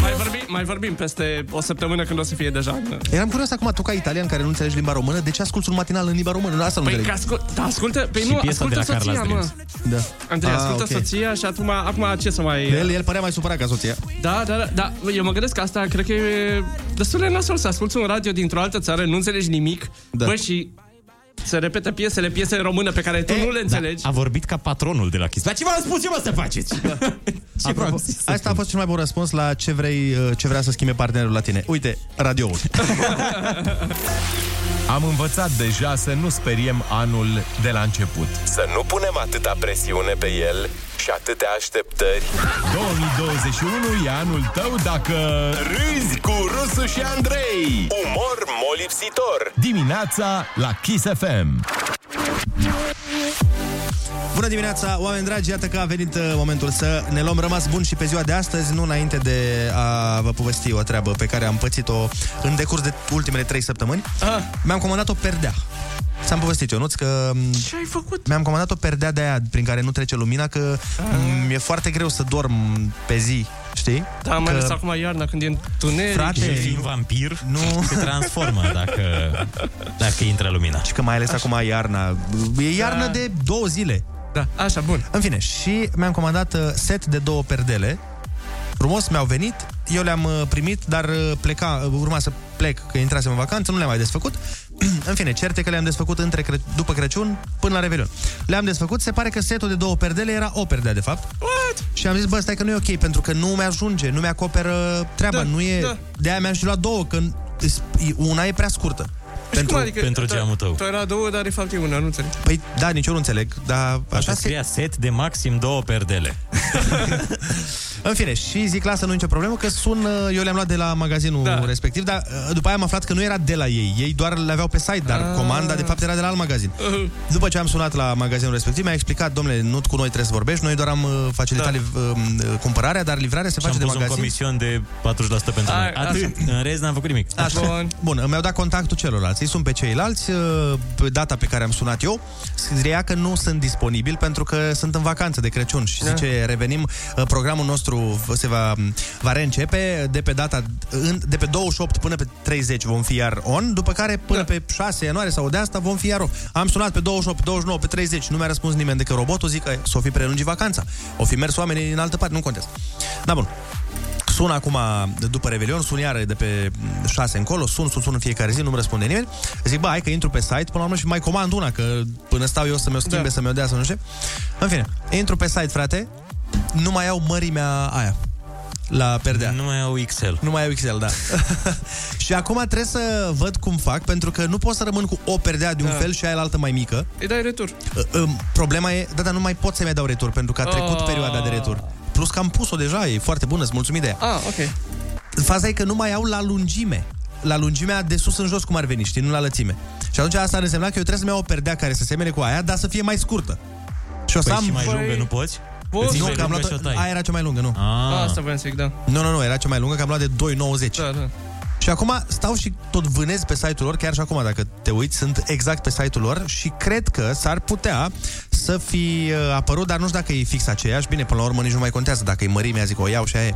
Speaker 9: Mai vorbim, mai vorbim peste o săptămână când o să fie deja.
Speaker 7: Eram curios acum, tu ca italian care nu înțelegi limba română, de ce asculti un matinal în limba română? Nu, Asta nu
Speaker 9: Păi, că
Speaker 7: înțeleg.
Speaker 9: ascult, da, ascultă, păi nu, ascultă soția, mă.
Speaker 7: Da.
Speaker 9: Andrei,
Speaker 7: Ah,
Speaker 9: ascultă
Speaker 7: ok.
Speaker 9: soția și acum, acum ce să mai...
Speaker 7: El, el părea mai supărat ca soția.
Speaker 9: Da, da, da, da, eu mă gândesc că asta cred că e destul de nasol să asculti un radio dintr-o altă țară, nu înțelegi nimic, da. bă, și se repetă piesele, piese în română pe care tu e, nu le înțelegi. Da,
Speaker 6: Da, a vorbit ca patronul de la Kiss. Dar ce v-am spus, ce vă să faceți?
Speaker 7: Apropo, asta a fost cel mai bun răspuns la ce, vrei, uh, ce vrea să schimbe partenerul la tine. Uite, radioul.
Speaker 4: Am învățat deja să nu speriem anul de la început.
Speaker 5: Să nu punem atâta presiune pe el și atâtea așteptări.
Speaker 4: 2021 e anul tău dacă
Speaker 5: Râzi cu Rusu și Andrei. Umor molipsitor.
Speaker 4: dimineața la Kiss FM.
Speaker 7: Bună dimineața, oameni dragi, iată că a venit uh, momentul să ne luăm rămas bun și pe ziua de astăzi, nu înainte de a vă povesti o treabă pe care am pățit-o în decurs de ultimele 3 săptămâni. Ah. Mi-am comandat o perdea. Ți-am povestit eu, nu că... Ce
Speaker 9: ai făcut?
Speaker 7: Mi-am comandat o perdea de aia prin care nu trece lumina, că ah. mi-e foarte greu să dorm pe zi, știi?
Speaker 9: Da, mai
Speaker 7: Că-
Speaker 9: ales acum iarna când e întuneric.
Speaker 7: Frate,
Speaker 9: și-
Speaker 7: fiind
Speaker 6: vampir,
Speaker 7: nu.
Speaker 6: se transformă dacă, dacă intră lumina.
Speaker 7: Și că mai ales Așa. acum iarna. E iarnă
Speaker 6: Da.
Speaker 7: de două zile.
Speaker 9: Da, așa, bun.
Speaker 7: În fine, și mi-am comandat uh, set de două perdele. Frumos mi-au venit, eu le-am uh, primit, dar uh, pleca, uh, urma să plec, că intrasem în vacanță, nu le-am mai desfăcut. în fine, certe că le-am desfăcut între Cre- după Crăciun până la Revelion. Le-am desfăcut, se pare că setul de două perdele era o perdea, de fapt.
Speaker 9: What?
Speaker 7: Și am zis, bă, stai că nu e ok, pentru că nu mi-ajunge, nu mi-acoperă treaba,
Speaker 6: Da,
Speaker 7: nu e...
Speaker 6: da.
Speaker 7: De-aia mi-am și luat două, că una e prea scurtă.
Speaker 9: cum adică- da, Tu
Speaker 7: Păi
Speaker 9: era două, dar de fapt e una, nu înțeleg.
Speaker 7: da, nici eu nu înțeleg, dar
Speaker 6: Așa scria set de maxim două perdele.
Speaker 7: În fine, și zic, lasă, nu e nicio problemă, că sun, uh, eu le-am luat de la magazinul da. respectiv, dar uh, după aia am aflat că nu era de la ei, ei doar le aveau pe site, dar
Speaker 6: Ah. Uh-huh.
Speaker 7: comanda de fapt era de la alt magazin. După ce am sunat la magazinul respectiv, mi-a explicat, domnule, nu cu noi trebuie să vorbești, noi doar am uh, facilitat da. cumpărarea, dar livrarea se
Speaker 6: Și am
Speaker 7: face de
Speaker 6: pus un
Speaker 7: magazin.
Speaker 6: comision de 40% pentru noi. Atât. În rest n-am făcut nimic. Deci,
Speaker 7: Așa. Bun. Bun, mi-au dat contactul celorlalți. Îi sun pe ceilalți. uh, pe Data pe care am sunat eu scria că nu sunt disponibil pentru că sunt în vacanță de Crăciun și
Speaker 6: Da.
Speaker 7: zice revenim, uh, programul nostru v- se va, va reîncepe de pe data în, de pe 28 până pe 30 vom fi iar on, după care până da. pe 6 ianuarie sau de asta vom fi iar on. Am sunat pe 28, 29, pe 30, nu mi-a răspuns nimeni decât robotul, zic că s-o fi prelungit vacanța. O fi mers oamenii în altă parte, nu contează. Da, bun. Sun acum după Revelion, sun iară de pe 6 încolo, sun, sun, sun în fiecare zi, nu-mi răspunde nimeni. Zic, bă, hai că intru pe site, până la urmă și mai comand una, că până stau eu să mi-o schimbe, da. să mi-o dea, să nu știu. În fine, intru pe site, frate, nu mai au mărimea aia la perdea.
Speaker 6: Nu mai au XL.
Speaker 7: Nu mai au XL, da. și acum trebuie să văd cum fac, pentru că nu pot să rămân cu o perdea de un
Speaker 9: Da.
Speaker 7: da. fel și aia la altă mai mică.
Speaker 9: Îi dai retur.
Speaker 7: Uh, um, Problema e, da, dar nu mai pot să-mi dau retur, pentru că a trecut
Speaker 9: Ah.
Speaker 7: perioada de retur. Plus că am pus-o deja, e foarte bună, îți mulțumim de ea.
Speaker 9: Ah, ok.
Speaker 7: Faza e că nu mai au la lungime. La lungimea de sus în jos, cum ar veni, știi, nu la lățime. Și atunci asta ar însemna că eu trebuie să-mi iau o perdea care să semene cu aia, dar să fie mai scurtă. Și o să
Speaker 6: Păi
Speaker 7: am...
Speaker 6: și mai lungă nu poți?
Speaker 7: Bun.
Speaker 6: Îți iei
Speaker 7: Nu,
Speaker 6: mai
Speaker 7: că am
Speaker 6: lungă
Speaker 7: luat-o-
Speaker 6: și o tai.
Speaker 7: aia era cea mai lungă, nu.
Speaker 6: Ah.
Speaker 9: Asta voiam să zic, da.
Speaker 7: Nu, nu, nu, era cea mai lungă, că am luat de 2,90. Da, da. Și acum stau și tot vânez pe site-ul lor, chiar și acum, dacă te uiți, sunt exact pe site-ul lor și cred că s-ar putea să fi uh, apărut, dar nu știu dacă e fix aceeași. Bine, până la urmă nici nu mai contează dacă e mărimea, zic o iau și aia e.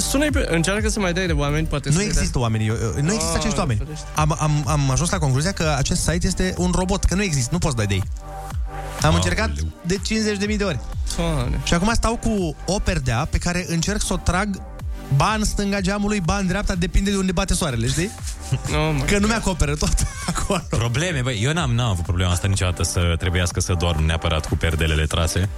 Speaker 9: Sună-i pe... Încearcă să mai dai de oameni, poate
Speaker 7: Nu există oameni, eu, eu- nu există
Speaker 9: Ah,
Speaker 7: acești oameni. Am, am, am ajuns la concluzia că acest site este un robot, că nu există, nu poți da idei. Am încercat de 50.000 de ori. Și acum stau cu o perdea pe care încerc să o trag ba în stânga geamului, ba în dreapta, depinde de unde bate soarele, știi?
Speaker 9: Oh
Speaker 7: că nu mi-acoperă tot acolo.
Speaker 6: Probleme, băi, eu n-am, n-am avut problema asta niciodată să trebuiască să dorm neapărat cu perdelele trase.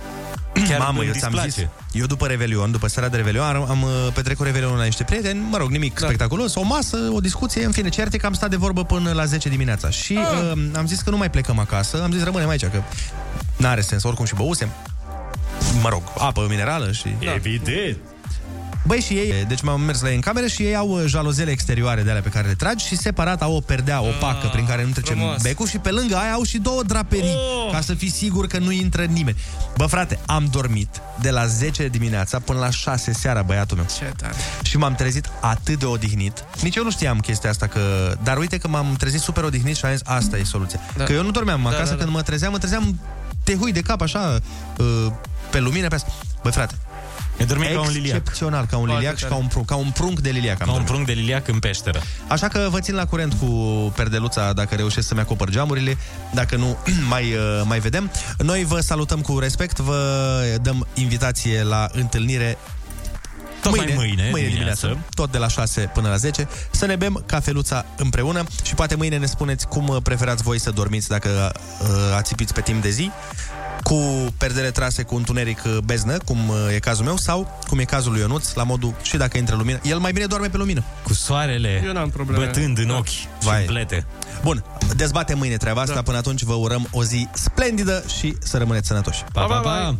Speaker 6: Chiar
Speaker 7: Mamă,
Speaker 6: îmi
Speaker 7: eu ți-am
Speaker 6: displace.
Speaker 7: zis, eu după Revelion, după seara de Revelion, am, am uh, petrecut Revelionul la niște prieteni, mă rog, nimic da. spectaculos, o masă, o discuție, în fine, cert e că am stat de vorbă până la 10 dimineața și
Speaker 6: Ah.
Speaker 7: uh, am zis că nu mai plecăm acasă, am zis rămânem aici, că n-are sens, oricum și băusem, mă rog, apă minerală și...
Speaker 6: Da. Evident!
Speaker 7: Băi, și ei, deci m-am mers la ei în cameră și ei au uh, jalozele exterioare de alea pe care le tragi și separat au o perdea opacă prin care nu trece
Speaker 6: Ah, frumos.
Speaker 7: becul și pe lângă aia au și două draperii oh! ca să fii sigur că nu intră nimeni. Bă, frate, am dormit de la 10 dimineața până la 6 seara, băiatul meu.
Speaker 9: Ce tare.
Speaker 7: Și m-am trezit atât de odihnit. Nici eu nu știam chestia asta, că... dar uite că m-am trezit super odihnit și am zis, asta e soluția.
Speaker 6: Da.
Speaker 7: Da. Că eu nu dormeam
Speaker 6: Da,
Speaker 7: acasă,
Speaker 6: da, da.
Speaker 7: când mă trezeam, mă trezeam te hui de cap așa, uh, pe lumină, pe asta. Băi, frate,
Speaker 6: Ne dormeai ca un liliac.
Speaker 7: Excepțional, ca un liliac și ca un, prunc, ca un prunc de liliac. Ca un
Speaker 6: prunc de liliac în peșteră.
Speaker 7: Așa că vă țin la curent cu perdeluța dacă reușesc să-mi acopăr geamurile. Dacă nu, mai, uh, mai vedem. Noi vă salutăm cu respect, vă dăm invitație la întâlnire
Speaker 6: Tocmai mâine
Speaker 7: mâine
Speaker 6: dimineață.
Speaker 7: dimineață, tot de la 6 până la 10, să ne bem cafeluța împreună și poate mâine ne spuneți cum uh, preferați voi să dormiți dacă uh, ațipiți pe timp de zi, cu perdele trase cu întuneric uh, beznă, cum uh, e cazul meu, sau cum e cazul lui Ionuț, la modul și dacă intră lumină. El mai bine doarme pe lumină.
Speaker 6: Cu soarele
Speaker 7: Eu
Speaker 9: n-am probleme.
Speaker 6: bătând în ochi Da. și Da. în plete.
Speaker 7: Bun, dezbatem mâine treaba asta. Până atunci vă urăm o zi splendidă și să rămâneți sănătoși.
Speaker 6: Pa, pa, pa!